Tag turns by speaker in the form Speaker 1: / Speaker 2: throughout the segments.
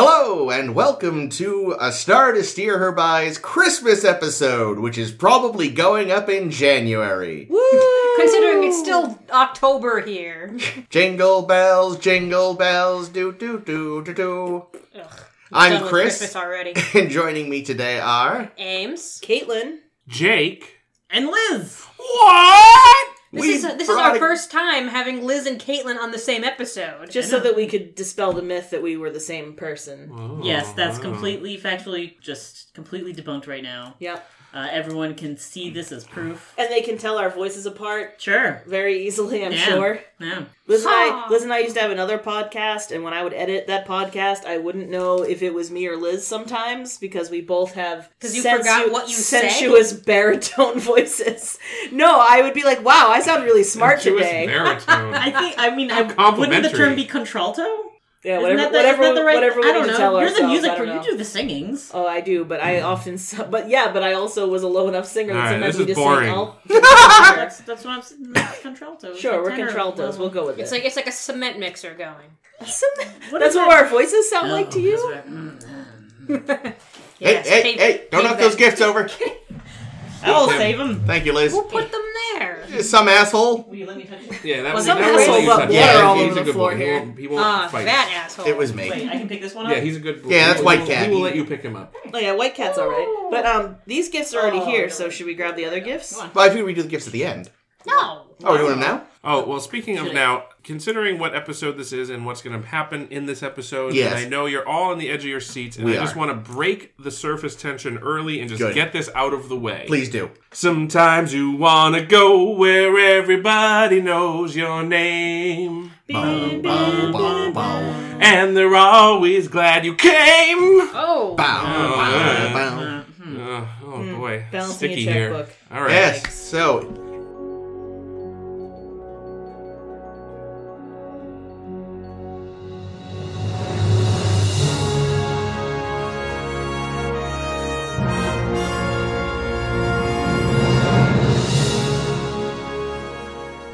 Speaker 1: Hello, and welcome to A Star to Steer Her By's Christmas episode, which is probably going up in January.
Speaker 2: Considering it's still October here.
Speaker 1: Jingle bells, jingle bells, do do do do do.
Speaker 2: Done
Speaker 1: I'm
Speaker 2: with Christmas
Speaker 1: Chris,
Speaker 2: already.
Speaker 1: and joining me today are.
Speaker 2: Ames.
Speaker 3: Caitlin.
Speaker 4: Jake.
Speaker 3: And Liz.
Speaker 4: What?
Speaker 2: This
Speaker 1: We
Speaker 2: is this is
Speaker 1: brought
Speaker 2: our
Speaker 1: a-
Speaker 2: first time having Liz and Caitlin on the same episode.
Speaker 3: Just so that we could dispel the myth that we were the same
Speaker 5: Mm.
Speaker 3: person.
Speaker 5: Yes, that's
Speaker 4: wow.
Speaker 5: completely factually just completely debunked right now.
Speaker 3: Yep.
Speaker 5: Uh, everyone can see this as proof.
Speaker 3: And they can tell our voices apart
Speaker 5: Sure.
Speaker 3: very easily, I'm
Speaker 5: Yeah.
Speaker 3: sure.
Speaker 5: Yeah.
Speaker 3: Liz and,
Speaker 2: Aw.
Speaker 3: I, Liz and I used to have another podcast, and when I would edit that podcast, I wouldn't know if it was me or Liz sometimes because we both have
Speaker 2: 'Cause you forgot what you said?
Speaker 3: sensuous baritone voices. No, I would be like, "Wow, I sound really smart
Speaker 4: Jewish
Speaker 3: today."
Speaker 4: baritone.
Speaker 5: I think. I mean, I,
Speaker 4: Complimentary.
Speaker 5: wouldn't the term be contralto?
Speaker 3: yeah,
Speaker 5: Isn't
Speaker 3: whatever,
Speaker 5: that the,
Speaker 3: whatever,
Speaker 5: isn't that the right?
Speaker 3: whatever we
Speaker 5: I don't
Speaker 3: need
Speaker 5: know.
Speaker 3: to tell
Speaker 5: You're the
Speaker 3: ourselves,
Speaker 5: music
Speaker 3: I don't
Speaker 5: per-
Speaker 3: know.
Speaker 5: You do the singings.
Speaker 3: Oh, I do, but I often, su- but yeah, but I also was a low enough singer that
Speaker 4: Mm-hmm. All right,
Speaker 3: sometimes
Speaker 4: this
Speaker 3: we
Speaker 4: is
Speaker 3: just
Speaker 4: boring.
Speaker 3: sing all.
Speaker 5: that's, that's what I'm saying. Contralto.
Speaker 3: Sure, we're
Speaker 5: Tenor
Speaker 3: contraltos.
Speaker 5: level.
Speaker 3: We'll go with
Speaker 2: it's
Speaker 3: it.
Speaker 2: like it's like a cement mixer going.
Speaker 5: What
Speaker 3: That's
Speaker 5: is
Speaker 3: what
Speaker 5: that?
Speaker 3: our voices sound
Speaker 5: Oh,
Speaker 3: like to you.
Speaker 5: that's right. Mm, mm.
Speaker 2: Yes,
Speaker 1: hey, hey,
Speaker 2: pave-
Speaker 1: hey, don't
Speaker 2: pave
Speaker 1: knock those
Speaker 2: that.
Speaker 1: gifts over.
Speaker 5: I'll save him.
Speaker 1: Thank you, Liz.
Speaker 2: We'll put them there.
Speaker 1: Some asshole.
Speaker 5: Will you let me touch it?
Speaker 4: yeah, that was
Speaker 3: some
Speaker 4: that was
Speaker 3: asshole
Speaker 4: what you
Speaker 3: got
Speaker 4: said.
Speaker 3: water
Speaker 4: Yeah,
Speaker 3: all
Speaker 4: he's
Speaker 3: over
Speaker 4: a
Speaker 3: the
Speaker 4: good
Speaker 3: floor
Speaker 4: boy.
Speaker 3: here.
Speaker 4: He won't, he won't
Speaker 2: Ah,
Speaker 4: fight.
Speaker 2: that asshole.
Speaker 1: It was me.
Speaker 5: Wait, I can pick this one up.
Speaker 4: Yeah, he's a good boy.
Speaker 1: Yeah, that's
Speaker 4: We
Speaker 1: White
Speaker 4: will-
Speaker 1: Cat.
Speaker 4: We will let you pick him up.
Speaker 3: Oh yeah, White Cat's all right. But um, these gifts are already here. So should we grab the other gifts?
Speaker 5: Come on.
Speaker 1: Well, I think we do the gifts at the end.
Speaker 2: No.
Speaker 1: Oh, we're doing them now?
Speaker 4: Oh, well, speaking of
Speaker 5: Should I-
Speaker 4: now, considering what episode this is and what's going to happen in this episode,
Speaker 1: Yes.
Speaker 4: and I know you're all on the edge of your seats, and
Speaker 1: We
Speaker 4: I just
Speaker 1: are.
Speaker 4: want to break the surface tension early and just
Speaker 1: Good.
Speaker 4: get this out of the way.
Speaker 1: Please do.
Speaker 4: Sometimes you want to go where everybody knows your name.
Speaker 1: Bow, bow, bow, bow.
Speaker 4: And they're always glad you came.
Speaker 2: Oh.
Speaker 1: Bow, bow, bow.
Speaker 4: Uh, oh boy,
Speaker 3: Mm. balancing a
Speaker 4: sticky here.
Speaker 3: checkbook.
Speaker 4: All right.
Speaker 1: Yes. So,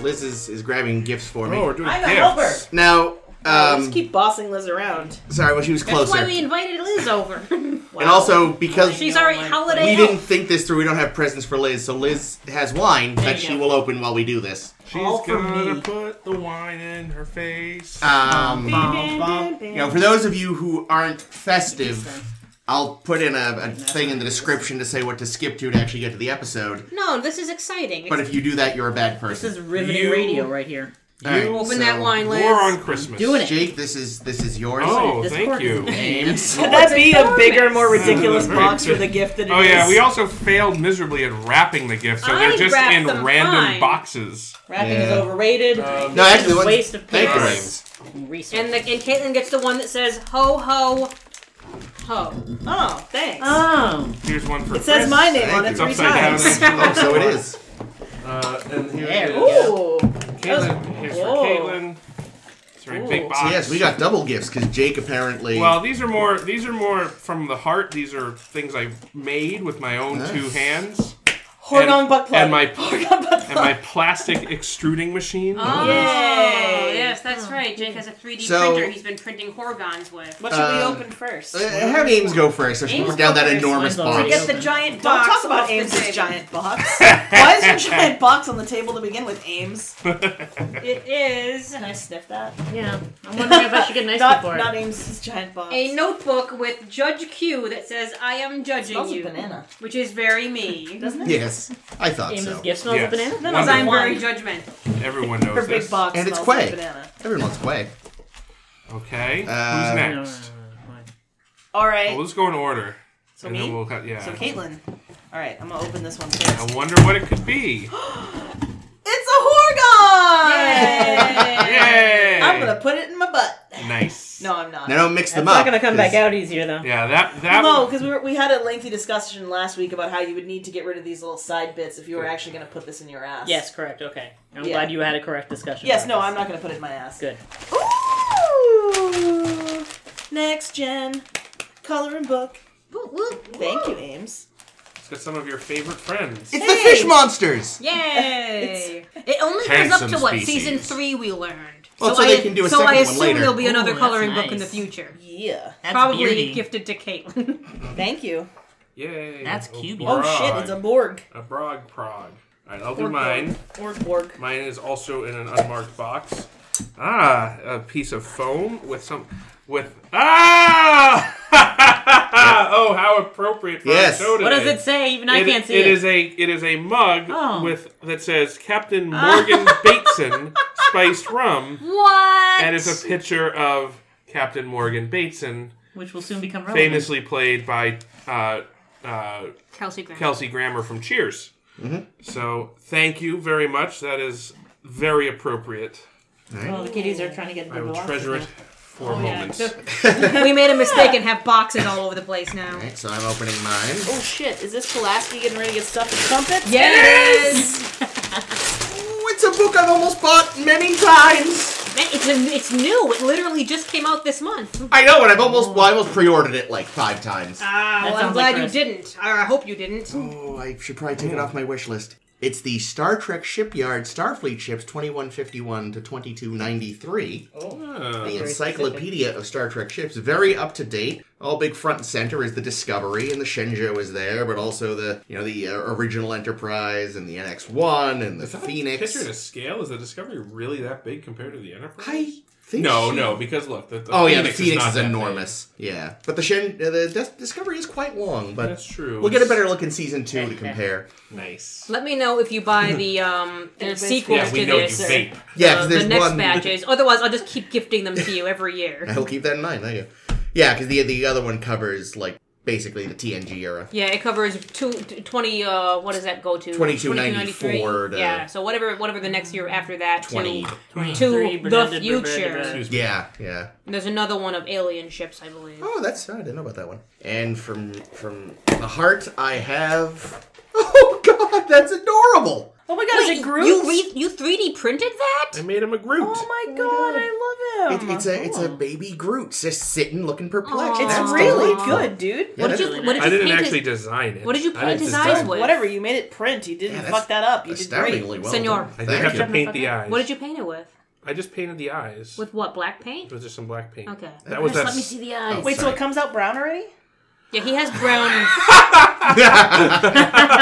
Speaker 1: Liz is, is grabbing gifts for me.
Speaker 4: Oh, we're doing
Speaker 3: I'm a
Speaker 4: gifts.
Speaker 1: now,
Speaker 3: Let's
Speaker 1: um,
Speaker 3: keep bossing Liz around.
Speaker 1: sorry, well, she was
Speaker 2: That's
Speaker 1: closer.
Speaker 2: why we invited Liz over.
Speaker 1: and also, because
Speaker 2: She's already
Speaker 5: my
Speaker 2: holiday.
Speaker 1: we
Speaker 2: help.
Speaker 1: didn't think this through, we don't have presents for Liz, so Liz has wine that
Speaker 5: you
Speaker 1: she
Speaker 5: go.
Speaker 1: will open while we do this.
Speaker 4: She's
Speaker 3: All for
Speaker 4: gonna
Speaker 3: me.
Speaker 4: put the wine in her face.
Speaker 1: Um,
Speaker 5: Bum, bum.
Speaker 1: You know, for those of you who aren't festive, I'll put in a, a thing in the description to say what to skip to to actually get to the episode.
Speaker 2: No, this is exciting.
Speaker 1: But if you do that, you're a bad
Speaker 5: This
Speaker 1: person.
Speaker 5: is riveting
Speaker 4: You-
Speaker 5: radio right here.
Speaker 1: All right,
Speaker 4: you
Speaker 2: open
Speaker 1: so-
Speaker 2: that wine, Liz.
Speaker 4: War on Christmas.
Speaker 5: Doing it.
Speaker 1: Jake. This is this is yours.
Speaker 4: Oh,
Speaker 5: This
Speaker 4: thank
Speaker 5: cork is
Speaker 4: you.
Speaker 1: Names.
Speaker 3: Could that be a
Speaker 2: enormous.
Speaker 3: bigger, more ridiculous
Speaker 4: Uh,
Speaker 3: box
Speaker 4: right.
Speaker 3: for the gift than it is?
Speaker 4: Oh yeah, we also failed miserably at wrapping the gifts, so
Speaker 2: I
Speaker 4: they're just
Speaker 2: wrapped
Speaker 4: in
Speaker 2: them
Speaker 4: random
Speaker 2: fine.
Speaker 4: boxes.
Speaker 3: Rapping
Speaker 1: Yeah.
Speaker 3: is overrated.
Speaker 1: No, actually, the
Speaker 5: waste
Speaker 1: ones,
Speaker 5: of
Speaker 1: thank you,
Speaker 5: paper.
Speaker 1: Ames.
Speaker 5: Research.
Speaker 2: and the, and Caitlin gets the one that says ho ho ho.
Speaker 3: oh, thanks.
Speaker 5: oh,
Speaker 4: Here's one for
Speaker 3: it says
Speaker 4: Chris.
Speaker 3: my name
Speaker 1: Thank
Speaker 3: on
Speaker 1: you.
Speaker 3: it three
Speaker 4: It's
Speaker 3: times.
Speaker 4: upside down.
Speaker 1: Oh, so it is.
Speaker 4: Uh, and here
Speaker 5: There.
Speaker 4: it is.
Speaker 3: Ooh,
Speaker 4: Caitlin. Here's for
Speaker 3: Whoa.
Speaker 4: Caitlin. It's a very big
Speaker 3: Ooh.
Speaker 4: box.
Speaker 1: yes, we got double gifts because Jake apparently.
Speaker 4: Well, these are more. These are more from the heart. These are things I made with my own
Speaker 1: Nice.
Speaker 4: two hands.
Speaker 3: Horgong
Speaker 4: And-
Speaker 3: butt plug.
Speaker 4: and my-
Speaker 3: Horgong butt
Speaker 4: and
Speaker 3: plug.
Speaker 4: my plastic extruding machine.
Speaker 2: Oh,
Speaker 3: Yay.
Speaker 2: yes, oh, that's right. Jake has a 3D
Speaker 1: So-
Speaker 2: printer he's been printing Horgons with.
Speaker 3: What should we
Speaker 1: Um,
Speaker 3: open first?
Speaker 1: Uh, have Ames go first. So she
Speaker 2: Ames
Speaker 1: put down
Speaker 2: go
Speaker 1: that
Speaker 2: first.
Speaker 1: enormous
Speaker 5: Mine's already
Speaker 1: box.
Speaker 5: open.
Speaker 2: the giant
Speaker 3: Don't talk about
Speaker 2: off the
Speaker 3: Ames'
Speaker 2: table.
Speaker 3: giant box. Why is there a giant box on the table to begin with, Ames?
Speaker 2: It is
Speaker 3: Can I sniff that?
Speaker 5: yeah. I'm wondering if I should get nice
Speaker 3: Not,
Speaker 5: before.
Speaker 3: not Ames' giant box.
Speaker 2: a notebook with Judge Q that says "I am
Speaker 3: It
Speaker 2: judging
Speaker 3: smells
Speaker 2: you,"
Speaker 3: like banana,
Speaker 5: Mm-hmm.
Speaker 2: which is very me.
Speaker 3: doesn't it?
Speaker 1: Yes, I thought
Speaker 5: Amy's
Speaker 1: so.
Speaker 5: gift smells
Speaker 4: Yes.
Speaker 5: of banana.
Speaker 4: Then
Speaker 2: Because
Speaker 4: Wonderful.
Speaker 2: I'm very judgmental.
Speaker 4: Everyone knows
Speaker 3: Her
Speaker 4: this.
Speaker 3: big box
Speaker 1: And it's
Speaker 3: smells like
Speaker 1: Quay.
Speaker 3: banana.
Speaker 1: Everyone's way.
Speaker 4: Okay.
Speaker 1: Uh,
Speaker 4: Who's next?
Speaker 3: All
Speaker 4: Well,
Speaker 3: right.
Speaker 4: let's go in order.
Speaker 3: So
Speaker 4: Oh, and
Speaker 3: me.
Speaker 4: then we'll cut. Yeah.
Speaker 3: So Caitlin. All right, I'm gonna open this one
Speaker 4: I
Speaker 3: first.
Speaker 4: wonder what it could be.
Speaker 3: It's a horgon.
Speaker 4: Yay!
Speaker 3: I'm gonna put it in my butt.
Speaker 4: Nice.
Speaker 3: No, I'm not.
Speaker 1: Now don't mix them up.
Speaker 5: back
Speaker 1: 'cause-
Speaker 5: out easier though.
Speaker 4: Yeah, that that.
Speaker 3: No, because we, were- we had a lengthy discussion last week about how you would need to get rid of these little side bits if you were actually going to put this in your ass.
Speaker 5: Yes, correct. Okay. I'm
Speaker 3: Yeah.
Speaker 5: glad you had a correct discussion.
Speaker 3: Yes,
Speaker 5: about
Speaker 3: no,
Speaker 5: this.
Speaker 3: I'm not going to put it in my ass.
Speaker 5: Good.
Speaker 3: Ooh! Next gen coloring book.
Speaker 2: Woo, woo,
Speaker 3: Thank
Speaker 2: woo.
Speaker 3: you, Ames.
Speaker 4: It's got some of your favorite friends.
Speaker 1: It's the
Speaker 3: Hey!
Speaker 1: fish monsters.
Speaker 2: Yay! it only goes up
Speaker 4: Handsome
Speaker 2: to what
Speaker 4: species.
Speaker 2: season three we learned.
Speaker 1: Well, so, they can do a
Speaker 2: so
Speaker 1: second
Speaker 2: I assume
Speaker 1: one later.
Speaker 2: there'll be another
Speaker 5: Ooh, that's
Speaker 2: coloring book in the
Speaker 5: nice.
Speaker 2: future.
Speaker 3: Yeah.
Speaker 6: That's
Speaker 2: Probably
Speaker 6: beardy.
Speaker 2: gifted to Caitlin.
Speaker 3: Thank you.
Speaker 4: Yay.
Speaker 6: That's
Speaker 4: a
Speaker 6: cubey.
Speaker 3: Oh
Speaker 4: brog.
Speaker 3: shit, it's a Borg.
Speaker 4: A brog prog. Alright, I'll do mine.
Speaker 3: Borg Borg.
Speaker 4: Mine is also in an unmarked box. Ah, a piece of foam with some with ah. oh, how appropriate for
Speaker 1: Yes.
Speaker 4: our show
Speaker 5: What does
Speaker 4: today.
Speaker 5: it say? Even I can't see
Speaker 4: it
Speaker 5: it.
Speaker 4: is a it is a mug
Speaker 6: Oh.
Speaker 4: with that says Captain
Speaker 5: Ah.
Speaker 4: Morgan Bateson spiced rum,
Speaker 2: what?
Speaker 4: and it's a picture of Captain Morgan Bateson,
Speaker 6: which will soon
Speaker 5: Oh.
Speaker 6: become relevant.
Speaker 4: famously played by uh, uh,
Speaker 2: Kelsey Grammer.
Speaker 4: Kelsey Grammer from Cheers. So thank you very much. That is very appropriate.
Speaker 5: Well, the kitties are trying to get.
Speaker 4: I will treasure it for moments.
Speaker 2: we made a mistake and have boxes all over the place now.
Speaker 1: Alright, so I'm opening mine.
Speaker 3: Oh shit, is this Pulaski getting ready to get stuffed with trumpets?
Speaker 2: Yes.
Speaker 1: Ooh, it's a book I've almost bought many times.
Speaker 2: Man, it's a, it's new. It literally just came out this month.
Speaker 1: I know, and I've almost well, I almost pre-ordered it like five times.
Speaker 2: Ah, well, I'm
Speaker 5: sounds like
Speaker 2: glad you
Speaker 5: Chris.
Speaker 2: didn't. Or I hope you didn't.
Speaker 1: Oh, I should probably take it off my wish list. It's the Star Trek Shipyard Starfleet ships 2151 to 2293. the Encyclopedia of Star Trek ships, very up to date. All big front and center is the Discovery, and the Shenzhou is there, but also the you know the uh, original Enterprise and the NX-1 and the
Speaker 4: Picture
Speaker 1: Phoenix.
Speaker 4: to scale is the Discovery really that big compared to the Enterprise?
Speaker 1: I think
Speaker 4: no,
Speaker 1: she-
Speaker 4: no, because look, the, the
Speaker 1: Oh yeah, the
Speaker 4: Phoenix
Speaker 1: Phoenix
Speaker 4: not
Speaker 1: is,
Speaker 4: that big.
Speaker 1: enormous. Yeah, but the Shen, uh, the Dis- Discovery is quite long. But
Speaker 4: That's true.
Speaker 1: We'll get a better look in season two to compare.
Speaker 4: Nice.
Speaker 2: Let me know if you buy the um the
Speaker 3: Everybody's
Speaker 2: sequels
Speaker 4: Yeah,
Speaker 2: to
Speaker 4: we know you
Speaker 2: this.
Speaker 4: vape.
Speaker 1: Hmm. Yeah,
Speaker 2: uh,
Speaker 1: because
Speaker 2: the
Speaker 1: there's
Speaker 2: next
Speaker 1: one.
Speaker 2: batches. Otherwise, I'll just keep gifting them to you every year.
Speaker 1: I'll keep that in mind. Thank you. Yeah, because the the other one covers like basically the TNG era.
Speaker 2: Yeah, it covers two, 20, uh, what does that go to?
Speaker 1: 2294
Speaker 2: 2293?
Speaker 1: to-
Speaker 2: Yeah, so whatever whatever the next year after that to-
Speaker 1: 20.
Speaker 2: to, the
Speaker 5: Brenda,
Speaker 2: future.
Speaker 5: Brenda.
Speaker 4: Excuse me.
Speaker 1: Yeah, yeah.
Speaker 2: There's another one of alien ships, I believe.
Speaker 1: Oh, that's I didn't know about that one. And from from the heart, I have. Oh God, that's adorable.
Speaker 3: Oh my god, is
Speaker 2: Wait,
Speaker 3: it Groot?
Speaker 2: You, re- you 3D printed
Speaker 4: I
Speaker 2: that?
Speaker 4: made him a Groot.
Speaker 3: Oh my god, I love
Speaker 1: It,
Speaker 3: him.
Speaker 1: it's a it's a baby Groot just sitting looking perplexed.
Speaker 2: Aw.
Speaker 3: It's
Speaker 1: That's
Speaker 3: really
Speaker 1: delightful.
Speaker 3: good, dude.
Speaker 1: Yeah,
Speaker 2: What did
Speaker 1: that's-
Speaker 2: you, what did
Speaker 4: I
Speaker 2: you
Speaker 4: didn't
Speaker 2: paint
Speaker 4: actually
Speaker 2: his,
Speaker 4: design it.
Speaker 2: what did you
Speaker 4: I
Speaker 2: paint
Speaker 4: didn't
Speaker 2: his
Speaker 4: design
Speaker 2: eyes
Speaker 4: it.
Speaker 2: with?
Speaker 3: Whatever, you made it print. You didn't
Speaker 1: Yeah, that's
Speaker 3: fuck that up. You did great.
Speaker 1: Astoundingly well.
Speaker 2: Senor.
Speaker 1: done.
Speaker 4: I did
Speaker 1: Thank
Speaker 4: have
Speaker 1: you.
Speaker 4: to paint the eyes.
Speaker 2: What did you paint it with?
Speaker 4: I just painted the eyes.
Speaker 2: With what, black paint?
Speaker 4: It was just some black paint.
Speaker 2: Okay.
Speaker 4: That was
Speaker 2: Just
Speaker 4: that.
Speaker 2: let me see the eyes.
Speaker 3: Wait, so it comes out brown already?
Speaker 2: Yeah, he has brown.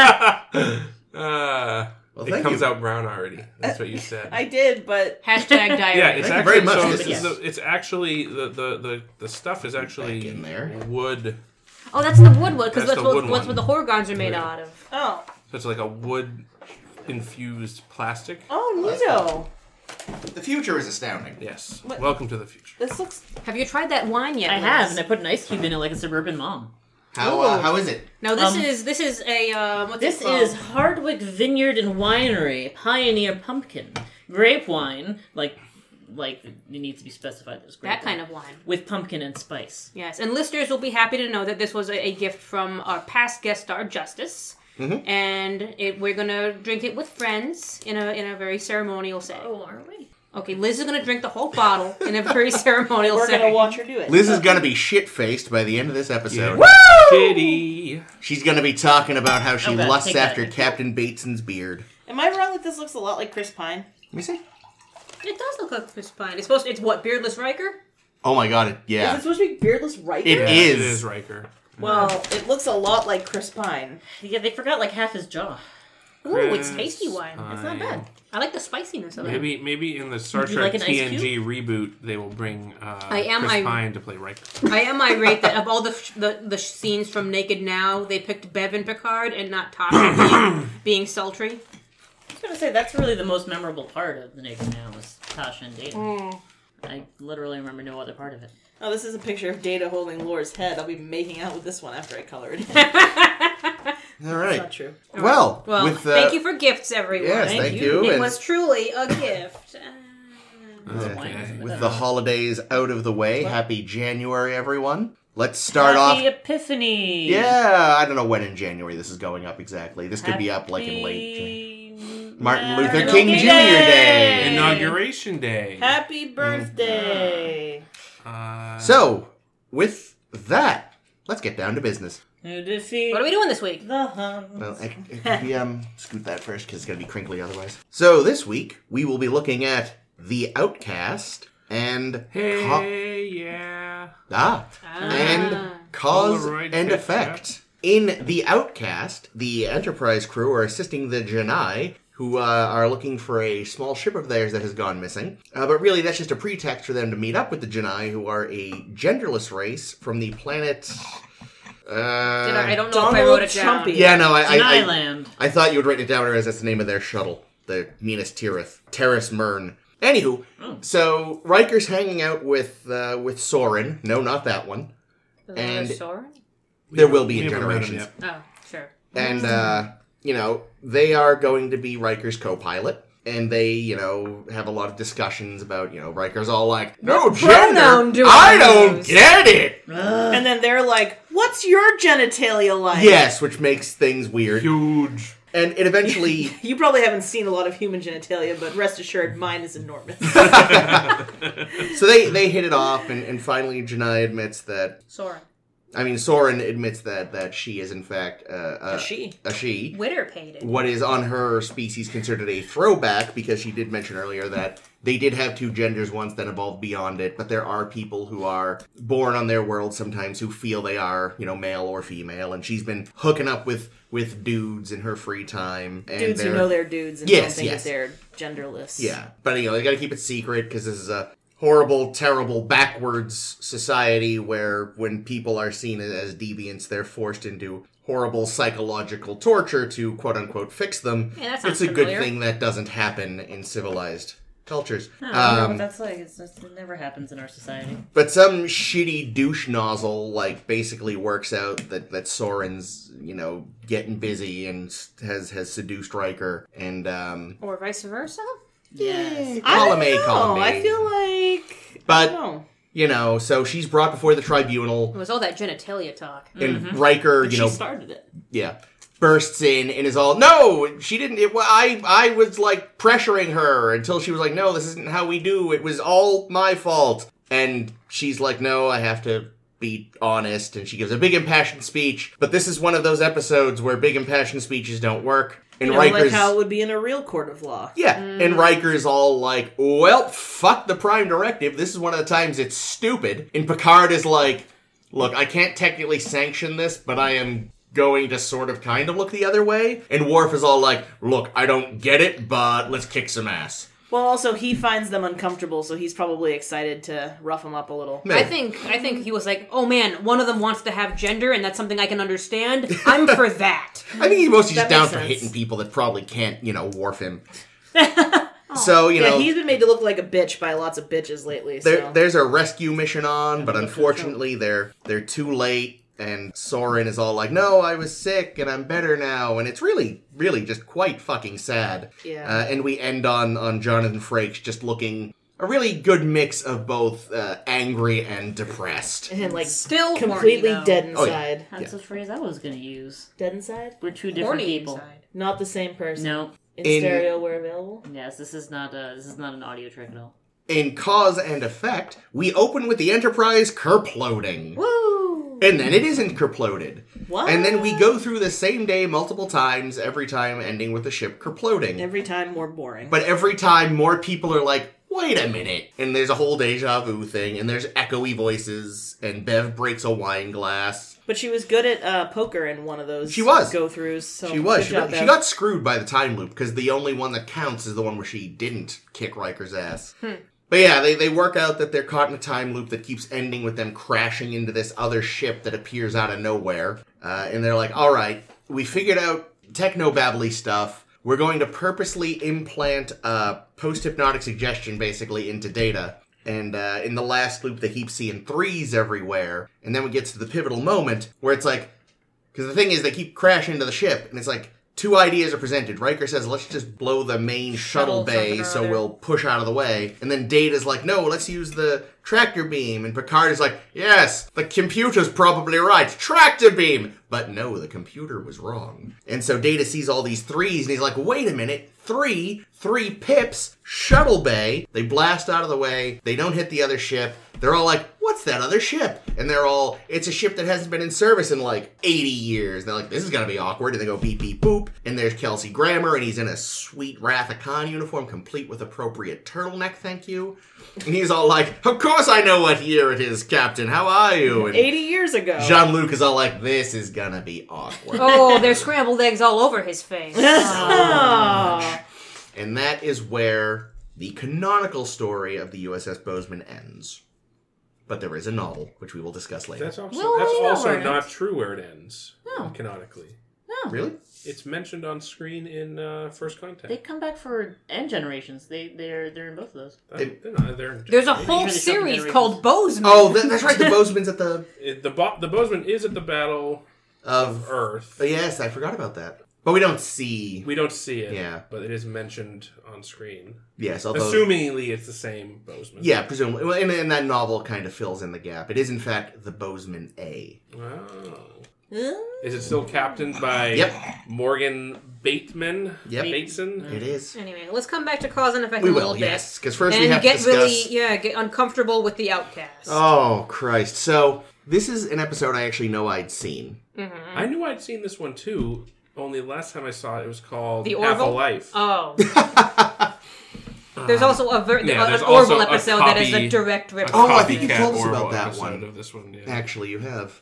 Speaker 4: Uh,
Speaker 1: Well,
Speaker 4: it
Speaker 1: thank
Speaker 4: comes
Speaker 1: you.
Speaker 4: out brown already. That's what you said.
Speaker 3: I did, but
Speaker 2: hashtag diary.
Speaker 4: yeah, it's
Speaker 1: Thank you
Speaker 4: actually
Speaker 1: very much.
Speaker 4: so
Speaker 1: This
Speaker 4: this
Speaker 1: is-
Speaker 4: is the- it's actually the, the, the, the stuff is actually
Speaker 1: Back in there.
Speaker 4: wood.
Speaker 2: Oh, that's the wood one, because
Speaker 4: That's
Speaker 2: that's,
Speaker 4: the
Speaker 2: what,
Speaker 4: wood
Speaker 2: what's
Speaker 4: one.
Speaker 2: what the Horgons are made out of.
Speaker 3: oh,
Speaker 4: So it's like a wood infused plastic.
Speaker 3: oh, Nito,
Speaker 1: The future is astounding.
Speaker 4: Yes.
Speaker 3: What-
Speaker 4: Welcome to the future.
Speaker 3: this looks.
Speaker 2: Have you tried that wine yet?
Speaker 5: I
Speaker 2: Liz?
Speaker 5: have, and I put an ice cube in it like a suburban mom.
Speaker 1: How uh,
Speaker 2: Ooh.
Speaker 1: how is it?
Speaker 2: No, this
Speaker 5: Um,
Speaker 2: is this is a um, what's
Speaker 5: This
Speaker 2: it called?
Speaker 5: is Hardwick Vineyard and Winery Pioneer Pumpkin grape wine, like like it needs to be specified as grape
Speaker 2: that kind
Speaker 5: wine,
Speaker 2: of wine.
Speaker 5: with pumpkin and spice.
Speaker 2: Yes, and listeners will be happy to know that this was a, a gift from our past guest star Justice,
Speaker 4: Mm-hmm.
Speaker 2: and it, we're gonna drink it with friends in a in a very ceremonial setting.
Speaker 5: are we?
Speaker 2: Okay, Liz is gonna drink the whole bottle in a very ceremonial
Speaker 3: We're
Speaker 2: setting.
Speaker 3: gonna watch her do it.
Speaker 1: Liz is gonna be shit faced by the end of this episode.
Speaker 4: Kitty.
Speaker 1: She's gonna be talking about how she
Speaker 5: Oh, God,
Speaker 1: lusts
Speaker 5: take that.
Speaker 1: after Captain Bateson's beard.
Speaker 3: Am I wrong that this looks a lot like Chris Pine?
Speaker 1: Let me see.
Speaker 2: It does look like Chris Pine. It's supposed. It's what beardless Riker.
Speaker 1: Oh my god! It,
Speaker 3: Is it
Speaker 1: yeah,
Speaker 3: supposed to be beardless Riker?
Speaker 1: It
Speaker 4: Yeah,
Speaker 1: is.
Speaker 4: It is Riker.
Speaker 3: Well, it looks a lot like Chris Pine.
Speaker 5: Yeah, they forgot like half his jaw.
Speaker 2: Ooh, it's
Speaker 4: Chris
Speaker 2: tasty wine.
Speaker 4: Pine.
Speaker 1: Uh-huh.
Speaker 5: It's not bad.
Speaker 2: I like the spiciness of it.
Speaker 4: Maybe maybe in the Star
Speaker 5: Would you like
Speaker 4: Trek
Speaker 5: an ice
Speaker 4: TNG reboot they will bring uh,
Speaker 2: I am
Speaker 4: Chris
Speaker 2: I-
Speaker 4: Pine to play Riker.
Speaker 2: I am irate that of all the the, the scenes from Naked Now, they picked Bevan Picard and not Tasha being, being sultry.
Speaker 5: I was gonna say that's really the most memorable part of the Naked Man was Tasha and Dayton. I literally remember no other part of it.
Speaker 3: Oh, this is a picture of Data holding Lore's head. I'll be making out with this one after I color it. That's
Speaker 1: All right.
Speaker 3: not true.
Speaker 1: Well,
Speaker 2: Well,
Speaker 1: with uh,
Speaker 2: thank you for gifts, everyone.
Speaker 1: yes,
Speaker 5: Thank
Speaker 1: thank,
Speaker 5: you.
Speaker 1: you.
Speaker 2: It
Speaker 1: and
Speaker 2: was truly a gift. Uh,
Speaker 4: Okay.
Speaker 1: with the holidays out of the way, happy January, everyone. Let's start
Speaker 5: Happy
Speaker 1: off.
Speaker 5: Epiphany.
Speaker 1: Yeah, I don't know when in January this is going up exactly. This could be up like in late January.
Speaker 5: Happy
Speaker 1: Martin Luther
Speaker 5: Martin
Speaker 1: King
Speaker 5: Luther
Speaker 1: Jr. Day.
Speaker 5: Day.
Speaker 4: Inauguration Day.
Speaker 3: Happy
Speaker 1: Mm-hmm.
Speaker 3: birthday!
Speaker 4: Uh,
Speaker 1: So, with that, let's get down to business.
Speaker 5: To defeat
Speaker 2: what are we doing this week?
Speaker 5: the Huns.
Speaker 1: Well, I, I could be, um, scoot that first because it's going to be crinkly otherwise. So, this week, we will be looking at The Outcast, and
Speaker 4: Hey,
Speaker 1: Co-
Speaker 4: yeah.
Speaker 1: ah, and Cause
Speaker 4: Polaroid
Speaker 1: and
Speaker 4: picture.
Speaker 1: Effect. In The Outcast, the Enterprise crew are assisting the Janai, who uh, are looking for a small ship of theirs that has gone missing. Uh, but really, that's just a pretext for them to meet up with the Janai, who are a genderless race from the planet. Uh,
Speaker 2: Did I, I don't know if I
Speaker 3: Donald
Speaker 2: wrote it down.
Speaker 3: Trumpy.
Speaker 1: Yeah, no, I, I, I,
Speaker 5: Deniland.
Speaker 1: I thought you would write it down as that's the name of their shuttle, the Minas Tirith, Terrace Mern. Anywho,
Speaker 4: Oh.
Speaker 1: so Riker's hanging out with uh, with Soren. No, not that one. And-
Speaker 2: Soren?
Speaker 1: There will be in
Speaker 4: We haven't read 'em
Speaker 1: generations,
Speaker 4: yet.
Speaker 2: Oh, sure.
Speaker 1: and uh, you know they are going to be Riker's co-pilot. And they, you know, have a lot of discussions about, you know, Riker's all like, "No
Speaker 6: pronoun
Speaker 1: gender,
Speaker 6: do
Speaker 1: I
Speaker 6: I
Speaker 1: don't
Speaker 6: use?"
Speaker 1: get it."
Speaker 3: And then they're like, "What's your genitalia like?"
Speaker 1: Yes, which makes things weird.
Speaker 4: Huge.
Speaker 1: And it eventually
Speaker 3: You probably haven't seen a lot of human genitalia, but rest assured, mine is enormous.
Speaker 1: So they, they hit it off, and, and finally Janai admits that.
Speaker 2: Soren.
Speaker 1: I mean, Soren admits that that she is in fact uh, a,
Speaker 3: she.
Speaker 1: a she.
Speaker 2: Witter paid it.
Speaker 1: What is on her species considered a throwback because she did mention earlier that they did have two genders once that evolved beyond it, but there are people who are born on their world sometimes who feel they are, you know, male or female, and she's been hooking up with with dudes in her free time. And
Speaker 3: dudes who
Speaker 1: they're-
Speaker 3: know they're dudes and don't
Speaker 1: Yes,
Speaker 3: think
Speaker 1: yes.
Speaker 3: that they're genderless.
Speaker 1: Yeah, but you know they got to keep it secret because this is a horrible, terrible, backwards society where when people are seen as deviants, they're forced into horrible psychological torture to quote unquote fix them.
Speaker 2: Yeah, that
Speaker 1: it's
Speaker 2: sounds
Speaker 1: a
Speaker 2: familiar.
Speaker 1: good thing that doesn't happen in civilized cultures.
Speaker 5: I don't know
Speaker 1: Um,
Speaker 5: what that's like. It's just, it never happens in our society.
Speaker 1: but some shitty douche nozzle like basically works out that that Soren's you know getting busy and s- has has seduced Riker and um.
Speaker 2: Or vice versa?
Speaker 5: Yes.
Speaker 3: I
Speaker 1: Column
Speaker 3: don't
Speaker 1: A,
Speaker 3: know.
Speaker 1: column B.
Speaker 3: Oh, I feel like I
Speaker 1: But
Speaker 3: don't know.
Speaker 1: you know, so she's brought before the tribunal,
Speaker 2: It was all that genitalia talk.
Speaker 1: and Riker, you
Speaker 3: Mm-hmm. she
Speaker 1: know,
Speaker 3: started it.
Speaker 1: yeah, bursts in and is all, "No, she didn't. It, wa- I, I was like pressuring her until she was like, no, this isn't how we do. It was all my fault." And she's like, "No, I have to." Be honest, and she gives a big impassioned speech. But this is one of those episodes where big impassioned speeches don't work. And
Speaker 3: You know, like
Speaker 1: Riker's
Speaker 3: how it would be in a real court of law.
Speaker 1: yeah,
Speaker 3: Mm.
Speaker 1: and Riker's all like, "Well, fuck the Prime Directive. This is one of the times it's stupid." And Picard is like, "Look, I can't technically sanction this, but I am going to sort of kind of look the other way." And Worf is all like, "Look, I don't get it, but let's kick some ass."
Speaker 3: Well, also he finds them uncomfortable, so he's probably excited to rough them up a little.
Speaker 2: I think I think he was like, oh man, one of them wants to have gender, and that's something I can understand. I'm for that.
Speaker 1: I think he mostly just
Speaker 3: That
Speaker 1: down
Speaker 3: makes
Speaker 1: for
Speaker 3: sense.
Speaker 1: hitting people that probably can't, you know, Worf him. so you
Speaker 3: Yeah,
Speaker 1: know,
Speaker 3: he's been made to look like a bitch by lots of bitches lately. So.
Speaker 1: There, there's a rescue mission on, but unfortunately they're they're too late. And Soren is all like, "No, I was sick, and I'm better now." And it's really, really just quite fucking sad.
Speaker 3: Yeah.
Speaker 1: Uh, and we end on on Jonathan Frakes just looking a really good mix of both uh, angry and depressed.
Speaker 3: and like
Speaker 2: Still
Speaker 3: completely
Speaker 2: horny, though.
Speaker 3: dead
Speaker 1: Oh, yeah.
Speaker 3: inside.
Speaker 5: That's a phrase I was going to use.
Speaker 3: Dead inside?
Speaker 5: We're two different
Speaker 2: Horny
Speaker 5: people.
Speaker 2: inside.
Speaker 3: Not the same person.
Speaker 5: No.
Speaker 3: In,
Speaker 1: In-
Speaker 3: stereo where available.
Speaker 5: Yes, this is not a, this is not an audio track at all.
Speaker 1: In cause and effect, we open with the Enterprise kerploding,
Speaker 3: Woo!
Speaker 1: and then it isn't kerploded,
Speaker 3: What?
Speaker 1: and then we go through the same day multiple times, every time ending with the ship kerploding.
Speaker 3: every time more boring.
Speaker 1: But every time more people are like, wait a minute. And there's a whole deja vu thing, and there's echoey voices, and Bev breaks a wine glass.
Speaker 3: But she was good at uh, poker in one of those.
Speaker 1: She was.
Speaker 3: go throughs. So
Speaker 1: She was.
Speaker 3: good
Speaker 1: She,
Speaker 3: job,
Speaker 1: she
Speaker 3: Bev.
Speaker 1: got screwed by the time loop because the only one that counts is the one where she didn't kick Riker's ass.
Speaker 3: Hmm.
Speaker 1: But yeah, they, they work out that they're caught in a time loop that keeps ending with them crashing into this other ship that appears out of nowhere. Uh, and they're like, all right, we figured out techno babbly stuff. We're going to purposely implant uh, post hypnotic suggestion basically into data. And uh, in the last loop, they keep seeing threes everywhere. And then we get to the pivotal moment where it's like, because the thing is, they keep crashing into the ship, and it's like two ideas are presented. Riker says, "Let's just blow the main shuttle,
Speaker 2: Shuttle
Speaker 1: bay,
Speaker 2: something or
Speaker 1: so
Speaker 2: other.
Speaker 1: we'll push out of the way." And then Data's like, "No, let's use the tractor beam." And Picard is like, "Yes, the computer's probably right. Tractor beam." But no, the computer was wrong. And so Data sees all these threes, and he's like, "Wait a minute." Three, three pips, shuttle bay. They blast out of the way. They don't hit the other ship. They're all like, "What's that other ship?" And they're all, "It's a ship that hasn't been in service in like 80 years." And they're like, "This is gonna be awkward." And they go beep beep boop. And there's Kelsey Grammer, and he's in a sweet Wrath of Khan uniform, complete with appropriate turtleneck. Thank you. And he's all like, "Of course I know what year it is, Captain. How are you?" And
Speaker 3: Eighty years ago.
Speaker 1: Jean Luc is all like, "This is gonna be awkward."
Speaker 2: Oh, there's scrambled eggs all over his face.
Speaker 3: Oh.
Speaker 1: And that is where the canonical story of the USS Bozeman ends. But there is a novel, which we will discuss later.
Speaker 4: That's also
Speaker 2: Well,
Speaker 4: that's
Speaker 2: we know where
Speaker 4: also
Speaker 2: it
Speaker 4: not true where it ends
Speaker 5: No.
Speaker 4: canonically.
Speaker 1: really?
Speaker 4: It's mentioned on screen in uh, First Contact.
Speaker 5: They come back for end generations. They they're they're in both of those.
Speaker 4: Uh,
Speaker 1: they-
Speaker 4: they're not- they're in-
Speaker 2: There's a
Speaker 5: Maybe
Speaker 2: whole
Speaker 5: there's
Speaker 2: series
Speaker 5: something
Speaker 2: called Bozeman.
Speaker 1: Oh, that, that's right. The Bozeman's at the
Speaker 4: It- the bo- the Bozeman is at the Battle of
Speaker 1: of. oh,
Speaker 4: Earth.
Speaker 1: Yes, I forgot about that. But we don't see.
Speaker 4: We don't see it,
Speaker 1: Yeah.
Speaker 4: but it is mentioned on screen.
Speaker 1: Yes, although.
Speaker 4: Assumingly, it's the same Bozeman.
Speaker 1: Yeah, presumably. Well, and, and that novel kind of fills in the gap. It is, in fact, the Bozeman A.
Speaker 4: Wow.
Speaker 3: Huh?
Speaker 4: Oh. Is it still captained by
Speaker 1: Yep.
Speaker 4: Morgan Bateman?
Speaker 1: Yep.
Speaker 4: Bateson?
Speaker 2: Mm-hmm.
Speaker 1: It is.
Speaker 2: Anyway, let's come back to cause and effect
Speaker 1: We
Speaker 2: a little
Speaker 1: will,
Speaker 2: bit.
Speaker 1: yes. Because first we
Speaker 2: and
Speaker 1: have
Speaker 2: get
Speaker 1: to discuss.
Speaker 2: really yeah get uncomfortable with the outcast.
Speaker 1: Oh, Christ. So, this is an episode I actually know I'd seen.
Speaker 4: I knew I'd seen this one too, only last time I saw it, it was called
Speaker 2: The
Speaker 4: Half a
Speaker 2: Orville?
Speaker 4: Life.
Speaker 2: Oh. there's also a ver-
Speaker 4: yeah,
Speaker 2: a-
Speaker 4: there's
Speaker 2: an Orville
Speaker 4: also a
Speaker 2: episode that is a
Speaker 4: copy-
Speaker 2: direct
Speaker 4: A
Speaker 2: rip.
Speaker 1: Oh, I
Speaker 4: copycat
Speaker 1: think you told us
Speaker 4: Orville
Speaker 1: about that
Speaker 4: episode
Speaker 1: one.
Speaker 4: Of this one yeah.
Speaker 1: Actually, you have.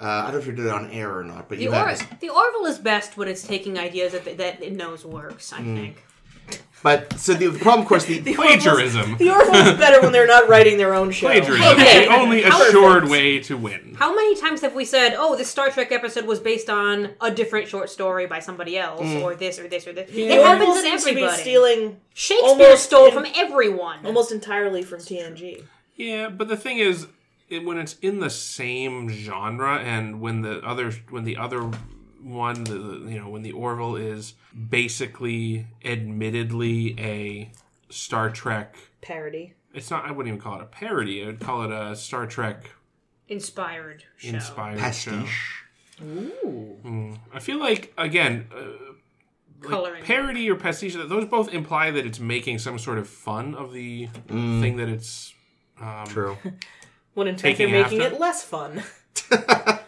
Speaker 1: Uh, I don't know if you did it on air or not, but
Speaker 2: The,
Speaker 1: you
Speaker 2: or-
Speaker 1: have. this.
Speaker 2: the Orville is best when it's taking ideas that, that it knows works. I
Speaker 1: Mm.
Speaker 2: think.
Speaker 1: But, so the, the problem, of course, the.
Speaker 4: Plagiarism.
Speaker 3: The Orville's better when they're not writing their own show.
Speaker 4: Plagiarism.
Speaker 2: Okay.
Speaker 4: The only
Speaker 2: Perfect.
Speaker 4: assured way to win.
Speaker 2: How many times have we said, "Oh, this Star Trek episode was based on a different short story by somebody else,
Speaker 1: Mm.
Speaker 2: or this, or this, or this"? It happens to
Speaker 3: seems to be
Speaker 2: everybody.
Speaker 3: stealing
Speaker 2: Shakespeare
Speaker 3: almost
Speaker 2: stole
Speaker 3: in-
Speaker 2: from everyone.
Speaker 3: almost entirely from TNG.
Speaker 4: Yeah, but the thing is, it, when it's in the same genre, and when the other when the other one, the, the- you know, when the Orville is basically, admittedly, a Star Trek.
Speaker 3: Parody.
Speaker 4: It's not. I wouldn't even call it a parody. I would call it a Star Trek
Speaker 2: inspired. Show.
Speaker 4: inspired show.
Speaker 1: Pastiche.
Speaker 4: Mm.
Speaker 5: Ooh.
Speaker 4: I feel like again, uh,
Speaker 2: Coloring.
Speaker 4: parody or pastiche. Those both imply that it's making some sort of fun of the
Speaker 1: Mm.
Speaker 4: thing that it's. Um,
Speaker 1: True.
Speaker 3: When in fact they're
Speaker 4: Taking
Speaker 3: making
Speaker 4: after-
Speaker 3: it less fun.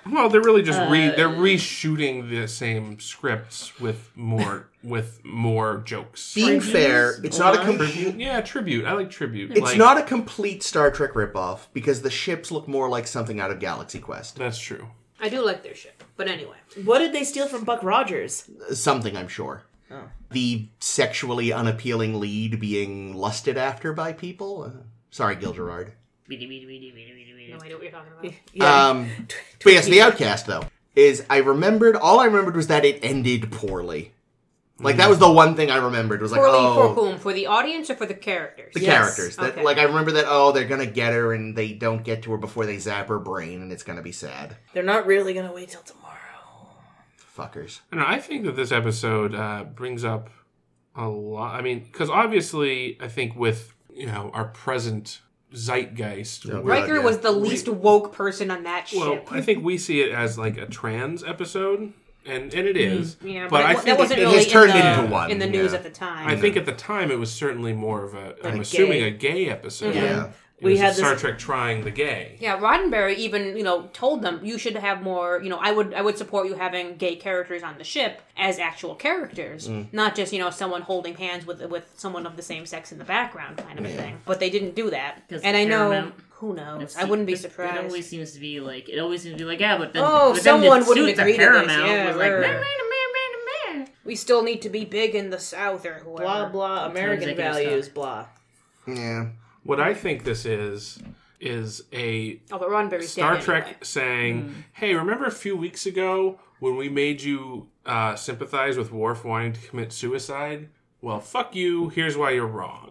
Speaker 4: Well, they're really just re they're reshooting the same scripts with more with more jokes.
Speaker 1: Being fair, it's not a
Speaker 5: Homage?
Speaker 1: complete.
Speaker 4: Yeah, tribute. I like tribute.
Speaker 1: It's not a complete Star Trek ripoff because the ships look more like something out of Galaxy Quest.
Speaker 4: That's true.
Speaker 2: I do like their ship, but anyway.
Speaker 3: What did they steal from Buck
Speaker 1: Uh,
Speaker 3: Rogers?
Speaker 1: Something, I'm sure.
Speaker 2: Oh.
Speaker 1: The sexually unappealing lead being lusted after by people. Uh, sorry, Gil Gerard.
Speaker 5: Beady, beady, beady, beady, beady, beady.
Speaker 2: No idea what you're talking about.
Speaker 3: Yeah.
Speaker 1: Um, but yes, the Outcast though is I remembered. All I remembered was that it ended poorly. Like that was the one thing I remembered was like
Speaker 2: Poorly
Speaker 1: oh
Speaker 2: for whom? For the audience or for the characters?
Speaker 1: the
Speaker 3: Yes.
Speaker 1: characters that
Speaker 2: Okay.
Speaker 1: like I remember that oh they're gonna get her and they don't get to her before they zap her brain and it's gonna be sad
Speaker 3: they're not really gonna wait till tomorrow.
Speaker 1: fuckers
Speaker 4: And I think that this episode uh, brings up a lot. I mean, because obviously, I think with you know our present zeitgeist,
Speaker 1: Yeah.
Speaker 4: we're-
Speaker 2: Riker
Speaker 1: yeah.
Speaker 2: was the least woke person on that ship.
Speaker 4: well, I think we see it as like a trans episode, and and it
Speaker 1: Mm-hmm.
Speaker 4: is.
Speaker 2: yeah, but,
Speaker 4: but
Speaker 2: it-
Speaker 4: I
Speaker 2: that
Speaker 4: think
Speaker 2: wasn't
Speaker 1: it has
Speaker 2: really
Speaker 1: turned
Speaker 2: in the,
Speaker 1: into one,
Speaker 2: in the news
Speaker 1: yeah.
Speaker 2: at the time.
Speaker 4: I think at the time it was certainly more of a. I'm assuming a gay episode.
Speaker 1: yeah,
Speaker 4: It
Speaker 3: We
Speaker 4: was
Speaker 3: had
Speaker 4: Star
Speaker 3: this-
Speaker 4: Trek trying the gay.
Speaker 2: yeah, Roddenberry even you know told them you should have more. You know, I would I would support you having gay characters on the ship as actual characters,
Speaker 4: Mm.
Speaker 2: not just you know someone holding hands with with someone of the same sex in the background kind of a thing. But they didn't do that,
Speaker 5: 'Cause
Speaker 2: and I know
Speaker 5: Paramount-
Speaker 2: who knows.
Speaker 5: It's-
Speaker 2: I wouldn't be
Speaker 5: it-
Speaker 2: surprised.
Speaker 5: It always seems to be like it always seems to be like yeah, but then
Speaker 2: Oh,
Speaker 5: but then the
Speaker 2: someone wouldn't
Speaker 5: suits at
Speaker 2: agree to this,
Speaker 5: Paramount
Speaker 2: yeah,
Speaker 5: was like,
Speaker 2: right.
Speaker 5: "Meh, meh, meh, meh, meh, meh."
Speaker 2: we still need to be big in the South or whoever.
Speaker 3: Blah blah American
Speaker 5: executive
Speaker 3: values,
Speaker 5: stuff.
Speaker 3: blah.
Speaker 1: yeah.
Speaker 4: What I think this is is a
Speaker 2: Oh, but Roddenberry's
Speaker 4: Star
Speaker 2: dead
Speaker 4: Trek
Speaker 2: anyway.
Speaker 4: saying, "Hey, remember a few weeks ago when we made you uh, sympathize with Worf wanting to commit suicide? Well, fuck you. Here's why you're wrong.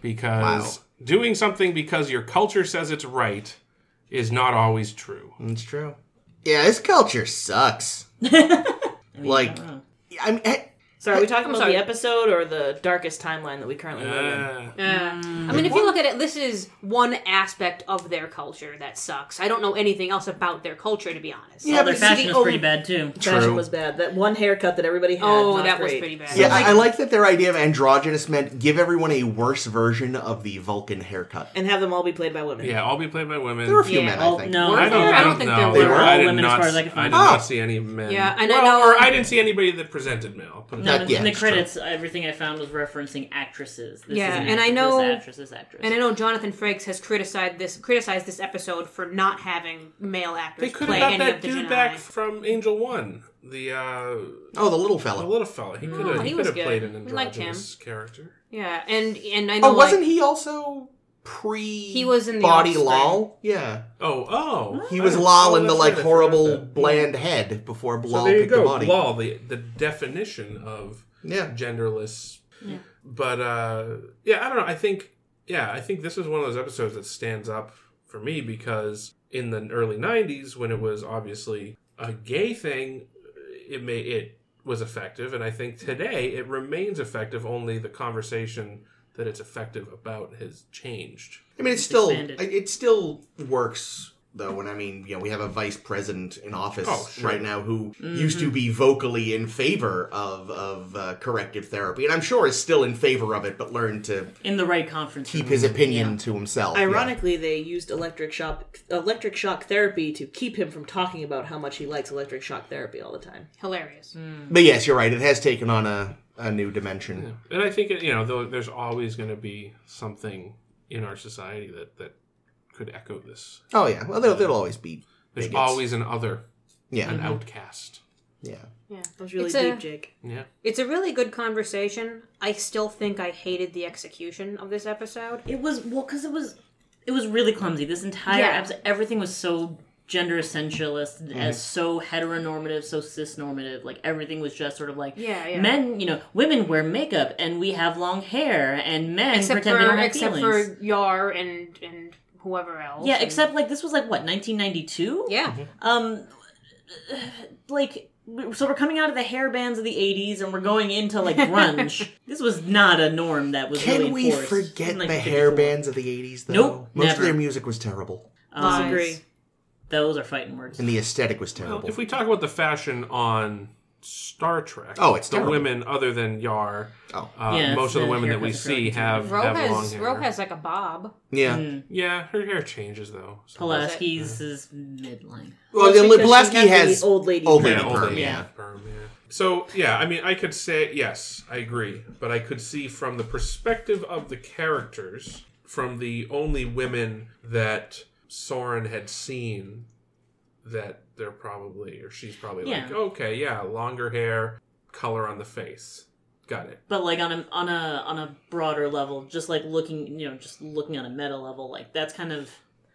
Speaker 4: because
Speaker 1: Wow.
Speaker 4: doing something because your culture says it's right is not always true.
Speaker 1: It's true. Yeah, this culture sucks. like, I mean, eh,
Speaker 3: Sorry, are we talking about
Speaker 2: sorry.
Speaker 3: the episode or the darkest timeline that we currently live in?
Speaker 1: Mm-hmm.
Speaker 2: I
Speaker 4: Uh,
Speaker 2: mean, if you look at it, this is one aspect of their culture that sucks. I don't know anything else about their culture, to be honest.
Speaker 1: Yeah,
Speaker 5: Their
Speaker 1: but see,
Speaker 5: fashion
Speaker 1: the
Speaker 5: is pretty
Speaker 1: old-
Speaker 5: bad too.
Speaker 3: Fashion
Speaker 1: True.
Speaker 3: was bad. That one haircut that everybody had.
Speaker 2: Oh,
Speaker 3: not
Speaker 2: that was
Speaker 3: great.
Speaker 2: pretty bad.
Speaker 1: Yeah, I, I like that their idea of androgynous meant give everyone a worse version of the Vulcan haircut.
Speaker 3: And have them all be played by women.
Speaker 4: yeah, all be played by women.
Speaker 1: There were a few
Speaker 2: Yeah,
Speaker 1: men, I
Speaker 5: Oh,
Speaker 1: think.
Speaker 5: no,
Speaker 2: Were
Speaker 4: I don't,
Speaker 2: there?
Speaker 4: I don't
Speaker 2: think
Speaker 4: know.
Speaker 2: there were.
Speaker 4: I
Speaker 5: all
Speaker 4: did
Speaker 5: women as
Speaker 4: not,
Speaker 5: far as I can
Speaker 4: I did
Speaker 5: find.
Speaker 1: out.
Speaker 4: not
Speaker 1: Oh.
Speaker 4: see any men.
Speaker 2: Yeah, and I
Speaker 4: well,
Speaker 2: know-
Speaker 4: Or I didn't see anybody that presented male. I'll put it
Speaker 5: No,
Speaker 4: that
Speaker 5: in
Speaker 1: yeah,
Speaker 5: the
Speaker 1: it's true.
Speaker 5: credits, everything I found was referencing actresses. This
Speaker 2: Yeah,
Speaker 5: is an
Speaker 2: and I
Speaker 5: actress,
Speaker 2: know-
Speaker 5: this actress, this actress.
Speaker 2: And I know Jonathan Frakes has criticized this criticized this episode for not having male actors
Speaker 4: They could
Speaker 2: play
Speaker 4: have got
Speaker 2: any
Speaker 4: that
Speaker 2: of the
Speaker 4: dude
Speaker 2: Jedi.
Speaker 4: back from Angel One. The uh,
Speaker 1: Oh, the little
Speaker 4: the
Speaker 1: fella.
Speaker 4: little fella. He could have.
Speaker 2: Oh, he
Speaker 4: he could
Speaker 2: was
Speaker 4: have
Speaker 2: good.
Speaker 4: played an
Speaker 2: We liked him.
Speaker 4: androgynous character.
Speaker 2: yeah, and and I know
Speaker 1: Oh, wasn't
Speaker 2: like,
Speaker 1: he also pre? He
Speaker 2: was in the
Speaker 1: body
Speaker 2: Offspring.
Speaker 1: lol. Yeah,
Speaker 4: Oh, oh.
Speaker 1: he
Speaker 4: I
Speaker 1: was
Speaker 4: didn't-
Speaker 1: lol
Speaker 4: oh,
Speaker 1: in the
Speaker 4: that's
Speaker 1: like
Speaker 4: right, I forgot
Speaker 1: horrible
Speaker 4: that.
Speaker 1: bland head before
Speaker 4: So
Speaker 1: Blal
Speaker 4: there you
Speaker 1: picked the
Speaker 4: go.
Speaker 1: body.
Speaker 4: Lol, the the definition of
Speaker 1: Yeah,
Speaker 4: genderless. But uh, yeah, I don't know. I think yeah, I think this is one of those episodes that stands up for me because in the early '90s, when it was obviously a gay thing, it may it was effective, and I think today it remains effective. Only the conversation that it's effective about has changed.
Speaker 1: I mean, it's still
Speaker 5: expanded.
Speaker 1: I- it still works though. And I mean, you know, we have a vice president in office
Speaker 4: Oh, sure.
Speaker 1: right now who used to be vocally in favor of of uh, corrective therapy, and I'm sure is still in favor of it, but learned to
Speaker 5: in the right conference.
Speaker 1: keep
Speaker 5: room.
Speaker 4: Mm,
Speaker 1: his opinion to himself. yeah.
Speaker 3: Ironically, they used electric shock electric shock therapy to keep him from talking about how much he likes electric shock therapy all the time.
Speaker 2: hilarious.
Speaker 1: But yes, you're right. It has taken on a, a new dimension.
Speaker 4: And I think you know, though, there's always going to be something in our society that that could echo this.
Speaker 1: Oh yeah. Well, there'll, there'll always be.
Speaker 4: There's
Speaker 1: Bigots.
Speaker 4: always an other,
Speaker 1: Yeah.
Speaker 4: an outcast.
Speaker 1: Yeah.
Speaker 2: Yeah,
Speaker 3: That was really
Speaker 2: It's a-
Speaker 3: deep, Jake.
Speaker 4: Yeah.
Speaker 2: it's a really good conversation. I still think I hated the execution of this episode.
Speaker 5: It was well because it was it was really clumsy. This entire
Speaker 2: Yeah.
Speaker 5: episode, everything was so gender essentialist
Speaker 1: Mm-hmm.
Speaker 5: as so heteronormative, so cis normative. Like everything was just sort of like
Speaker 2: Yeah, yeah.
Speaker 5: men, you know, women wear makeup and we have long hair, and men
Speaker 2: Except
Speaker 5: pretend they
Speaker 2: for
Speaker 5: don't have
Speaker 2: except
Speaker 5: feelings.
Speaker 2: for Yar and and whoever else.
Speaker 5: yeah,
Speaker 2: and-
Speaker 5: except like this was like what 1992.
Speaker 2: yeah.
Speaker 5: um like so we're coming out of the hair bands of the 80s and we're going into like grunge this was not a norm that was
Speaker 1: Can
Speaker 5: really
Speaker 1: we
Speaker 5: enforced
Speaker 1: forget
Speaker 5: in, like,
Speaker 1: the hair
Speaker 5: 54.
Speaker 1: bands of the '80s? Though
Speaker 5: Nope,
Speaker 1: most
Speaker 5: never.
Speaker 1: of their music was terrible,
Speaker 5: Um,
Speaker 3: Disagree.
Speaker 5: those are fighting words
Speaker 1: and the aesthetic was
Speaker 4: Well,
Speaker 1: terrible.
Speaker 4: if we talk about the fashion on Star Trek,
Speaker 1: Oh, it's
Speaker 4: the
Speaker 1: terrible.
Speaker 4: women other than Yar.
Speaker 1: oh,
Speaker 4: Uh,
Speaker 5: Yeah, it's
Speaker 4: most of the
Speaker 5: the
Speaker 4: women that we
Speaker 5: haircuts are
Speaker 4: see
Speaker 5: really
Speaker 4: have,
Speaker 2: Ro
Speaker 4: have long
Speaker 2: has
Speaker 4: hair.
Speaker 2: Ro has like a bob.
Speaker 1: yeah.
Speaker 4: Yeah, her hair changes though. So-
Speaker 5: Pulaski's is midline
Speaker 1: Well,
Speaker 3: That's
Speaker 1: then
Speaker 3: because she
Speaker 1: Pulaski
Speaker 3: had the
Speaker 1: has
Speaker 3: old lady.
Speaker 1: old
Speaker 4: Yeah,
Speaker 1: lady
Speaker 4: old
Speaker 1: perm,
Speaker 4: lady
Speaker 1: yeah.
Speaker 4: perm, yeah. So yeah, I mean, I could say yes, I agree, but I could see from the perspective of the characters, from the only women that Soren had seen, that they're probably or she's probably like,
Speaker 5: Yeah.
Speaker 4: okay, yeah, longer hair, color on the face, got it.
Speaker 5: but like on a on a on a broader level just like looking you know just looking on a meta level like that's kind of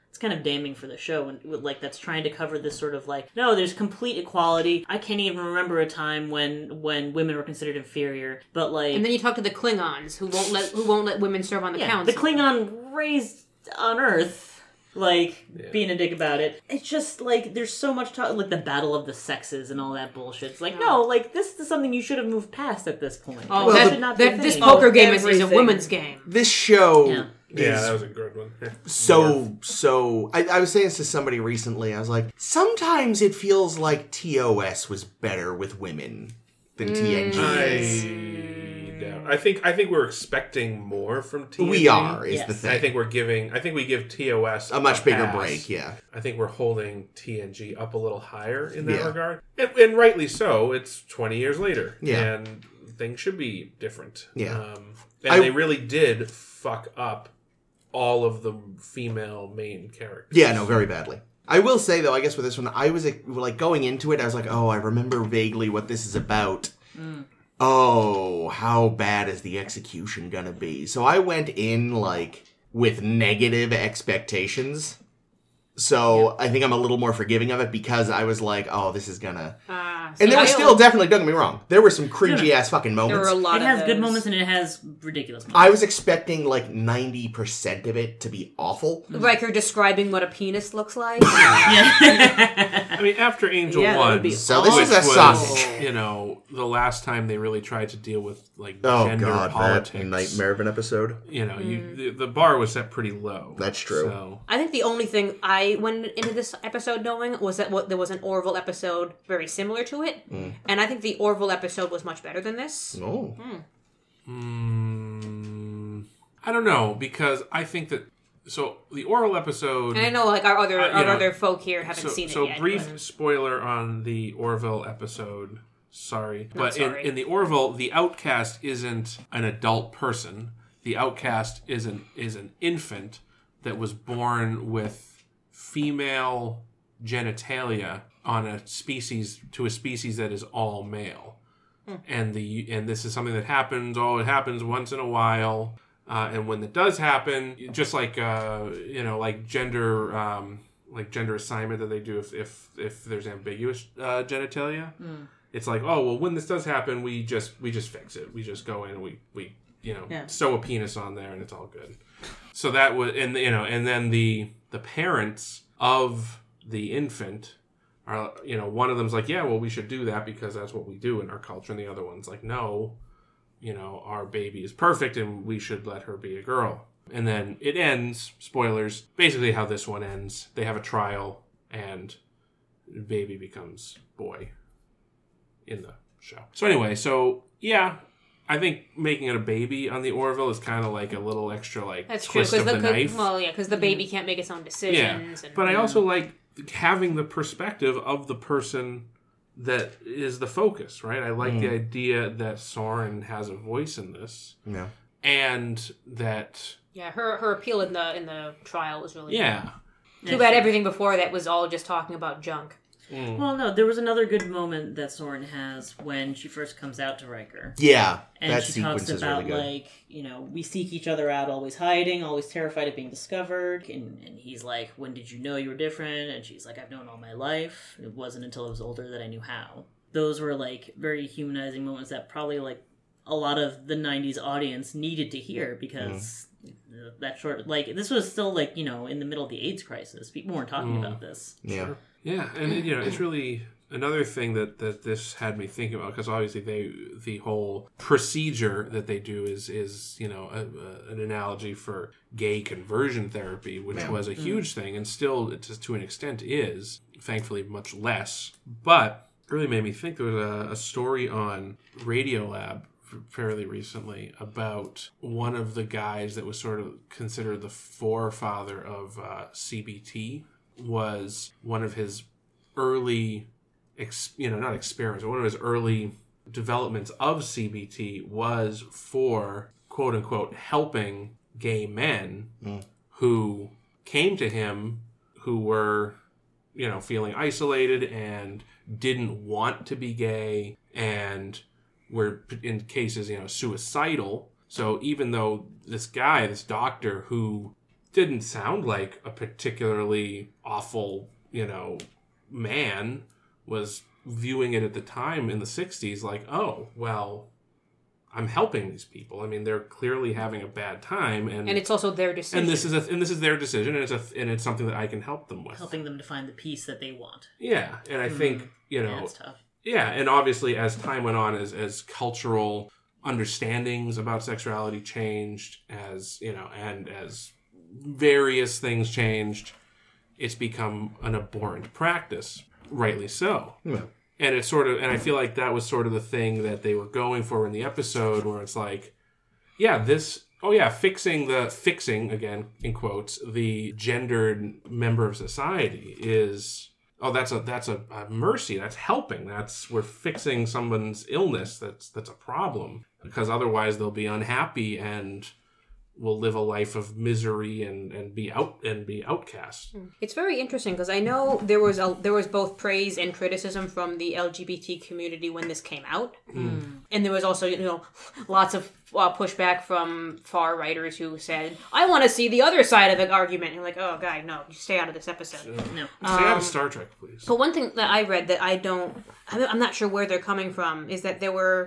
Speaker 5: it's kind of damning for the show and like that's trying to cover this sort of like no there's complete equality i can't even remember a time when when women were considered inferior but like
Speaker 2: And then you talk to the Klingons who won't let who won't let women serve on the
Speaker 5: Yeah,
Speaker 2: council.
Speaker 5: the Klingon raised on Earth, like being a dick about it. It's just like there's so much talk, like the battle of the sexes and all that bullshit. It's like no, like this is something you should have moved past at this point.
Speaker 2: Oh,
Speaker 5: Like,
Speaker 1: Well,
Speaker 2: that-
Speaker 5: it should not be a
Speaker 2: that- this
Speaker 5: thing.
Speaker 2: poker game is, is a
Speaker 3: Everything.
Speaker 2: women's game.
Speaker 1: This show
Speaker 5: Yeah.
Speaker 4: Yeah,
Speaker 1: is
Speaker 4: that was a good one.
Speaker 1: so so. I, I was saying this to somebody recently. I was like, sometimes it feels like TOS was better with women than TNG.
Speaker 4: Mm. I doubt. I think I think we're expecting more from TNG.
Speaker 1: we are is
Speaker 5: Yes.
Speaker 1: the
Speaker 4: I
Speaker 1: thing.
Speaker 4: think we're giving. I think we give TOS
Speaker 1: A much bigger
Speaker 4: pass.
Speaker 1: break, yeah.
Speaker 4: I think we're holding TNG up a little higher in that
Speaker 1: Yeah.
Speaker 4: regard, and, and rightly so. It's twenty years later,
Speaker 1: Yeah.
Speaker 4: and things should be different.
Speaker 1: Yeah.
Speaker 4: um, and
Speaker 1: I-
Speaker 4: they really did fuck up all of the female main characters.
Speaker 1: Yeah, no, very badly. I will say though, I guess with this one, I was like, like, going into it, I was like, oh, I remember vaguely what this is about.
Speaker 2: Mm.
Speaker 1: Oh, how bad is the execution gonna be? So I went in like with negative expectations. So I think I'm a little more forgiving of it because I was like, oh, this is gonna.
Speaker 2: Ah, so
Speaker 1: And there
Speaker 2: I
Speaker 1: were still
Speaker 2: only-
Speaker 1: definitely, don't get me wrong, there were some cringy ass fucking
Speaker 2: there were a
Speaker 1: moments.
Speaker 2: lot
Speaker 5: It
Speaker 2: of
Speaker 5: has good
Speaker 2: those.
Speaker 5: moments and it has ridiculous moments.
Speaker 1: I was expecting like 90% of it to be awful.
Speaker 2: Like you're describing what a penis looks like.
Speaker 4: I mean, after Angel
Speaker 3: Yeah, that would
Speaker 4: One,
Speaker 3: be
Speaker 1: So
Speaker 2: Oh,
Speaker 1: this is
Speaker 4: which
Speaker 1: a
Speaker 4: was,
Speaker 1: sausage.
Speaker 4: You know, the last time they really tried to deal with like
Speaker 1: Oh
Speaker 4: gender
Speaker 1: god,
Speaker 4: politics.
Speaker 1: that nightmare of an episode.
Speaker 4: You know, you
Speaker 3: Mm.
Speaker 4: the, the bar was set pretty low.
Speaker 1: That's true.
Speaker 4: So
Speaker 2: I think the only thing I went into this episode knowing was that what, there was an Orville episode very similar to it, and I think the Orville episode was much better than this.
Speaker 1: Oh,
Speaker 4: mm, I don't know because I think that so the oral episode.
Speaker 2: And I know like our other
Speaker 4: Uh, you
Speaker 2: our
Speaker 4: know,
Speaker 2: other folk here haven't
Speaker 4: so,
Speaker 2: seen it
Speaker 4: so
Speaker 2: yet.
Speaker 4: brief
Speaker 2: but-
Speaker 4: spoiler on the Orville episode. Sorry, but
Speaker 2: sorry.
Speaker 4: In, in the Orville, the outcast isn't an adult person. The outcast is an is an infant that was born with female genitalia on a species to a species that is all male.
Speaker 2: Hmm.
Speaker 4: And the and this is something that happens. Oh, it happens once in a while. Uh, and when that does happen, just like uh, you know, like gender, um, like gender assignment that they do if if, if there's ambiguous uh, genitalia, it's like oh well, when this does happen, we just we just fix it. We just go in and we we you know
Speaker 3: Yeah.
Speaker 4: sew a penis on there and it's all good. So that was and you know and then the the parents of the infant are you know one of them's like yeah well we should do that because that's what we do in our culture and the other one's like no you know, our baby is perfect and we should let her be a girl. And then it ends, spoilers, basically how this one ends. They have a trial and baby becomes boy in the show. So anyway, so yeah, I think making it a baby on the Orville is kind of like a little extra like
Speaker 2: That's true
Speaker 4: twist
Speaker 2: because
Speaker 4: of the,
Speaker 2: the,
Speaker 4: knife. Mm.
Speaker 2: well, yeah, because the baby can't make its own decisions.
Speaker 4: Yeah,
Speaker 2: and, mm.
Speaker 4: but I also like having the perspective of the person that is the focus, right? I like the idea that Soren has a voice in this,
Speaker 1: yeah.
Speaker 4: and that
Speaker 2: yeah, her her appeal in the in the trial was really
Speaker 4: yeah,
Speaker 2: Too bad everything before that was all just talking about junk.
Speaker 5: Well, no, there was another good moment that Soren has when she first comes out to Riker.
Speaker 1: Yeah,
Speaker 5: And
Speaker 1: that
Speaker 5: she talks
Speaker 1: sequence is
Speaker 5: about
Speaker 1: really good.
Speaker 5: like, you know, we seek each other out, always hiding, always terrified of being discovered. And, and he's like, When did you know you were different? And she's like, I've known all my life. It wasn't until I was older that I knew how. Those were like very humanizing moments that probably like a lot of the 90s audience needed to hear because
Speaker 1: Mm-hmm.
Speaker 5: that short, like, this was still like, you know, in the middle of the AIDS crisis. People weren't talking
Speaker 1: Mm.
Speaker 5: about this.
Speaker 1: yeah.
Speaker 4: yeah, and you know, it's really another thing that that this had me think about because obviously they the whole procedure that they do is is you know a, a, an analogy for gay conversion therapy which was a huge thing and still to, to an extent is thankfully much less but it really made me think there was a, a story on radiolab f- fairly recently about one of the guys that was sort of considered the forefather of uh, cbt was one of his early, ex, you know, not experiments, but one of his early developments of CBT was for quote unquote helping gay men who came to him who were, you know, feeling isolated and didn't want to be gay and were p- in cases, you know, suicidal. So even though this guy, this doctor who didn't sound like a particularly awful, you know, man was viewing it at the time in the 60s like, oh, well, I'm helping these people. I mean, they're clearly having a bad time and,
Speaker 2: And it's also their decision.
Speaker 4: and this is a, and this is their decision and it's a, and it's something that I can help them with.
Speaker 5: Helping them to find the peace that they want.
Speaker 4: Yeah, and I think, you know,
Speaker 5: That's tough.
Speaker 4: yeah, and obviously as time went on, as as cultural understandings about sexuality changed, as you know, and as various things changed, it's become an abhorrent practice. Rightly so. And it's sort of and I feel like that was sort of the thing that they were going for in the episode where it's like, yeah, this oh yeah, fixing the fixing again in quotes, the gendered member of society is oh that's a that's a, a mercy that's helping that's we're fixing someone's illness that's that's a problem because otherwise they'll be unhappy and will live a life of misery and and be out and be outcast
Speaker 2: It's very interesting because I know there was a, there was both praise and criticism from the LGBT community when this came out. And there was also, you know, lots of uh, pushback from far writers who said, "I want to see the other side of the argument." And you're like, "Oh, guy, no, you stay out of this episode."
Speaker 5: No.
Speaker 3: Mm-hmm.
Speaker 4: Stay
Speaker 3: Um,
Speaker 4: out of Star Trek, please.
Speaker 2: But one thing that I read that I don't, I'm I'm not sure where they're coming from, is that there were,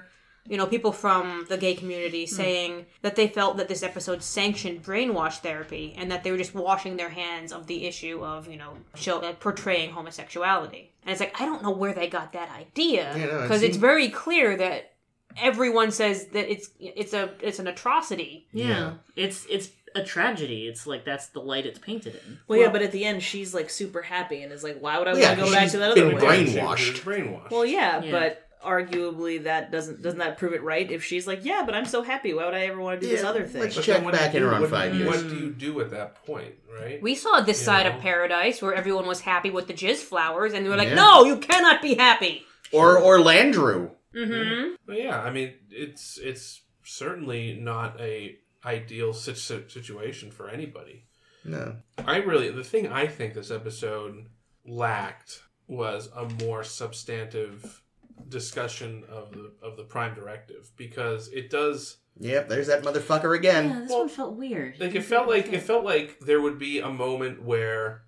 Speaker 2: you know, people from the gay community
Speaker 1: Hmm.
Speaker 2: saying that they felt that this episode sanctioned brainwash therapy and that they were just washing their hands of the issue of, you know, show, like, portraying homosexuality. And it's like, I don't know where they got that idea.
Speaker 1: Yeah, no, it
Speaker 2: Because it's
Speaker 1: seemed-
Speaker 2: very clear that everyone says that it's it's a it's an atrocity
Speaker 5: Yeah. It's it's a tragedy. It's like that's the light it's painted in.
Speaker 3: Well, yeah, but at the end, she's like super happy and is like, "Why would I
Speaker 1: Yeah,
Speaker 3: want to go
Speaker 1: she's
Speaker 3: back to that
Speaker 1: been
Speaker 3: other way?"
Speaker 1: brain-
Speaker 4: She was
Speaker 1: Brainwashed.
Speaker 4: Brainwashed.
Speaker 3: Well, yeah,
Speaker 5: Yeah.
Speaker 3: but arguably that doesn't doesn't that prove it right? If she's like, "Yeah, but I'm so happy. Why would I ever want to do this
Speaker 1: Yeah,
Speaker 3: other thing?"
Speaker 1: like-
Speaker 4: But
Speaker 1: Check
Speaker 4: then what do
Speaker 1: back
Speaker 4: you
Speaker 1: in
Speaker 4: do-
Speaker 1: around
Speaker 4: what-
Speaker 1: five years.
Speaker 4: What do you do at that point, right?
Speaker 2: We saw this
Speaker 4: You
Speaker 2: side
Speaker 4: know?
Speaker 2: of paradise where everyone was happy with the jizz flowers, and they were like,
Speaker 1: Yeah.
Speaker 2: "No, you cannot be happy."
Speaker 1: Or or Landrew.
Speaker 2: Mm-hmm.
Speaker 4: Well, yeah, I mean, it's it's certainly not a ideal sit- sit- situation for anybody.
Speaker 1: No.
Speaker 4: I really the thing I think this episode lacked was a more substantive discussion of the of the prime directive because it does
Speaker 1: Yep, there's that motherfucker again.
Speaker 5: this
Speaker 4: Well,
Speaker 5: one felt weird.
Speaker 4: like it felt like it felt like there would be a moment where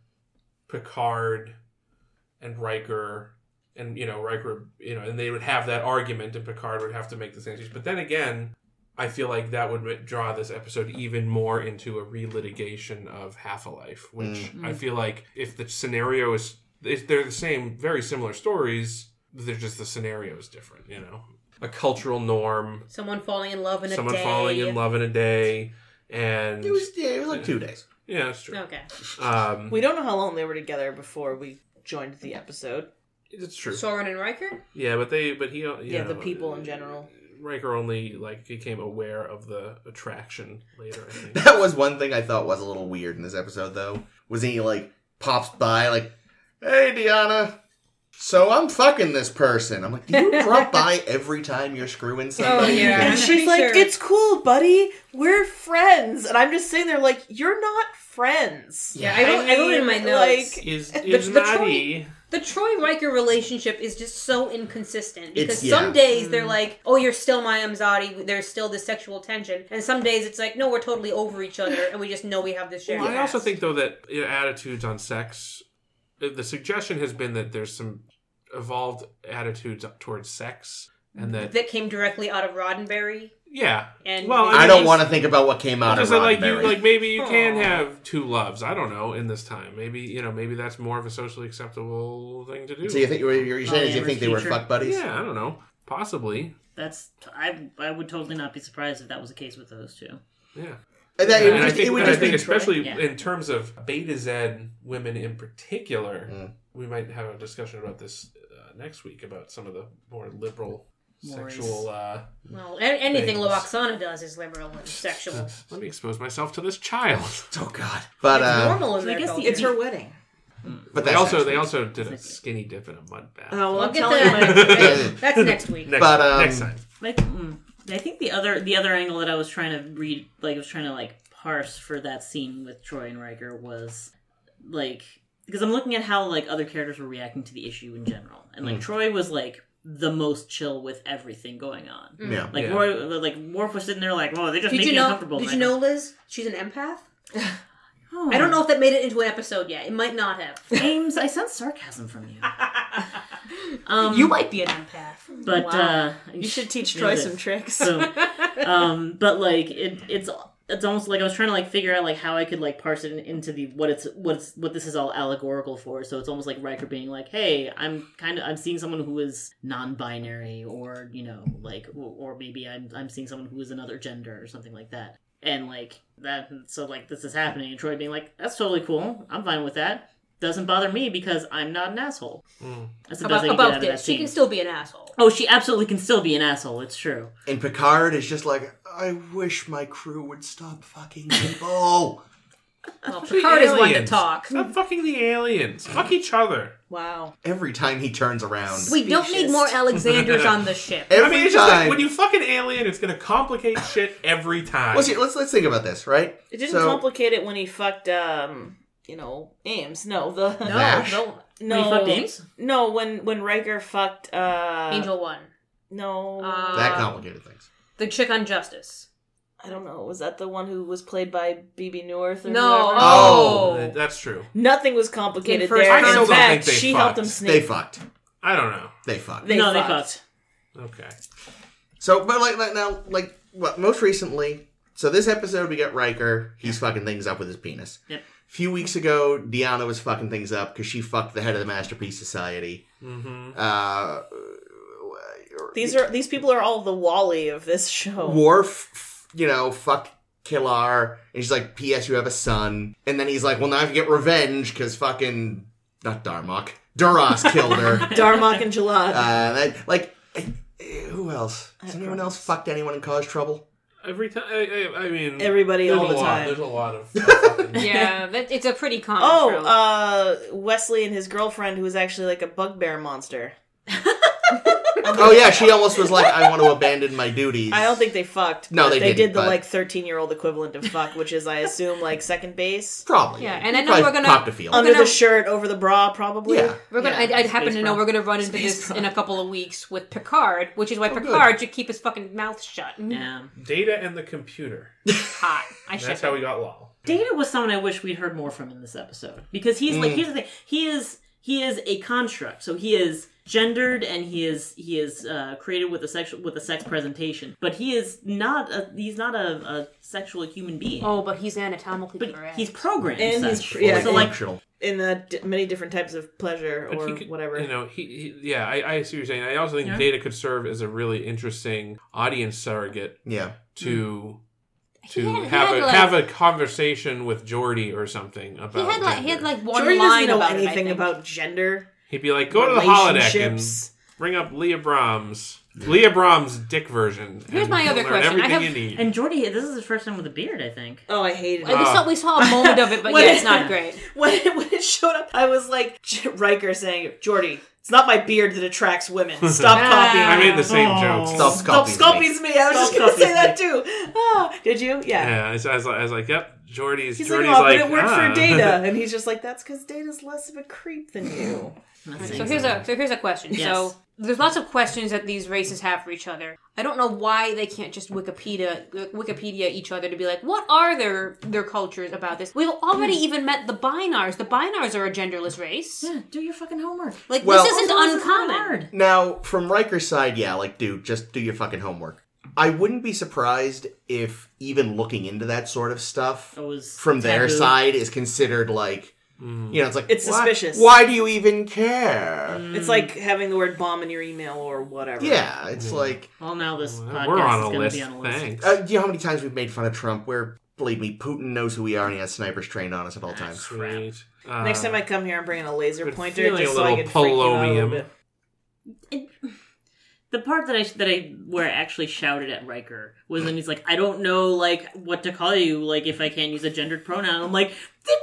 Speaker 4: Picard and Riker and you know Riker you know and they would have that argument and Picard would have to make the same choice. But then again, I feel like that would ma- draw this episode even more into a relitigation of Half a Life, which I feel like if the scenario is if they're the same, very similar stories, they're just the scenario is different. You know, a cultural norm,
Speaker 2: Someone falling in love in a
Speaker 4: someone
Speaker 2: day.
Speaker 4: falling in love in a day. And
Speaker 1: It was yeah, it was like two days.
Speaker 4: yeah, that's true.
Speaker 2: Okay,
Speaker 4: Um,
Speaker 3: we don't know how long they were together before we joined the episode.
Speaker 4: it's true.
Speaker 2: Soren and Riker.
Speaker 4: yeah, but they, but he, you
Speaker 3: Yeah, the
Speaker 4: know,
Speaker 3: people in general.
Speaker 4: Riker only like became aware of the attraction later. I think.
Speaker 1: That was one thing I thought was a little weird in this episode though. Was he like pops by like, Hey Deanna. So I'm fucking this person. I'm like, do you drop by every time you're screwing somebody?
Speaker 2: yeah.
Speaker 3: And
Speaker 2: I'm
Speaker 3: she's
Speaker 2: pretty
Speaker 3: like,
Speaker 2: sure-
Speaker 3: "It's cool, buddy. We're friends." And I'm just sitting there like, "You're not friends."
Speaker 1: Yeah,
Speaker 2: I wrote- I wrote in my notes.
Speaker 3: Like,
Speaker 4: is
Speaker 2: The-
Speaker 4: is
Speaker 2: the
Speaker 4: Maddie?
Speaker 2: The Troy Riker relationship is just so inconsistent because
Speaker 1: It's- yeah.
Speaker 2: some days they're like, "Oh, you're still my Amzadi." There's still this sexual tension, and some days it's like, "No, we're totally over each other, and we just know we have this shared."
Speaker 4: Well, I also
Speaker 2: past."
Speaker 4: think though that you know, attitudes on sex. uh, The suggestion has been that there's some evolved attitudes towards sex, and that
Speaker 2: that came directly out of Roddenberry.
Speaker 4: yeah.
Speaker 2: And-
Speaker 4: well,
Speaker 1: I don't
Speaker 4: mean,
Speaker 1: want to think about what came out of
Speaker 4: Because like you,
Speaker 1: Roddenberry.
Speaker 4: like maybe you can
Speaker 2: Aw.
Speaker 4: have two loves. I don't know in this time. Maybe you know maybe that's more of a socially acceptable thing to do.
Speaker 1: So you think what you're saying is you
Speaker 5: Polyamory
Speaker 1: think they were
Speaker 5: feature.
Speaker 1: fuck buddies?
Speaker 4: Yeah, I don't know. Possibly.
Speaker 5: That's I I would totally not be surprised if that was the case with those two.
Speaker 4: Yeah.
Speaker 1: And that, it would
Speaker 4: and
Speaker 1: just,
Speaker 4: I think,
Speaker 1: it would
Speaker 4: and I
Speaker 1: just
Speaker 4: think
Speaker 1: be
Speaker 4: especially
Speaker 5: Yeah.
Speaker 4: in terms of beta Z women in particular,
Speaker 1: Mm.
Speaker 4: we might have a discussion about this uh, next week about some of the more liberal
Speaker 5: Mores.
Speaker 4: sexual. Uh,
Speaker 2: Well, a- anything
Speaker 4: Things.
Speaker 2: Loaxana does is liberal and sexual.
Speaker 4: let me expose myself to this child.
Speaker 1: Oh God! But uh,
Speaker 2: Normal in
Speaker 5: I
Speaker 2: their
Speaker 5: guess the-
Speaker 2: culture.
Speaker 3: it's her wedding.
Speaker 1: but
Speaker 4: they
Speaker 1: that's
Speaker 4: also
Speaker 1: next
Speaker 4: they
Speaker 1: week.
Speaker 4: also did a skinny dip in a mud bath.
Speaker 3: Oh, well,
Speaker 2: I'll
Speaker 3: I'm
Speaker 2: get
Speaker 3: telling you,
Speaker 2: that.
Speaker 3: my-
Speaker 2: That's- That's next week.
Speaker 4: Next,
Speaker 1: But, um,
Speaker 4: next time.
Speaker 5: Like, mm, I think the other the other angle that I was trying to read, like I was trying to like parse for that scene with Troy and Riker was like because I'm looking at how like other characters were reacting to the issue in general, and like Troy was like the most chill with everything going on.
Speaker 1: Mm. Yeah.
Speaker 5: Like,
Speaker 4: Yeah.
Speaker 5: Roy, like Worf was sitting there like, "Whoa, they just
Speaker 2: Did
Speaker 5: make
Speaker 2: you
Speaker 5: me
Speaker 2: know?
Speaker 5: uncomfortable."
Speaker 2: Did
Speaker 5: and
Speaker 2: you
Speaker 5: I
Speaker 2: know, Liz? She's an empath.
Speaker 5: go,
Speaker 2: I don't know if that made it into an episode yet. It might not have.
Speaker 5: Oh, James, I sense sarcasm from you. um,
Speaker 2: You might be an empath.
Speaker 5: but
Speaker 2: Wow.
Speaker 5: uh,
Speaker 3: You should teach Troy some tricks.
Speaker 5: So, um, but like it, it's it's almost like I was trying to like figure out like how I could like parse it in- into the what it's what it's what this is all allegorical for. So it's almost like Riker being like, "Hey, I'm kind of I'm seeing someone who is non-binary, or you know, like, or, or maybe I'm I'm seeing someone who is another gender or something like that." And like that, so like this is happening, and Troy being like, "That's totally cool. I'm fine with that. Doesn't bother me because I'm not an asshole." That's the
Speaker 2: About,
Speaker 5: best I can get out
Speaker 2: about
Speaker 5: of that
Speaker 2: this, she
Speaker 5: scene.
Speaker 2: can still be an asshole.
Speaker 5: Oh, she absolutely can still be an asshole. It's true.
Speaker 1: And Picard is just like, I wish my crew would stop fucking people.
Speaker 2: Well, Picard is one to
Speaker 4: aliens.
Speaker 2: talk.
Speaker 4: Stop fucking the aliens. Fuck each other.
Speaker 3: Wow.
Speaker 1: Every time he turns around,
Speaker 2: We don't need more Alexanders on the ship.
Speaker 1: every
Speaker 4: I mean, it's
Speaker 1: time.
Speaker 4: just like when you fuck an alien, it's gonna complicate shit every time.
Speaker 1: let's, see- let's let's think about this, right?
Speaker 3: It didn't
Speaker 1: So-
Speaker 3: complicate it when he fucked, um, you know, Ames. No, the
Speaker 2: No,
Speaker 1: Vash.
Speaker 2: no.
Speaker 3: no,
Speaker 5: When he fucked Ames?
Speaker 3: No, when when Riker fucked uh,
Speaker 2: Angel One.
Speaker 3: No,
Speaker 2: Uh,
Speaker 1: That complicated things.
Speaker 2: The chick on Justice.
Speaker 3: I don't know. Was that the one who was played by BB Newirth? Or
Speaker 2: No.
Speaker 3: whoever?
Speaker 2: Oh.
Speaker 4: Th- That's true.
Speaker 3: nothing was complicated
Speaker 2: In first
Speaker 3: there.
Speaker 2: I still
Speaker 3: In
Speaker 2: don't
Speaker 3: fact,
Speaker 4: think they
Speaker 3: she
Speaker 4: fucked.
Speaker 3: helped him
Speaker 1: They
Speaker 3: sneak.
Speaker 1: fucked.
Speaker 4: I don't know.
Speaker 1: They fucked.
Speaker 3: They
Speaker 5: no,
Speaker 3: fucked.
Speaker 5: they fucked.
Speaker 4: Okay.
Speaker 1: So, but like, like now, like what? Most recently, so this episode we got Riker. He's fucking things up with his penis.
Speaker 5: Yep.
Speaker 1: A few weeks ago, Deanna was fucking things up because she fucked the head of the Masterpiece Society.
Speaker 4: Mm-hmm.
Speaker 1: Uh,
Speaker 3: These are these people are all the Wally of this show.
Speaker 1: Worf, f- you know, fucked Killar, and she's like, "P.S. You have a son." And then he's like, "Well, now I have to get revenge because fucking not Darmok, Duras killed her."
Speaker 3: Darmok and Jalad.
Speaker 1: Uh, that, like, eh, eh, who else? Has
Speaker 3: I
Speaker 1: anyone
Speaker 3: promise.
Speaker 1: else fucked anyone and caused trouble?
Speaker 4: Every time, I, I, I mean,
Speaker 3: Everybody
Speaker 4: there's
Speaker 3: all
Speaker 4: a
Speaker 3: the
Speaker 4: lot-
Speaker 3: time.
Speaker 4: There's a lot of. fucking-
Speaker 2: Yeah, that, it's a pretty common. trope.
Speaker 3: Oh, uh, Wesley and his girlfriend, who is actually like a bugbear monster.
Speaker 1: Oh yeah, she almost was like, "I want to abandon my duties."
Speaker 3: I don't think they fucked.
Speaker 1: No,
Speaker 3: but
Speaker 1: they didn't,
Speaker 3: did the
Speaker 1: but-
Speaker 3: like thirteen-year-old equivalent of fuck, which is, I assume, like second base
Speaker 1: probably.
Speaker 2: Yeah, and I know
Speaker 1: Probably
Speaker 2: we're gonna-
Speaker 1: popped a field.
Speaker 3: under
Speaker 2: gonna-
Speaker 3: the shirt, over the bra, probably.
Speaker 1: yeah,
Speaker 2: We're gonna.
Speaker 3: Yeah.
Speaker 2: I'd, I'd happen
Speaker 5: Space
Speaker 2: to know
Speaker 5: Bro.
Speaker 2: we're gonna run into this
Speaker 3: Bro.
Speaker 2: in a couple of weeks with Picard, which is why
Speaker 1: good.
Speaker 2: Picard should keep his fucking mouth shut.
Speaker 5: Yeah.
Speaker 4: Data and the computer.
Speaker 2: Hot. I should.
Speaker 4: That's how we got Lol.
Speaker 5: Data was someone I wish we'd heard more from in this episode because he's like here's the thing he is he is a construct so he is gendered and he is he is uh, created with a sexual with a sex presentation but he is not a he's not a, a sexual human being
Speaker 2: oh, but he's anatomically
Speaker 5: but
Speaker 2: correct.
Speaker 5: he's programmed
Speaker 3: And he's-
Speaker 5: such.
Speaker 3: yeah,
Speaker 5: so
Speaker 3: and-
Speaker 5: like
Speaker 1: Functional.
Speaker 3: In the d- many different types of pleasure
Speaker 4: But
Speaker 3: or
Speaker 4: he could-
Speaker 3: whatever.
Speaker 4: You know, he, he yeah, I, I see what you're saying. I also think
Speaker 5: Yeah.
Speaker 4: data could serve as a really interesting audience surrogate
Speaker 1: yeah.
Speaker 4: to to
Speaker 2: He had- he
Speaker 4: have
Speaker 2: had,
Speaker 4: a
Speaker 2: like-
Speaker 4: have a conversation with Jordy or something
Speaker 2: he
Speaker 4: about.
Speaker 2: had like he had
Speaker 4: gender.
Speaker 2: like one
Speaker 3: Jordan
Speaker 2: line
Speaker 3: doesn't know
Speaker 2: about it, I
Speaker 3: anything
Speaker 2: think.
Speaker 3: about gender,
Speaker 4: He'd be like, go to the holodeck and
Speaker 3: relationships.
Speaker 4: bring up Leah Brahms, Leah Brahms' dick version.
Speaker 2: Here's
Speaker 4: and
Speaker 2: my
Speaker 4: you'll
Speaker 2: other
Speaker 4: learn
Speaker 2: question. I
Speaker 4: Everything
Speaker 2: have-
Speaker 4: you need.
Speaker 5: and Jordy this is his first time with a beard I think
Speaker 3: Oh, I hated
Speaker 2: Like,
Speaker 3: it.
Speaker 2: we saw we saw a moment of it, but
Speaker 3: What
Speaker 2: yeah,
Speaker 3: is
Speaker 2: it's
Speaker 3: that?
Speaker 2: not great.
Speaker 3: When it, when it showed up, I was like Riker saying, "Jordy, it's not my beard that attracts women. Stop
Speaker 2: Ah.
Speaker 3: copying."
Speaker 4: I made the same
Speaker 5: Oh.
Speaker 4: joke.
Speaker 1: Stop
Speaker 3: Stop
Speaker 1: sculpting.
Speaker 3: sculpies me. I was just
Speaker 5: Stop
Speaker 3: gonna say
Speaker 5: sculpting
Speaker 3: that too. Ah, did you? Yeah.
Speaker 4: Yeah, I was, I was like, I was like, yep, Jordy's.
Speaker 3: He's
Speaker 4: Jordy's
Speaker 3: like, oh,
Speaker 4: like,
Speaker 3: but it worked
Speaker 4: ah.
Speaker 3: for Data, and he's just like, that's because Data's less of a creep than you.
Speaker 5: That's
Speaker 2: So
Speaker 5: it.
Speaker 2: here's a so here's a question.
Speaker 5: Yes.
Speaker 2: So there's lots of questions that these races have for each other. I don't know why they can't just Wikipedia Wikipedia each other to be like, what are their their cultures about this? We've already even met the Binars. The Binars are a genderless race.
Speaker 5: Hmm. yeah, do your fucking homework
Speaker 2: Like
Speaker 1: Well-
Speaker 2: this isn't
Speaker 5: Also, this not
Speaker 2: uncommon.
Speaker 5: hard.
Speaker 1: Now, from Riker's side, yeah, like, dude, just do your fucking homework. I wouldn't be surprised if even looking into that sort of stuff
Speaker 5: It
Speaker 3: Oh,
Speaker 5: was
Speaker 1: from their
Speaker 5: taboo.
Speaker 1: side is considered like, you know, it's like
Speaker 3: It's
Speaker 1: why-
Speaker 3: suspicious. Mm.
Speaker 1: Why do you even care?
Speaker 3: It's like having the word bomb in your email or whatever.
Speaker 1: Yeah, it's like
Speaker 5: well now this podcast
Speaker 4: We're on
Speaker 5: is
Speaker 4: a
Speaker 5: going to
Speaker 4: list.
Speaker 5: be on a list
Speaker 4: Thanks.
Speaker 1: uh, do you know how many times we've made fun of Trump? Where believe me, Putin knows who we are and he has snipers trained on us at all times.
Speaker 4: Sweet. Uh,
Speaker 3: Next time I come here, I'm bringing a laser
Speaker 4: been
Speaker 3: pointer
Speaker 4: feeling
Speaker 3: just
Speaker 4: a
Speaker 3: so I
Speaker 4: little
Speaker 3: can freak you out a little
Speaker 4: polonium.
Speaker 3: bit.
Speaker 5: it, the part that I that I where I actually shouted at Riker was when he's like, I don't know like what to call you, like if I can't use a gendered pronoun. I'm like, they've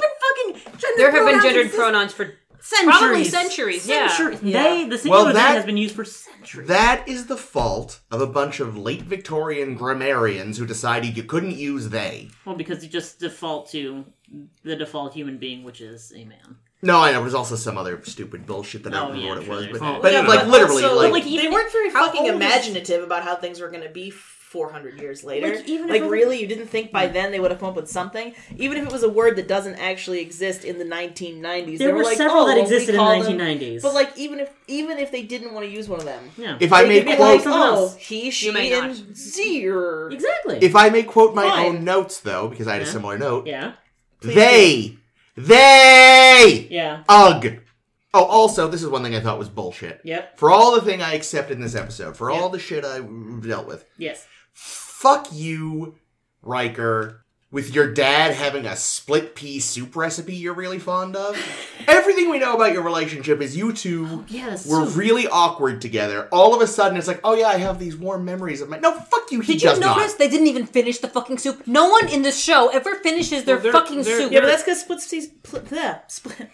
Speaker 5: been fucking gendered
Speaker 2: There have been
Speaker 5: pronouns
Speaker 2: gendered
Speaker 5: exist
Speaker 2: pronouns for
Speaker 5: centuries.
Speaker 2: probably centuries, yeah.
Speaker 5: Centuries.
Speaker 2: Yeah.
Speaker 5: They the singular
Speaker 1: Well,
Speaker 5: well,
Speaker 1: that-
Speaker 5: has been used for centuries.
Speaker 1: That is the fault of a bunch of late Victorian grammarians who decided you couldn't use they.
Speaker 5: well, because you just default to the default human being, which is a man.
Speaker 1: No, I know. There's also some other stupid bullshit that I don't
Speaker 5: Oh,
Speaker 1: remember
Speaker 5: yeah,
Speaker 1: what it
Speaker 5: sure
Speaker 1: was,
Speaker 5: there's
Speaker 1: but,
Speaker 4: that.
Speaker 1: but
Speaker 4: Yeah,
Speaker 1: like
Speaker 4: but
Speaker 1: literally,
Speaker 3: also,
Speaker 1: like,
Speaker 5: like,
Speaker 3: they
Speaker 5: even
Speaker 3: weren't very
Speaker 5: how
Speaker 3: fucking
Speaker 5: old is-
Speaker 3: imaginative about how things were going to be 400 years later.
Speaker 5: Like, even if
Speaker 3: like
Speaker 5: it was-
Speaker 3: really, you didn't think by then they would have come up with something. Even if it was a word that doesn't actually exist in the 1990s,
Speaker 5: There
Speaker 3: they
Speaker 5: were
Speaker 3: like,
Speaker 5: several
Speaker 3: oh,
Speaker 5: that
Speaker 3: well, we
Speaker 5: existed in the
Speaker 3: call them-
Speaker 5: 1990s.
Speaker 3: But like, even if even if they didn't want to use one of them,
Speaker 5: yeah,
Speaker 1: if I
Speaker 3: they
Speaker 1: may
Speaker 3: could be like,
Speaker 1: quote,
Speaker 5: something
Speaker 3: oh,
Speaker 5: else.
Speaker 3: he,
Speaker 2: You
Speaker 3: she,
Speaker 2: may
Speaker 3: and
Speaker 2: not.
Speaker 3: zir.
Speaker 5: exactly.
Speaker 1: if I may quote my
Speaker 3: Fine.
Speaker 1: own notes though, because I had a
Speaker 5: Yeah.
Speaker 1: similar note.
Speaker 5: yeah,
Speaker 1: They, they,
Speaker 5: yeah,
Speaker 1: ugh. Oh, also, this is one thing I thought was bullshit.
Speaker 5: yep,
Speaker 1: For all the thing I accepted in this episode, for all the shit I dealt with,
Speaker 5: yes.
Speaker 1: fuck you, Riker, with your dad having a split pea soup recipe you're really fond of. Everything we know about your relationship is you two
Speaker 5: Yeah, that's
Speaker 1: were
Speaker 5: so-
Speaker 1: really awkward together. All of a sudden, it's like, oh yeah, I have these warm memories of my. No, fuck you. He
Speaker 2: Did you
Speaker 1: does
Speaker 2: notice
Speaker 1: not.
Speaker 2: they didn't even finish the fucking soup? No one in the show ever finishes their
Speaker 4: Well, they're-
Speaker 2: fucking
Speaker 4: they're-
Speaker 2: soup.
Speaker 3: Yeah, but that's because split peas, pl- bleh, split,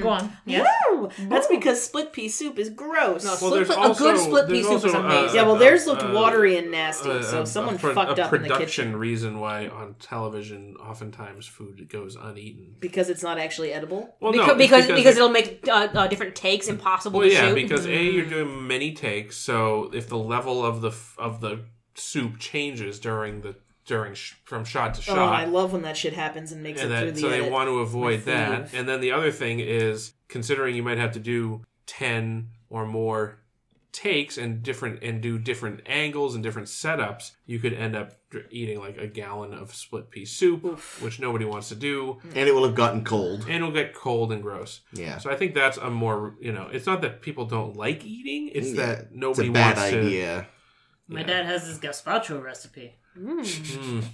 Speaker 5: Go on. Yeah.
Speaker 3: Woo! That's because split pea soup is gross.
Speaker 4: Well,
Speaker 2: Split
Speaker 4: there's
Speaker 2: pea- a
Speaker 4: also,
Speaker 2: good split
Speaker 4: there's
Speaker 2: pea soup is
Speaker 4: also, uh,
Speaker 2: amazing.
Speaker 3: yeah, well,
Speaker 4: uh,
Speaker 3: theirs looked
Speaker 4: uh,
Speaker 3: watery and nasty,
Speaker 4: uh,
Speaker 3: so
Speaker 4: a-
Speaker 3: someone
Speaker 4: a pro-
Speaker 3: fucked
Speaker 4: a
Speaker 3: up in the
Speaker 4: production
Speaker 3: kitchen
Speaker 4: reason why on television oftentimes food goes uneaten.
Speaker 3: because it's not actually edible.
Speaker 4: Well,
Speaker 2: Because,
Speaker 4: no, it's
Speaker 2: because, because
Speaker 4: it-
Speaker 2: it'll make uh, uh, different takes impossible
Speaker 4: well,
Speaker 2: to
Speaker 4: yeah,
Speaker 2: shoot.
Speaker 4: because a
Speaker 3: Mm-hmm.
Speaker 4: you're doing many takes, so if the level of the f- of the soup changes during the during sh- from shot to
Speaker 3: Oh,
Speaker 4: shot,
Speaker 3: I love when that shit happens and makes
Speaker 4: and
Speaker 3: it through
Speaker 4: that
Speaker 3: the
Speaker 4: so they
Speaker 3: edit.
Speaker 4: want to avoid
Speaker 3: My
Speaker 4: that.
Speaker 3: favorite.
Speaker 4: And then the other thing is considering you might have to do ten or more takes and different and do different angles and different setups, you could end up dr- eating like a gallon of split pea soup, which nobody wants to do,
Speaker 3: Mm.
Speaker 1: And it will have gotten cold.
Speaker 4: and it'll get cold and gross.
Speaker 1: Yeah.
Speaker 4: So I think that's a more you know, it's not that people don't like eating; it's
Speaker 1: Yeah.
Speaker 4: that
Speaker 1: It's a
Speaker 4: nobody
Speaker 1: bad
Speaker 4: wants
Speaker 1: idea.
Speaker 5: My dad has this gazpacho recipe.
Speaker 4: to. Mm.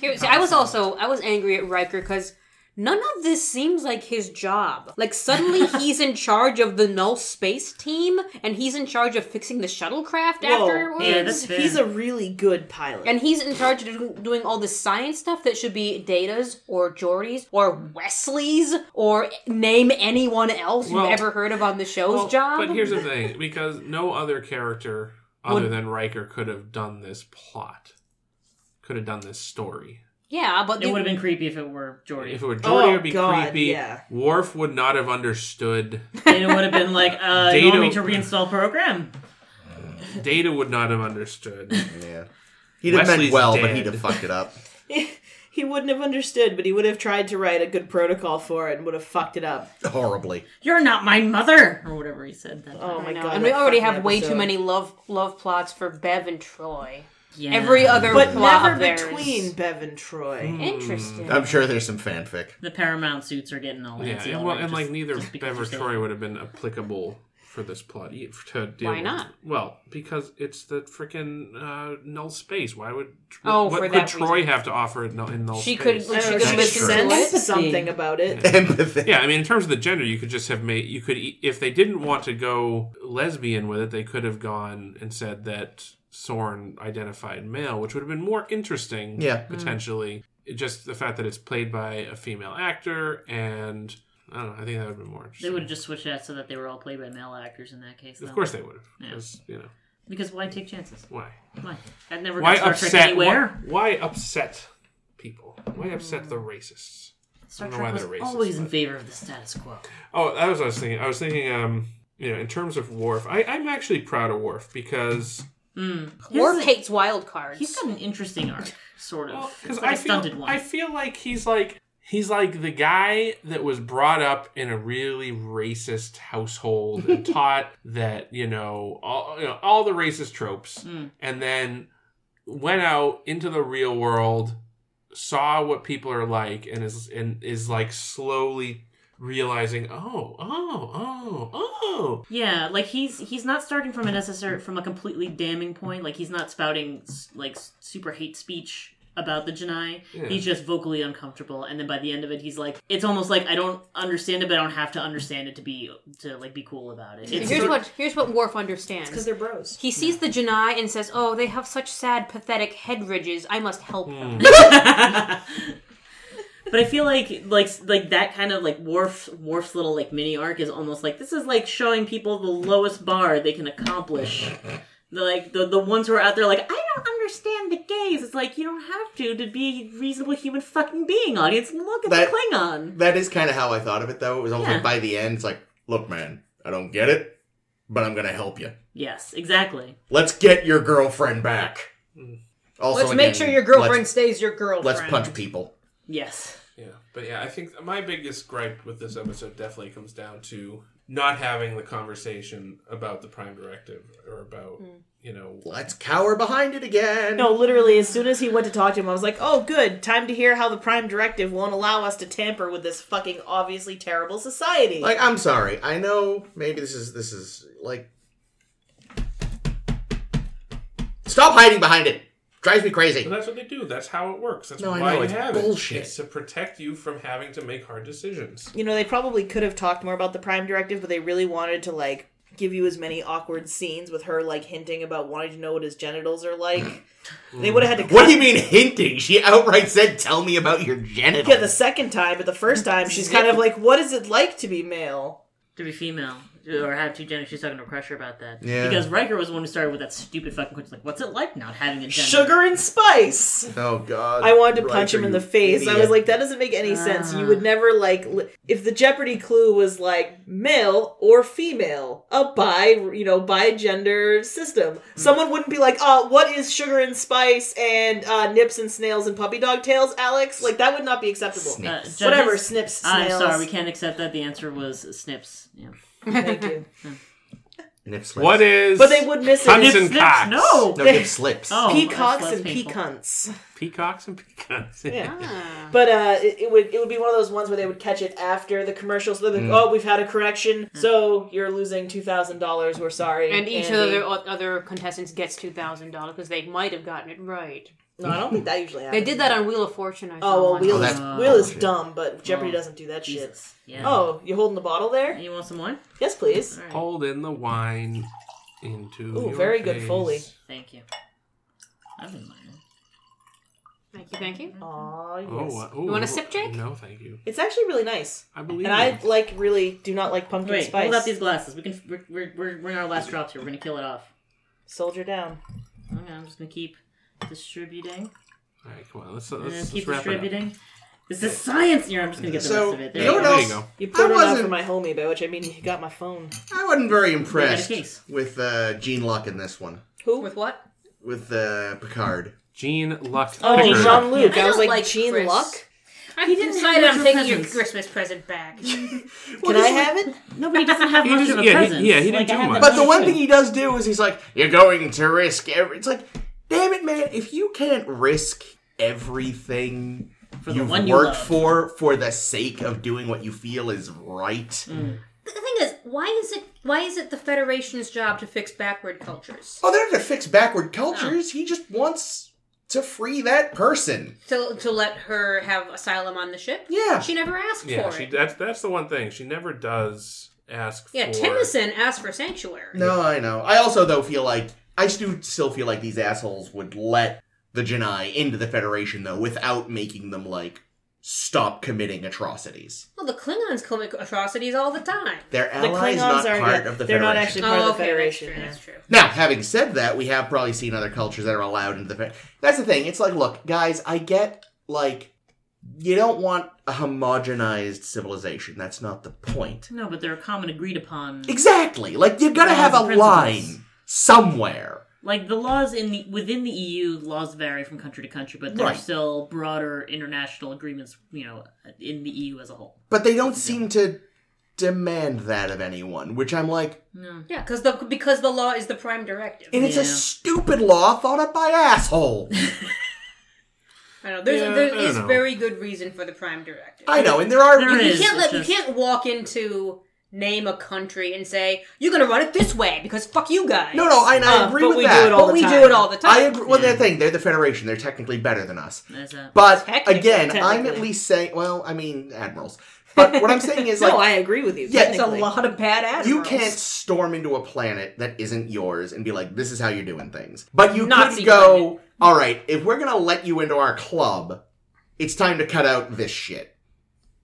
Speaker 2: Here, see, I was also I was angry at Riker because none of this seems like his job. Like suddenly he's in charge of the null space team and he's in charge of fixing the shuttlecraft afterwards.
Speaker 5: Yeah, that's fair.
Speaker 3: Oh, He's a really good pilot.
Speaker 2: and he's in charge of do- doing all this science stuff that should be Data's or Geordi's or Wesley's or name anyone else
Speaker 4: Well-
Speaker 2: you've ever heard of on the show's
Speaker 4: Well,
Speaker 2: job.
Speaker 4: But here's the thing, because no other character other than Riker could have done this plot, could have done this story.
Speaker 2: yeah, but
Speaker 5: It
Speaker 2: the-
Speaker 5: would have been creepy if it were Jordy.
Speaker 4: If it were Jordy,
Speaker 3: Oh,
Speaker 4: it would be
Speaker 3: God,
Speaker 4: creepy.
Speaker 3: yeah.
Speaker 4: Worf would not have understood.
Speaker 5: and it would have been like, uh, you
Speaker 4: Dado-
Speaker 5: want me to reinstall program?
Speaker 4: Data would not have understood.
Speaker 1: Yeah. He'd have
Speaker 4: Wesley's
Speaker 1: meant well, but
Speaker 4: dead.
Speaker 1: he'd have fucked it up.
Speaker 3: he wouldn't have understood, but he would have tried to write a good protocol for it and would have fucked it up.
Speaker 1: Horribly.
Speaker 5: You're not my mother, or whatever he said. That
Speaker 3: Oh my
Speaker 2: I know,
Speaker 3: god!
Speaker 2: and we
Speaker 3: that
Speaker 2: already
Speaker 3: fucking
Speaker 2: have way too
Speaker 3: episode.
Speaker 2: many love love plots for Bev and Troy.
Speaker 5: yeah.
Speaker 2: Every other
Speaker 3: but
Speaker 2: plot
Speaker 3: never
Speaker 2: of theirs. Hmm.
Speaker 3: between Bev and
Speaker 4: Mm.
Speaker 3: Troy.
Speaker 2: Interesting.
Speaker 1: I'm sure there's some fanfic.
Speaker 5: the Paramount suits are getting all
Speaker 4: yeah,
Speaker 5: fancy
Speaker 4: and, well,
Speaker 5: over it,
Speaker 4: and
Speaker 5: just-
Speaker 4: like neither
Speaker 5: just because
Speaker 4: Bev or
Speaker 5: you're
Speaker 4: Troy
Speaker 5: saying-
Speaker 4: would have been applicable for this plot e- to deal
Speaker 2: Why
Speaker 4: with.
Speaker 2: not?
Speaker 4: Well, because it's the freaking uh, null space. Why would
Speaker 2: Oh,
Speaker 4: what
Speaker 2: for
Speaker 4: could
Speaker 2: that
Speaker 4: Troy
Speaker 2: reason.
Speaker 4: have to offer in null, in null
Speaker 2: She
Speaker 4: space?
Speaker 2: could-
Speaker 3: I don't
Speaker 2: She
Speaker 3: know,
Speaker 2: could
Speaker 3: she
Speaker 1: listen to
Speaker 3: sense
Speaker 2: it.
Speaker 3: something about it.
Speaker 1: Empathy.
Speaker 4: Yeah, I mean, in terms of the gender, you could just have made you could e, if they didn't want to go lesbian with it, they could have gone and said that Soren identified male, which would have been more interesting.
Speaker 1: Yeah.
Speaker 5: Mm.
Speaker 4: potentially. It just the fact that it's played by a female actor, and I don't know. I think that would have been more
Speaker 5: They
Speaker 4: interesting.
Speaker 5: would have just switched that so that they were all played by male actors in that case.
Speaker 4: of
Speaker 5: though.
Speaker 4: course, they would have.
Speaker 5: Yeah.
Speaker 4: 'cause, You know
Speaker 5: Because why take chances?
Speaker 4: why?
Speaker 5: Why? That never
Speaker 4: Why
Speaker 5: got Star Trek
Speaker 4: upset? Why,
Speaker 5: anywhere.
Speaker 4: why upset people? Why upset the racists?
Speaker 5: Star
Speaker 4: I don't
Speaker 5: Trek
Speaker 4: know
Speaker 5: was
Speaker 4: why they're racist,
Speaker 5: always in
Speaker 4: but-
Speaker 5: favor of the status quo.
Speaker 4: Oh, that was what I was thinking. I was thinking, um, you know, in terms of Worf, I, I'm actually proud of Worf because
Speaker 2: Worf hates wild cards.
Speaker 5: Hmm. He's got an interesting arc, sort of.
Speaker 4: because
Speaker 5: It's like
Speaker 4: I
Speaker 5: a stunted
Speaker 4: feel
Speaker 5: one.
Speaker 4: I feel like he's like he's like the guy that was brought up in a really racist household and taught that you know all you know, all the racist tropes,
Speaker 5: Hmm.
Speaker 4: and then went out into the real world, saw what people are like, and is and is like slowly realizing, oh, oh, oh, oh,
Speaker 5: Yeah, like he's he's not starting from a necessary from a completely damning point. Like he's not spouting s- like s- super hate speech about the Janai.
Speaker 4: Yeah.
Speaker 5: He's just vocally uncomfortable, and then by the end of it, he's like, it's almost like I don't understand it, but I don't have to understand it to be to like be cool about it. It's
Speaker 2: here's
Speaker 5: sort-
Speaker 2: what here's what Worf
Speaker 3: Because
Speaker 2: understands.
Speaker 3: they're bros.
Speaker 2: He sees the Janai and says, "Oh, they have such sad, pathetic head ridges. I must help them."
Speaker 5: But I feel like like like that kind of like Worf Worf's little like mini arc is almost like this is like showing people the lowest bar they can accomplish. The, like the the ones who are out there like I don't understand the gays. It's like you don't have to to be a reasonable human fucking being. Audience, look at
Speaker 1: That-
Speaker 5: the Klingon.
Speaker 1: That is kind of how I thought of it, though. It was almost
Speaker 5: Yeah.
Speaker 1: like by the end, it's like, look, man, I don't get it, but I'm going to help you.
Speaker 5: Yes, exactly.
Speaker 1: Let's get your girlfriend back. Also,
Speaker 2: let's
Speaker 1: again,
Speaker 2: make sure your girlfriend
Speaker 1: Let's,
Speaker 2: stays your girlfriend.
Speaker 1: let's punch people.
Speaker 5: Yes.
Speaker 4: Yeah, but yeah, I think my biggest gripe with this episode definitely comes down to not having the conversation about the prime directive or about
Speaker 3: Hmm.
Speaker 4: you know
Speaker 1: Let's cower behind it again.
Speaker 3: No, literally, as soon as he went to talk to him, I was like, oh, good, time to hear how the Prime Directive won't allow us to tamper with this fucking obviously terrible society.
Speaker 1: Like, I'm sorry. I know maybe this is this is like. Stop hiding behind it. Drives me
Speaker 4: But
Speaker 1: crazy.
Speaker 4: that's what they do. That's how it works. That's
Speaker 1: No, I
Speaker 4: why
Speaker 1: know,
Speaker 4: you
Speaker 1: it's
Speaker 4: have
Speaker 1: bullshit.
Speaker 4: it. It's to protect you from having to make hard decisions.
Speaker 3: you know, they probably could have talked more about the Prime Directive, but they really wanted to, like, give you as many awkward scenes with her like hinting about wanting to know what his genitals are like. they would have had to.
Speaker 1: What
Speaker 3: cut-
Speaker 1: do you mean hinting? She outright said, "Tell me about your genitals."
Speaker 3: Yeah, the second time, but the first time she's kind of like, "What is it like to be male?"
Speaker 5: to be female uh, or have two genders. She's talking to Crusher about that.
Speaker 1: Yeah.
Speaker 5: Because Riker was the one who started with that stupid fucking question. Like, what's it like not having a gender?
Speaker 3: Sugar and spice.
Speaker 1: oh God!
Speaker 3: I wanted to
Speaker 1: Riker,
Speaker 3: punch him in
Speaker 1: you
Speaker 3: the face. I
Speaker 1: idiot.
Speaker 3: was like, that doesn't make any sense. You would never like li- if the Jeopardy clue was like male or female, a bi, you know, bi gender
Speaker 5: Hmm.
Speaker 3: system. Someone wouldn't be like, uh, what is sugar and spice and uh, nips and snails and puppy dog tails, Alex? Like that would not be acceptable.
Speaker 1: Snip.
Speaker 5: Uh, judges-
Speaker 3: Whatever, snips,
Speaker 5: I'm
Speaker 3: snails.
Speaker 5: sorry, we can't accept that. The answer was snips. Yeah.
Speaker 3: Thank you.
Speaker 1: Nip slips.
Speaker 4: What is
Speaker 3: But they would miss it.
Speaker 4: Cunts
Speaker 3: It's
Speaker 4: and
Speaker 5: Snips,
Speaker 4: cocks.
Speaker 5: no.
Speaker 1: No, nip slips.
Speaker 5: Oh,
Speaker 3: peacocks
Speaker 5: that's less
Speaker 3: and
Speaker 5: painful.
Speaker 3: pecunts.
Speaker 4: peacocks and peacocks?
Speaker 3: Yeah.
Speaker 2: Ah.
Speaker 3: But uh, it, it would it would be one of those ones where they would catch it after the commercial, so they're like,
Speaker 1: Mm.
Speaker 3: "Oh, we've had a correction, so you're losing two thousand dollars. We're sorry."
Speaker 2: Mm. And each
Speaker 3: Andy."
Speaker 2: of the o- other contestants gets two thousand dollars because they might have gotten it right.
Speaker 3: No, I don't think that usually
Speaker 2: They
Speaker 3: happens.
Speaker 2: did that on Wheel of Fortune. I saw
Speaker 3: Oh well,
Speaker 2: once.
Speaker 3: Wheel
Speaker 1: Oh,
Speaker 3: is
Speaker 5: that's
Speaker 3: Wheel is
Speaker 1: bullshit.
Speaker 3: dumb, but Jeopardy
Speaker 5: Oh.
Speaker 3: doesn't do that shit.
Speaker 5: Jesus. Yeah.
Speaker 3: Oh, you holding the bottle there?
Speaker 5: You want some more?
Speaker 3: Yes, please.
Speaker 5: All right.
Speaker 4: Hold in the wine into.
Speaker 3: Ooh,
Speaker 4: your
Speaker 3: very good
Speaker 4: face.
Speaker 3: Foley.
Speaker 5: Thank you. I've been lying.
Speaker 2: Thank you, thank you.
Speaker 3: Aw, yes.
Speaker 4: Oh, uh, ooh,
Speaker 2: You want a sip, Jake?
Speaker 4: No, thank you.
Speaker 3: It's actually really nice,
Speaker 4: I believe.
Speaker 3: and I
Speaker 4: you.
Speaker 3: like really do not like pumpkin
Speaker 5: Wait,
Speaker 3: spice.
Speaker 5: hold up these glasses. We can. We're, we're, we're, we're in our last drops here. We're gonna kill it off.
Speaker 3: Soldier down.
Speaker 5: Okay, I'm just gonna keep distributing.
Speaker 4: All right, come on. Let's
Speaker 5: and
Speaker 4: let's,
Speaker 5: then
Speaker 4: let's
Speaker 5: keep
Speaker 4: wrap it up.
Speaker 5: distributing. This is science. Here, I'm just gonna get the
Speaker 1: So,
Speaker 5: rest of it. There
Speaker 1: you know
Speaker 5: you
Speaker 1: what
Speaker 5: go.
Speaker 4: There
Speaker 1: else?
Speaker 4: you go.
Speaker 3: You poured
Speaker 1: I
Speaker 3: it out for
Speaker 1: wasn't-
Speaker 3: my homie, by which I mean he got my phone.
Speaker 1: I wasn't very
Speaker 5: We got a case.
Speaker 1: impressed with uh, Gene Luck in this one.
Speaker 3: Who?
Speaker 2: With what?
Speaker 1: With uh, Picard.
Speaker 4: Gene Luck.
Speaker 3: oh,
Speaker 4: Pickard.
Speaker 3: Jean Luc.
Speaker 2: I
Speaker 3: I, was
Speaker 2: don't
Speaker 3: like,
Speaker 2: like
Speaker 3: Gene
Speaker 2: Chris.
Speaker 3: Luck.
Speaker 2: I
Speaker 5: didn't
Speaker 2: decided
Speaker 5: have
Speaker 2: I'm
Speaker 5: your
Speaker 2: taking
Speaker 5: presents.
Speaker 2: your Christmas present back.
Speaker 3: Can I have it?
Speaker 5: No, but he doesn't have
Speaker 4: He
Speaker 5: much
Speaker 4: just-
Speaker 5: of a
Speaker 4: yeah, he-
Speaker 5: presence.
Speaker 4: yeah, he didn't
Speaker 5: Like, I
Speaker 4: do
Speaker 5: have
Speaker 4: much.
Speaker 5: that
Speaker 1: But the one
Speaker 5: too.
Speaker 1: thing he does do is he's like, "You're going to risk every." It's like, damn it, man! If you can't risk everything
Speaker 5: For the
Speaker 1: you've worked
Speaker 5: one you love.
Speaker 1: for for the sake of doing what you feel is right,
Speaker 2: The thing is, why is it why is it the Federation's job to fix backward cultures?
Speaker 1: oh, they're to fix backward cultures. He just wants to free that person.
Speaker 2: To to let her have asylum on the ship?
Speaker 1: Yeah.
Speaker 2: She never asked
Speaker 4: Yeah,
Speaker 2: for
Speaker 4: she,
Speaker 2: it.
Speaker 4: that's that's the one thing she never does ask.
Speaker 2: Yeah,
Speaker 4: for.
Speaker 2: Timison asked for sanctuary.
Speaker 1: No, I know. I also though feel like I do still feel like these assholes would let the Janai into the Federation though without making them like stop committing atrocities.
Speaker 2: Well, the Klingons commit atrocities all the time.
Speaker 1: Their
Speaker 3: The
Speaker 1: allies
Speaker 3: Klingons
Speaker 1: not
Speaker 3: aren't.
Speaker 1: part
Speaker 3: yet-
Speaker 1: of the
Speaker 3: they're
Speaker 1: Federation.
Speaker 3: not actually part
Speaker 2: oh,
Speaker 3: of the
Speaker 2: okay,
Speaker 3: Federation. yeah.
Speaker 2: That's true. That's true.
Speaker 1: Now, having said that, we have probably seen other cultures that are allowed into the. Fa- That's the thing. It's like, look, guys, I get like you don't want a homogenized civilization. That's not the point.
Speaker 5: No, but they're a common agreed upon.
Speaker 1: Exactly. Like you gotta
Speaker 5: Laws
Speaker 1: have a
Speaker 5: and principles.
Speaker 1: line somewhere.
Speaker 5: Like the laws in the within the EU, laws vary from country to country, but there are
Speaker 1: Right.
Speaker 5: still broader international agreements. You know, in the EU as a whole.
Speaker 1: But they don't seem to demand that of anyone, which I'm like,
Speaker 5: No.
Speaker 2: Yeah, because the because the law is the prime directive.
Speaker 1: and it's
Speaker 5: Yeah.
Speaker 1: a stupid law thought up by asshole.
Speaker 2: I know there's
Speaker 4: Yeah, I
Speaker 2: there
Speaker 4: don't
Speaker 2: is
Speaker 4: know.
Speaker 2: very good reason for the prime directive.
Speaker 1: I know, and there are
Speaker 5: There
Speaker 2: you
Speaker 5: is,
Speaker 2: can't
Speaker 5: it's
Speaker 2: let
Speaker 5: just-
Speaker 2: you can't walk into name a country and say you're gonna run it this way because fuck you guys.
Speaker 1: no, no, I, I
Speaker 3: Uh,
Speaker 1: agree
Speaker 3: but
Speaker 1: with
Speaker 3: we do
Speaker 1: that.
Speaker 3: it all
Speaker 2: but
Speaker 3: the
Speaker 2: we
Speaker 3: time.
Speaker 2: do it all the time.
Speaker 1: I agree. Well, that thing, they're the Federation. They're technically better than us.
Speaker 5: That's that.
Speaker 1: But
Speaker 2: Technically-
Speaker 1: again, I'm at
Speaker 2: technically.
Speaker 1: least saying, well, I mean, admirals. But what I'm saying is, like,
Speaker 3: no, I agree with you.
Speaker 1: Yeah,
Speaker 2: There's a
Speaker 3: technically.
Speaker 2: lot of bad admirals.
Speaker 1: you can't storm into a planet that isn't yours and be like, this is how you're doing things. But you
Speaker 2: Nazi
Speaker 1: could go, all right, if we're going to let you into our club, it's time to cut out this shit.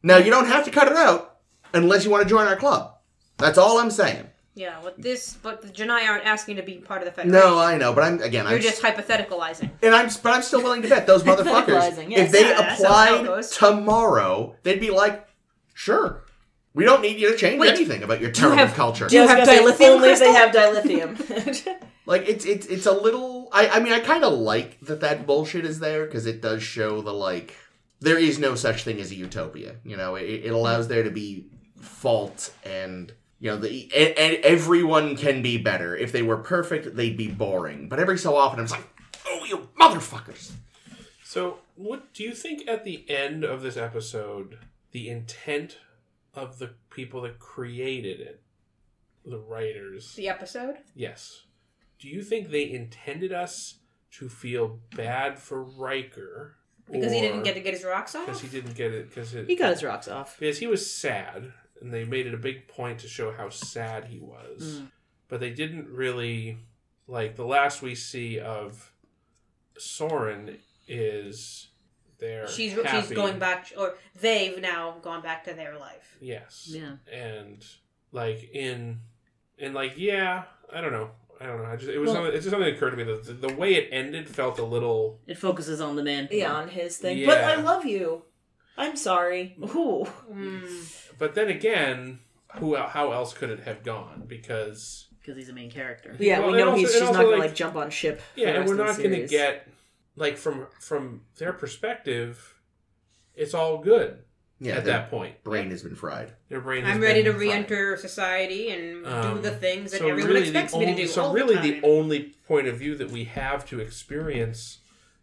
Speaker 1: Now, you don't have to cut it out unless you want to join our club. That's all I'm saying.
Speaker 2: Yeah, with this, but the Janai aren't asking to be part of the Federation.
Speaker 1: No, I know, but I'm again,
Speaker 2: you're
Speaker 1: I'm
Speaker 2: just hypotheticalizing.
Speaker 1: And I'm, but I'm still willing to bet those motherfuckers,
Speaker 3: Hypothesizing, yes.
Speaker 1: if they
Speaker 2: Yeah, that's how it
Speaker 1: applied
Speaker 2: goes.
Speaker 1: tomorrow, they'd be like, "Sure, we don't need you to change
Speaker 2: Wait,
Speaker 1: anything about your terrible
Speaker 2: have-
Speaker 1: culture."
Speaker 2: do you
Speaker 3: I was
Speaker 2: have
Speaker 3: gonna say,
Speaker 2: dilithium
Speaker 3: Only if they
Speaker 2: crystal?
Speaker 3: have dilithium.
Speaker 1: like it's it's it's a little. I I mean, I kind of like that that bullshit is there because it does show the like there is no such thing as a utopia. You know, it, it allows there to be fault and. You know, the, and, and everyone can be better. If they were perfect, they'd be boring. But every so often, I'm just like, oh, you motherfuckers.
Speaker 4: So, what do you think at the end of this episode, the intent of the people that created it, the writers?
Speaker 2: The episode.
Speaker 4: Yes. Do you think they intended us to feel bad for Riker
Speaker 2: Because he didn't get to
Speaker 4: it?
Speaker 2: get his rocks
Speaker 4: Because
Speaker 2: off?
Speaker 4: he didn't get it. Because it.
Speaker 3: he got his rocks off.
Speaker 2: Mm.
Speaker 5: mm,
Speaker 4: because he was sad, and they made it a big point to show how sad he was. but they didn't really like the last we see of Soren is there.
Speaker 2: She's she's
Speaker 4: happy.
Speaker 2: going back, or they've now gone back to their life.
Speaker 4: Yes.
Speaker 5: Yeah.
Speaker 4: And like in and like yeah, I don't know. I don't know. I just it was
Speaker 5: Well-
Speaker 4: something, it's just something that occurred to me that the, the way it ended felt a little
Speaker 5: It focuses on the man.
Speaker 3: Yeah, on his thing. But
Speaker 4: Yeah.
Speaker 3: I love you. I'm sorry. Ooh.
Speaker 2: Mm.
Speaker 4: but then again, who el- how else could it have gone because
Speaker 5: because he's a main character.
Speaker 3: Yeah,
Speaker 4: Well,
Speaker 3: we
Speaker 4: and
Speaker 3: know
Speaker 4: also-
Speaker 3: he's
Speaker 4: and
Speaker 3: she's not
Speaker 4: also,
Speaker 3: gonna like,
Speaker 4: like-
Speaker 3: jump on ship. for
Speaker 4: yeah,
Speaker 3: the
Speaker 4: and
Speaker 3: rest
Speaker 4: we're
Speaker 3: of the
Speaker 4: not going to
Speaker 3: series.
Speaker 4: get like from from their perspective it's all good
Speaker 1: Yeah,
Speaker 4: at
Speaker 1: their
Speaker 4: that point.
Speaker 1: brain has been fried.
Speaker 4: Their brain has
Speaker 2: I'm ready to
Speaker 4: been fried.
Speaker 2: re-enter society and do
Speaker 4: Um,
Speaker 2: the things that
Speaker 4: so
Speaker 2: everyone
Speaker 4: really
Speaker 2: expects
Speaker 4: the
Speaker 2: me to
Speaker 4: only-
Speaker 2: do.
Speaker 4: So
Speaker 2: all
Speaker 4: really,
Speaker 2: the,
Speaker 4: the,
Speaker 2: time.
Speaker 4: only point of view that we have to experience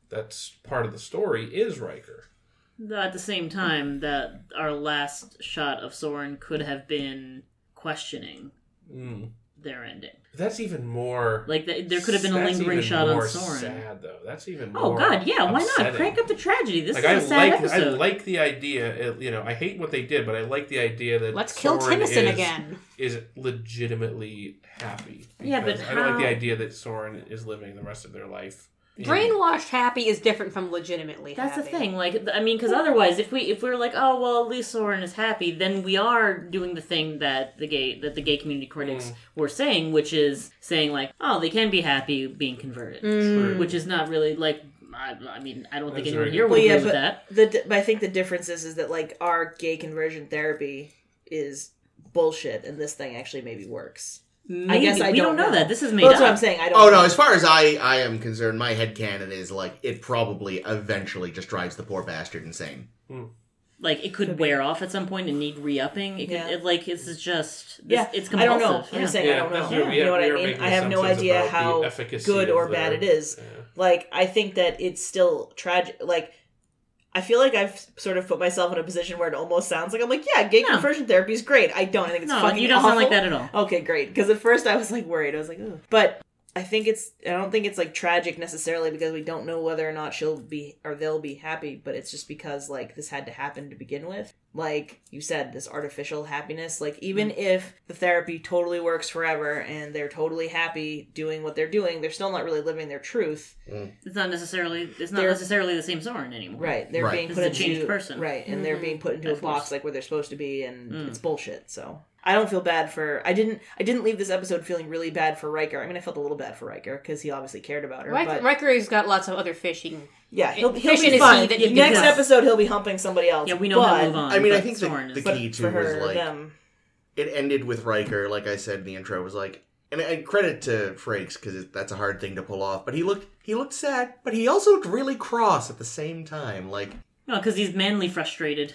Speaker 4: that's part of the story is Riker.
Speaker 5: Though at the same time, that our last shot of Soren could have been questioning
Speaker 4: Mm.
Speaker 5: their ending.
Speaker 4: That's even more.
Speaker 5: Like th- there could have been a
Speaker 4: that's
Speaker 5: lingering
Speaker 4: even
Speaker 5: shot on
Speaker 4: more
Speaker 5: Soren.
Speaker 4: Sad though. That's even.
Speaker 5: Oh
Speaker 4: more
Speaker 5: God, yeah. Why not
Speaker 4: upsetting.
Speaker 5: crank up the tragedy? This
Speaker 4: Like
Speaker 5: is
Speaker 4: I
Speaker 5: a sad
Speaker 4: like I
Speaker 5: episode.
Speaker 4: like the idea. uh, You know, I hate what they did, but I like the idea that
Speaker 2: Let's kill
Speaker 4: Soren
Speaker 2: Timison
Speaker 4: is-
Speaker 2: again.
Speaker 4: Is legitimately happy.
Speaker 5: Yeah, but
Speaker 4: because I don't like the
Speaker 5: how-
Speaker 4: idea that Soren is living the rest of their life. in-
Speaker 2: Brainwashed happy is different from legitimately.
Speaker 5: That's the
Speaker 2: happy.
Speaker 5: thing. Like th- I mean, because otherwise, if we if we're like, oh well, at least Soren is happy, then we are doing the thing that the gay that the gay community critics were saying, which is saying like, oh, they can be happy being converted,
Speaker 3: Mm.
Speaker 4: True.
Speaker 5: which is not really like. I, I mean, I don't think
Speaker 4: That's
Speaker 5: anyone
Speaker 4: very
Speaker 5: here
Speaker 4: good.
Speaker 5: would
Speaker 3: Well, yeah,
Speaker 5: agree
Speaker 3: but-
Speaker 5: with that.
Speaker 3: The di- but I think the difference is is that like our gay conversion therapy is bullshit, and this thing actually maybe works.
Speaker 5: Maybe.
Speaker 3: guess I
Speaker 5: we
Speaker 3: don't
Speaker 5: don't know,
Speaker 3: know.
Speaker 5: that. This is made
Speaker 3: Well, that's what I'm
Speaker 5: up.
Speaker 3: saying. I don't.
Speaker 1: Oh
Speaker 3: know.
Speaker 1: no, as far as I, I am concerned, my headcanon is like it probably eventually just drives the poor bastard insane.
Speaker 5: Like it could wear off at some point and need re-upping. It could,
Speaker 3: Yeah.
Speaker 5: it, like this is just this,
Speaker 3: Yeah,
Speaker 5: it's
Speaker 3: I don't
Speaker 5: compulsive.
Speaker 3: know. I'm
Speaker 5: Yeah.
Speaker 3: just saying I don't
Speaker 4: that's
Speaker 3: know.
Speaker 4: true. We
Speaker 3: You know
Speaker 4: are-
Speaker 3: what I
Speaker 4: we are
Speaker 3: mean?
Speaker 4: making
Speaker 3: I have no
Speaker 4: assumptions
Speaker 3: idea
Speaker 4: about the
Speaker 3: how
Speaker 4: efficacy
Speaker 3: good
Speaker 4: of
Speaker 3: or bad
Speaker 4: their-
Speaker 3: it is.
Speaker 4: yeah.
Speaker 3: like I think that it's still tragic. Like I feel like I've sort of put myself in a position where it almost sounds like I'm like, yeah, gay
Speaker 5: No.
Speaker 3: conversion therapy is great. I don't. I think it's
Speaker 5: No,
Speaker 3: fucking
Speaker 5: you don't sound like
Speaker 3: awful.
Speaker 5: that at all.
Speaker 3: Okay, great. Because at first I was like worried. I was like, Ugh. but I think it's. I don't think it's like tragic necessarily because we don't know whether or not she'll be or they'll be happy. But it's just because like this had to happen to begin with. Like you said, this artificial happiness. Like
Speaker 5: Mm.
Speaker 3: even if the therapy totally works forever and they're totally happy doing what they're doing, they're still not really living their truth.
Speaker 5: It's not necessarily. It's not
Speaker 3: They're-
Speaker 5: necessarily the same Soren anymore.
Speaker 3: Right, they're
Speaker 1: Right.
Speaker 3: being
Speaker 5: This
Speaker 3: put
Speaker 5: is a
Speaker 3: into
Speaker 5: changed person. Mm.
Speaker 3: Right, and
Speaker 2: Mm-hmm.
Speaker 3: they're being put into
Speaker 5: Of
Speaker 3: a box
Speaker 5: course.
Speaker 3: like where they're supposed to be, and it's bullshit. So I don't feel bad for. I didn't. I didn't leave this episode feeling really bad for Riker. I mean, I felt a little bad for Riker because he obviously cared about her.
Speaker 2: Riker,
Speaker 3: but
Speaker 2: Riker's got lots of other fish he can
Speaker 3: yeah, he'll, he'll
Speaker 2: Fish in
Speaker 3: be
Speaker 2: his
Speaker 3: fine.
Speaker 2: sea that you
Speaker 3: Next
Speaker 5: can-
Speaker 3: episode, he'll be humping somebody else.
Speaker 5: Yeah, we know
Speaker 3: but
Speaker 5: he'll move on.
Speaker 1: I mean, I
Speaker 5: but
Speaker 1: think
Speaker 5: Soren
Speaker 1: the,
Speaker 5: is
Speaker 1: the
Speaker 3: but
Speaker 1: key too
Speaker 3: for
Speaker 1: was
Speaker 3: her,
Speaker 1: like
Speaker 3: them.
Speaker 1: it ended with Riker, like I said in the intro, was like, and I credit to Frakes because that's a hard thing to pull off. But he looked, he looked sad, but he also looked really cross at the same time. Like,
Speaker 5: No, because he's manly frustrated.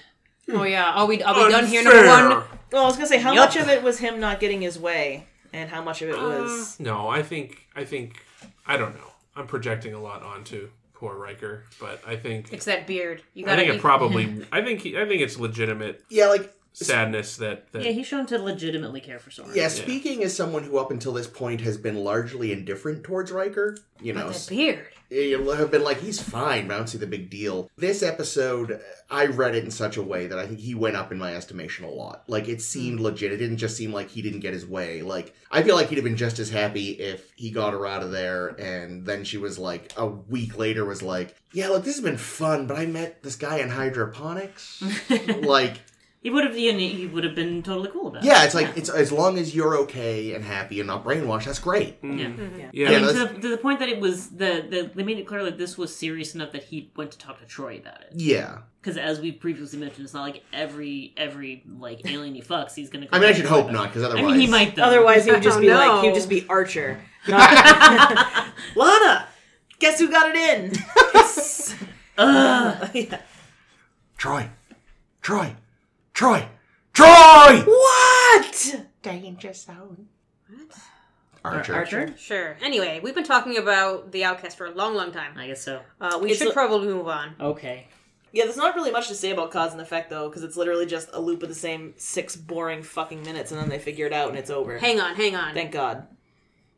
Speaker 2: Oh yeah, are we are we done here? Number
Speaker 4: Unfair.
Speaker 2: one.
Speaker 3: Well, I was gonna say how
Speaker 5: Yup.
Speaker 3: much of it was him not getting his way, and how much of it was.
Speaker 4: No, I think I think I don't know. I'm projecting a lot onto poor Riker, but I think
Speaker 2: It's that beard. You
Speaker 4: I
Speaker 2: gotta
Speaker 4: think
Speaker 2: be-
Speaker 4: it probably I think he, I think it's legitimate
Speaker 1: yeah, like,
Speaker 4: sadness that, that
Speaker 5: Yeah, he's shown to legitimately care for Soren.
Speaker 1: yeah. Speaking as someone who up until this point has been largely indifferent towards Riker, you know,
Speaker 2: that beard.
Speaker 1: you have been like, he's fine, but I don't see the big deal. This episode, I read it in such a way that I think he went up in my estimation a lot. Like, it seemed
Speaker 5: Hmm.
Speaker 1: legit. It didn't just seem like he didn't get his way. Like, I feel like he'd have been just as happy if he got her out of there, and then she was like, a week later, was like, yeah, look, this has been fun, but I met this guy in hydroponics. like,
Speaker 5: He would have. He would have been totally cool about.
Speaker 1: yeah, it's like, it's as long as you're okay and happy and not brainwashed, that's great.
Speaker 5: it. Yeah.
Speaker 4: yeah,
Speaker 5: I mean, to,
Speaker 1: that's-
Speaker 5: the, to the point that it was the, the they made it clear that this was serious enough that he went to talk to Troy about it.
Speaker 1: Yeah.
Speaker 5: Because as we previously mentioned, it's not like every every like alien he fucks, he's gonna. Go
Speaker 1: I mean, I
Speaker 5: talk
Speaker 1: should
Speaker 5: to Troy
Speaker 1: hope
Speaker 5: about
Speaker 1: not, because
Speaker 5: it. I
Speaker 1: otherwise.
Speaker 5: mean, he might though.
Speaker 3: Otherwise, he would just
Speaker 2: Oh,
Speaker 3: be
Speaker 2: no.
Speaker 3: like he would just be Archer. Not- Lana, guess who got it in? Yes. Yeah.
Speaker 1: Troy. Troy. Troy. Troy!
Speaker 3: What?
Speaker 1: Archer.
Speaker 5: Archer.
Speaker 2: Sure. Anyway, we've been talking about the Outcast for a long, long time.
Speaker 5: I guess so.
Speaker 2: Uh, we
Speaker 3: It's
Speaker 2: should
Speaker 3: a-
Speaker 2: probably move on.
Speaker 5: Okay.
Speaker 3: Yeah, there's not really much to say about cause and effect though, because it's literally just a loop of the same six boring fucking minutes, and then they figure it out and it's over.
Speaker 2: Hang on, hang on.
Speaker 3: Thank God.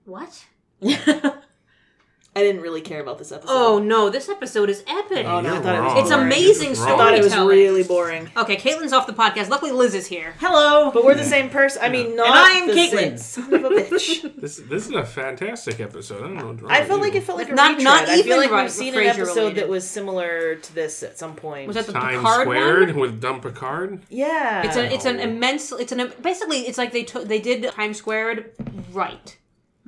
Speaker 2: what?
Speaker 3: I didn't really care about this episode.
Speaker 2: Oh no, this episode is epic.
Speaker 3: Oh, no, I
Speaker 7: You're
Speaker 3: thought it was
Speaker 7: wrong.
Speaker 2: it's amazing
Speaker 7: You're
Speaker 3: I
Speaker 7: wrong.
Speaker 3: thought it was
Speaker 2: Storytelling.
Speaker 3: really boring.
Speaker 2: Okay, Caitlin's off the podcast. Luckily, Liz is here. Oh,
Speaker 5: Hello.
Speaker 3: But we're the same person. I mean, not.
Speaker 5: And I am
Speaker 3: the same
Speaker 5: Caitlin.
Speaker 3: Son of a bitch.
Speaker 7: This this is a fantastic episode. I don't know. what's wrong
Speaker 3: I
Speaker 7: with
Speaker 3: felt
Speaker 7: you.
Speaker 3: like it felt like a
Speaker 2: Not-
Speaker 3: retread.
Speaker 2: not
Speaker 3: I
Speaker 2: even
Speaker 3: feel like
Speaker 2: Ra-
Speaker 3: we've seen an
Speaker 2: Frasier
Speaker 3: episode
Speaker 2: related.
Speaker 3: that was similar to this at some point.
Speaker 2: Was that the
Speaker 7: Times
Speaker 2: Picard
Speaker 7: squared
Speaker 2: one?
Speaker 7: with dumb Picard.
Speaker 3: yeah.
Speaker 2: It's an it's an
Speaker 7: No.
Speaker 2: immense it's an basically it's like they took they did Times Squared right.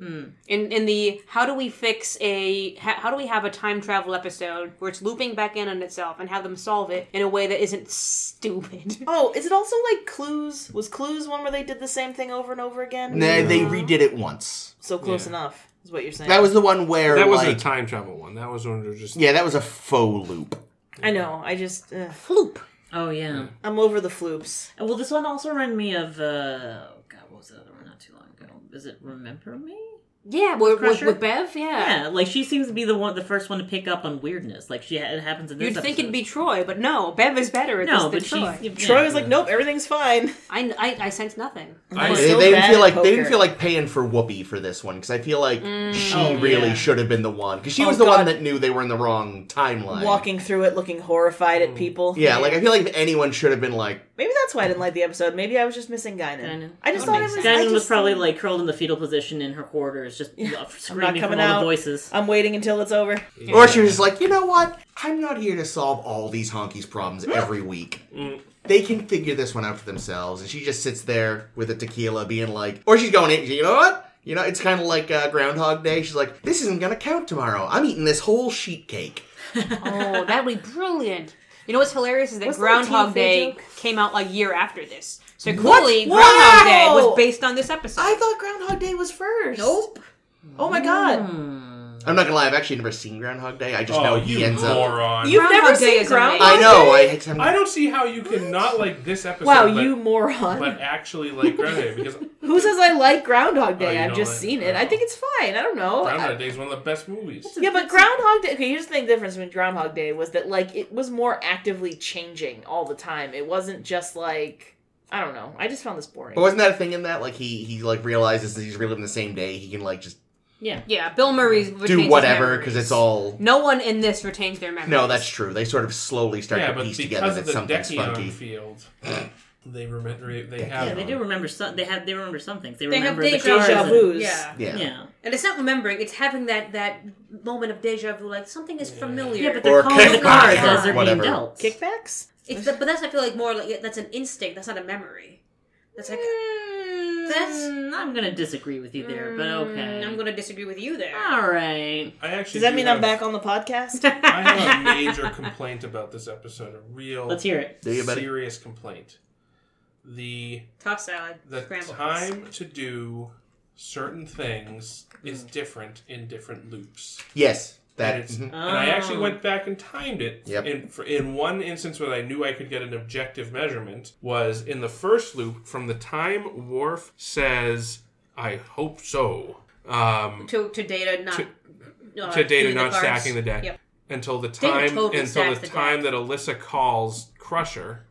Speaker 2: In in the how do we fix a how, how do we have a time travel episode where it's looping back in on itself and have them solve it in a way that isn't stupid.
Speaker 3: Oh, is it also like Clues? Was Clues one where they did the same thing over and over again?
Speaker 1: Nah, they redid it once.
Speaker 3: So close
Speaker 7: Yeah.
Speaker 3: enough is what you're saying.
Speaker 1: That was the one where
Speaker 7: That wasn't
Speaker 1: like,
Speaker 7: a time travel one. That was one that was just
Speaker 1: yeah, that was a faux loop.
Speaker 3: I know. I just ugh.
Speaker 2: Floop.
Speaker 5: Oh yeah.
Speaker 3: I'm over the floops.
Speaker 5: Well, this one also reminded me of uh, oh god, what was the other one not too long ago? Is it Remember Me?
Speaker 2: Yeah, with, with,
Speaker 5: Crusher?
Speaker 2: with Bev. Yeah,
Speaker 5: Yeah, like she seems to be the one, the first one to pick up on weirdness. Like she, it happens in this.
Speaker 2: you'd think
Speaker 5: episode.
Speaker 2: it'd be Troy, but no, Bev is better at
Speaker 5: no, but
Speaker 2: this than Troy.
Speaker 5: she's yeah.
Speaker 3: Troy was like, nope, everything's fine.
Speaker 2: I, I I sense nothing.
Speaker 7: I,
Speaker 1: They,
Speaker 3: So
Speaker 1: they didn't
Speaker 3: bad
Speaker 1: feel like
Speaker 3: at
Speaker 1: they didn't
Speaker 3: poker.
Speaker 1: feel like paying for Whoopi for this one because I feel like she
Speaker 5: Oh,
Speaker 1: really
Speaker 5: yeah.
Speaker 1: should have been the one because she
Speaker 2: Oh,
Speaker 1: was the one
Speaker 2: God.
Speaker 1: that knew they were in the wrong timeline.
Speaker 3: Walking through it, looking horrified at people.
Speaker 1: Yeah, like I feel like if anyone should have been like,
Speaker 3: maybe that's why I didn't like the episode. Maybe I was just missing Guinan.
Speaker 5: Guinan.
Speaker 3: I just
Speaker 2: That
Speaker 3: thought it
Speaker 2: makes
Speaker 3: was.
Speaker 2: sense.
Speaker 3: I
Speaker 5: Skyden was
Speaker 3: just-
Speaker 5: probably like curled in the fetal position in her quarters, just uh, screaming from
Speaker 3: coming
Speaker 5: all
Speaker 3: out.
Speaker 5: the voices.
Speaker 3: I'm waiting until it's over.
Speaker 1: or she was just like, you know what? I'm not here to solve all these honkies' problems every week.
Speaker 4: Mm.
Speaker 1: They can figure this one out for themselves. And she just sits there with a tequila, being like, or she's going, you know what? You know, it's kind of like uh, Groundhog Day. She's like, this isn't gonna count tomorrow. I'm eating this whole sheet cake.
Speaker 2: Oh, that would be brilliant. You know what's hilarious is that
Speaker 3: Wasn't that a
Speaker 2: Groundhog
Speaker 3: Tina Fey
Speaker 2: Day
Speaker 3: joke?
Speaker 2: came out like a year after this. So clearly,
Speaker 3: Wow!
Speaker 2: Groundhog Day was based on this episode.
Speaker 3: I thought Groundhog Day was first.
Speaker 2: Nope.
Speaker 3: Oh my god.
Speaker 1: I'm not gonna lie, I've actually never seen Groundhog Day. I just know
Speaker 4: Oh,
Speaker 1: he
Speaker 4: you
Speaker 1: ends up.
Speaker 4: moron!
Speaker 3: You've
Speaker 2: Groundhog
Speaker 3: never
Speaker 2: Day
Speaker 3: seen
Speaker 2: is
Speaker 3: Groundhog.
Speaker 2: amazing.
Speaker 1: I know. I, I'm,
Speaker 4: I don't see how you can not like this episode.
Speaker 3: Wow,
Speaker 4: but,
Speaker 3: you moron.
Speaker 4: But actually, like Groundhog Day because
Speaker 3: Who says I like Groundhog
Speaker 4: Oh,
Speaker 3: Day?
Speaker 4: you
Speaker 3: I've
Speaker 4: don't
Speaker 3: just
Speaker 4: like-
Speaker 3: seen it. I think it's fine. I don't know. I-
Speaker 4: Groundhog Day is one of the best movies.
Speaker 3: Yeah, but Groundhog Day. Okay, here's the thing, difference between Groundhog Day was that like it was more actively changing all the time. It wasn't just like I don't know. I just found this boring.
Speaker 1: but wasn't that a thing in that? Like he he like realizes that he's reliving the same day. He can like just
Speaker 2: Yeah, Bill Murray's retains
Speaker 1: do
Speaker 2: his
Speaker 1: whatever
Speaker 2: memories.
Speaker 1: because it's all
Speaker 2: No one in this retains their memories.
Speaker 1: No, that's true. They sort of slowly start
Speaker 4: yeah,
Speaker 1: to
Speaker 4: but
Speaker 1: piece
Speaker 4: because
Speaker 1: together
Speaker 4: of
Speaker 1: that
Speaker 4: the
Speaker 1: something's
Speaker 4: Decion
Speaker 1: funky.
Speaker 4: field, they remember. They have.
Speaker 5: Yeah, they do remember some. They have. They remember some things. They,
Speaker 2: They have
Speaker 5: remember the
Speaker 2: deja,
Speaker 5: cars
Speaker 3: deja
Speaker 5: and-
Speaker 3: vus.
Speaker 2: Yeah.
Speaker 1: Yeah.
Speaker 5: yeah.
Speaker 2: And it's not remembering, it's having that that moment of deja vu, like something is familiar.
Speaker 5: Yeah, but
Speaker 1: Or
Speaker 5: they're calling the
Speaker 1: kickbacks
Speaker 5: cards
Speaker 2: or
Speaker 5: as they're
Speaker 1: whatever.
Speaker 5: being dealt.
Speaker 3: Kickbacks?
Speaker 2: it's the, but that's I feel like more like that's an instinct, that's not a memory. That's like that's
Speaker 5: Mm, I'm gonna disagree with you there, but okay.
Speaker 2: I'm gonna disagree with you there.
Speaker 5: All right.
Speaker 4: I actually
Speaker 3: Does that
Speaker 4: do
Speaker 3: mean
Speaker 4: have,
Speaker 3: I'm back on the podcast?
Speaker 4: I have a major complaint about this episode. A real
Speaker 5: Let's hear it.
Speaker 1: Do you, buddy?
Speaker 4: serious complaint. The
Speaker 2: Toss salad,
Speaker 4: the
Speaker 2: scrambled eggs.
Speaker 4: time to do certain things is different in different loops.
Speaker 1: Yes,
Speaker 4: and,
Speaker 1: that.
Speaker 4: it's-
Speaker 1: mhm.
Speaker 4: and I actually
Speaker 2: Oh.
Speaker 4: went back and timed it.
Speaker 1: Yep.
Speaker 4: In for, in one instance where I knew I could get an objective measurement was in the first loop from the time Worf says, "I hope so," um,
Speaker 2: to to data not uh,
Speaker 4: to data
Speaker 2: doing
Speaker 4: not
Speaker 2: cards.
Speaker 4: stacking the deck
Speaker 2: Yep.
Speaker 4: until the
Speaker 2: Data
Speaker 4: time
Speaker 2: totally
Speaker 4: until
Speaker 2: stacks
Speaker 4: the
Speaker 2: the
Speaker 4: time
Speaker 2: deck.
Speaker 4: that Alyssa calls Crusher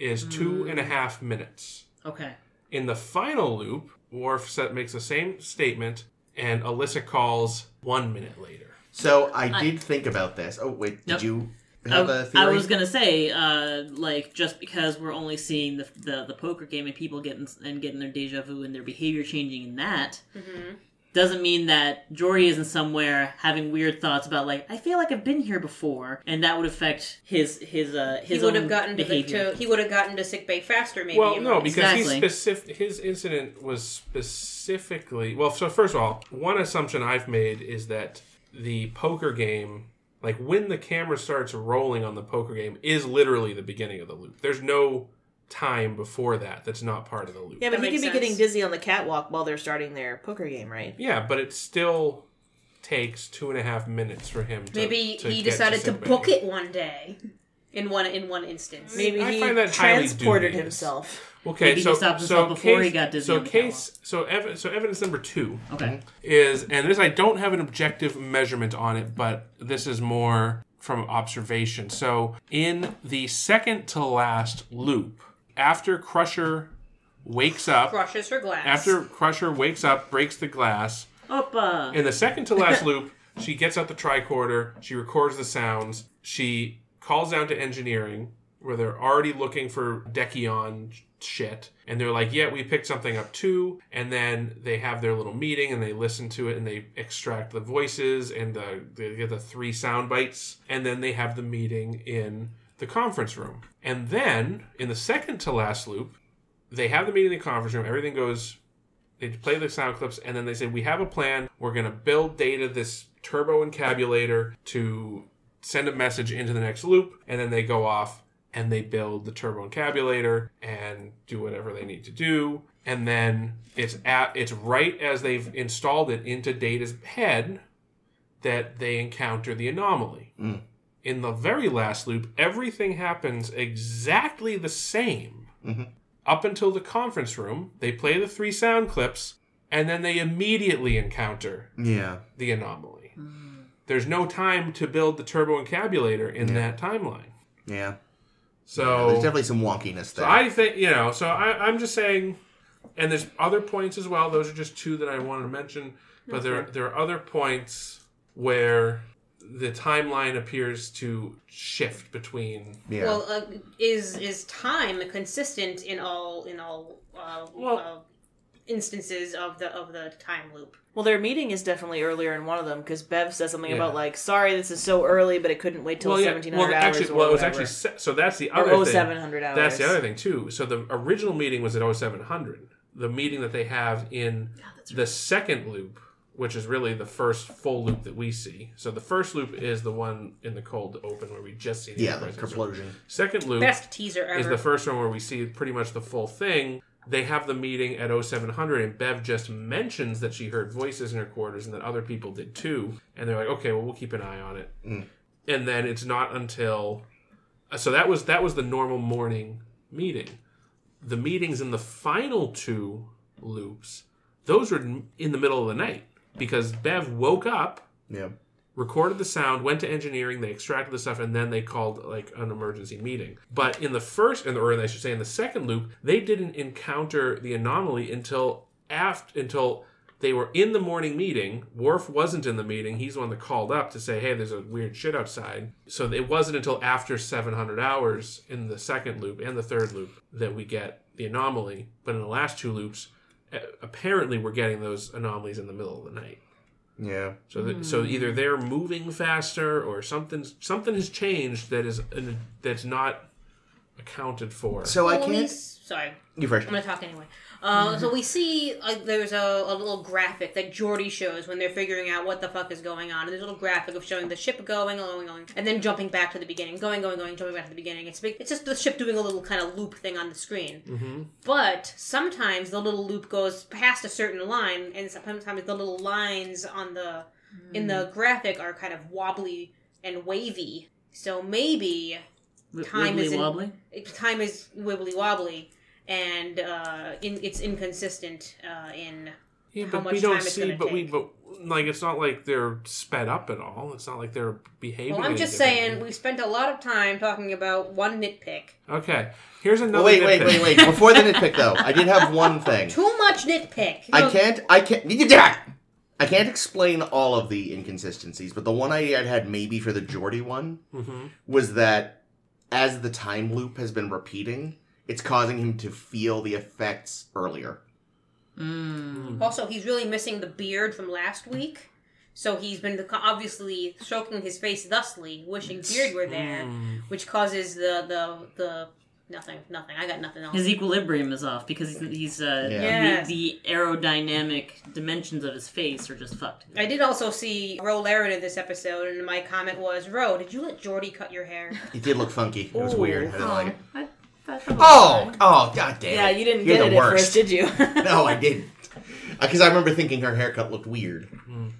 Speaker 2: Mm.
Speaker 4: is two and a half minutes.
Speaker 5: Okay.
Speaker 4: In the final loop, Worf set, makes the same statement, and Alyssa calls one minute later.
Speaker 1: So I did think about this. Oh wait, did
Speaker 5: Nope.
Speaker 1: you have
Speaker 5: I-
Speaker 1: a theory?
Speaker 5: I was gonna say, uh, like, just because we're only seeing the, the the poker game and people getting and getting their deja vu and their behavior changing in that,
Speaker 2: Mm-hmm.
Speaker 5: doesn't mean that Jory isn't somewhere having weird thoughts about like I feel like I've been here before, and that would affect his his uh his
Speaker 2: He would
Speaker 5: own
Speaker 2: have gotten to, the,
Speaker 5: behavior.
Speaker 2: to he would have gotten to sick bay faster, maybe.
Speaker 4: Well, no, because
Speaker 5: Exactly.
Speaker 4: he specific his incident was specifically well. So first of all, one assumption I've made is that the poker game, like when the camera starts rolling on the poker game, is literally the beginning of the loop. There's no time before that that's not part of the loop.
Speaker 3: yeah,
Speaker 2: That
Speaker 3: but he could
Speaker 2: makes
Speaker 3: be getting
Speaker 2: sense.
Speaker 3: dizzy on the catwalk while they're starting their poker game, right?
Speaker 4: Yeah, but it still takes two and a half minutes for him. to
Speaker 2: maybe
Speaker 4: to
Speaker 2: he
Speaker 4: get
Speaker 2: decided to,
Speaker 4: sit back.
Speaker 2: book it one day, in one in one instance.
Speaker 3: Maybe
Speaker 4: I
Speaker 3: he
Speaker 4: find that highly
Speaker 3: transported
Speaker 4: dubious.
Speaker 3: himself.
Speaker 4: Okay,
Speaker 5: Maybe he
Speaker 4: so
Speaker 5: stopped
Speaker 4: so
Speaker 5: himself before
Speaker 4: case,
Speaker 5: he got dizzy
Speaker 4: So
Speaker 5: on the
Speaker 4: case so ev- so evidence number two.
Speaker 5: okay.
Speaker 4: is and this I don't have an objective measurement on it, but this is more from observation. So in the second to last loop, after Crusher wakes up
Speaker 2: Crushes her glass.
Speaker 4: after Crusher wakes up, breaks the glass,
Speaker 5: Opa.
Speaker 4: in the second to last loop, She gets out the tricorder. She records the sounds. She calls down to engineering where they're already looking for Decion shit. And they're like, yeah, we picked something up too. And then they have their little meeting and they listen to it and they extract the voices and the, they get the three sound bites. And then they have the meeting in the conference room. And then in the second to last loop, they have the meeting in the conference room. Everything goes, they play the sound clips. And then they say, we have a plan. We're going to build data, this turbo encabulator to send a message into the next loop. And then they go off and they build the turbo encabulator and do whatever they need to do and then it's at it's right as they've installed it into data's head that they encounter the anomaly in the very last loop everything happens exactly the same up until the conference room they play the three sound clips and then they immediately encounter
Speaker 1: Yeah.
Speaker 4: the anomaly there's no time to build the turbo encabulator in that timeline
Speaker 1: Yeah.
Speaker 4: so
Speaker 1: There's definitely some wonkiness there.
Speaker 4: so I think you know. So I, I'm just saying, and there's other points as well. Those are just two that I wanted to mention, but there there are other points where the timeline appears to shift between.
Speaker 1: yeah.
Speaker 2: Well, uh, is is time consistent in all in all uh,
Speaker 4: Well-
Speaker 2: uh, instances of the of the time loop?
Speaker 3: Well, their meeting is definitely earlier in one of them because Bev says something
Speaker 4: Yeah.
Speaker 3: about like, "Sorry, this is so early, but it couldn't wait till
Speaker 4: Well, yeah.
Speaker 3: 1700
Speaker 4: Well,
Speaker 3: hours."
Speaker 4: actually,
Speaker 3: or
Speaker 4: well, it was
Speaker 3: whatever.
Speaker 4: actually se- so that's the other
Speaker 3: or oh
Speaker 4: thing.
Speaker 3: seven hundred hours.
Speaker 4: That's the other thing too. So the original meeting was at 0700. The meeting that they have in the second loop, which is really the first full loop that we see. So the first loop is the one in the cold open where we just see the
Speaker 1: yeah, the
Speaker 4: Enterprise insurrection.
Speaker 1: complosion.
Speaker 4: Second loop
Speaker 2: Best teaser ever.
Speaker 4: is the first one where we see pretty much the full thing. They have the meeting at 0700, and Bev just mentions that she heard voices in her quarters and that other people did too. And they're like, okay, well, we'll keep an eye on it. And then it's not until. uh, So that was that was the normal morning meeting. The meetings in the final two loops, those were in in the middle of the night because Bev woke up
Speaker 1: Yeah.
Speaker 4: recorded the sound, went to engineering, they extracted the stuff, and then they called like an emergency meeting. But in the first, and or I should say in the second loop, they didn't encounter the anomaly until aft until they were in the morning meeting. Worf wasn't in the meeting; he's the one that called up to say, "Hey, there's a weird shit outside." So it wasn't until after 700 hours in the second loop and the third loop that we get the anomaly. But in the last two loops. a- Apparently, we're getting those anomalies in the middle of the night.
Speaker 1: Yeah.
Speaker 4: So, that,
Speaker 2: Hmm.
Speaker 4: so either they're moving faster or something something has changed that is that's not accounted for.
Speaker 1: So I
Speaker 2: Well, we s-
Speaker 1: can't.
Speaker 2: Sorry,
Speaker 1: You first.
Speaker 2: I'm gonna talk anyway. Uh, so we see uh, there's a, a little graphic that Jordy shows when they're figuring out what the fuck is going on. And there's a little graphic of showing the ship going, going, going, and then jumping back to the beginning, going, going, going, jumping back to the beginning. It's big, it's just the ship doing a little kind of loop thing on the screen. But sometimes the little loop goes past a certain line, and sometimes the little lines on the in the graphic are kind of wobbly and wavy. So maybe
Speaker 5: W-
Speaker 2: Time
Speaker 5: wibbly
Speaker 2: is in-
Speaker 5: wobbly.
Speaker 2: it- time is wibbly wobbly and uh, in, it's inconsistent uh, in
Speaker 4: yeah,
Speaker 2: how
Speaker 4: but
Speaker 2: much
Speaker 4: we don't
Speaker 2: time it's
Speaker 4: see.
Speaker 2: gonna
Speaker 4: But we
Speaker 2: take.
Speaker 4: but like it's not like they're sped up at all. It's not like they're behaving.
Speaker 2: well i'm
Speaker 4: any
Speaker 2: just saying
Speaker 4: differently.
Speaker 2: we spent a lot of time talking about one nitpick
Speaker 4: Okay, here's another.
Speaker 1: Well, wait, wait,
Speaker 4: nitpick.
Speaker 1: wait, wait. Before the nitpick, though, I did have one thing.
Speaker 2: too much nitpick
Speaker 1: I can't. I can't. You that. I can't explain all of the inconsistencies, but the one I had had maybe for the Geordie one
Speaker 4: Mm-hmm.
Speaker 1: was that as the time loop has been repeating, it's causing him to feel the effects earlier.
Speaker 2: also he's really missing the beard from last week so he's been co- obviously stroking his face thusly wishing beard
Speaker 1: mm.
Speaker 2: were there which causes the the the nothing nothing i got nothing else
Speaker 5: His equilibrium is off because he's, he's uh,
Speaker 1: Yeah.
Speaker 2: Yes.
Speaker 5: the, the aerodynamic dimensions of his face are just fucked.
Speaker 2: I did also see Ro Laren in this episode, and my comment was, "Ro, did you let Jordy cut your hair?"
Speaker 1: It did look funky. It was weird. I didn't like it.
Speaker 5: I,
Speaker 1: Oh, oh, god damn.
Speaker 3: Yeah, you didn't
Speaker 1: You're
Speaker 3: get
Speaker 1: the
Speaker 3: it at
Speaker 1: worst.
Speaker 3: first, did you?
Speaker 1: No, I didn't. Because I remember thinking her haircut looked weird.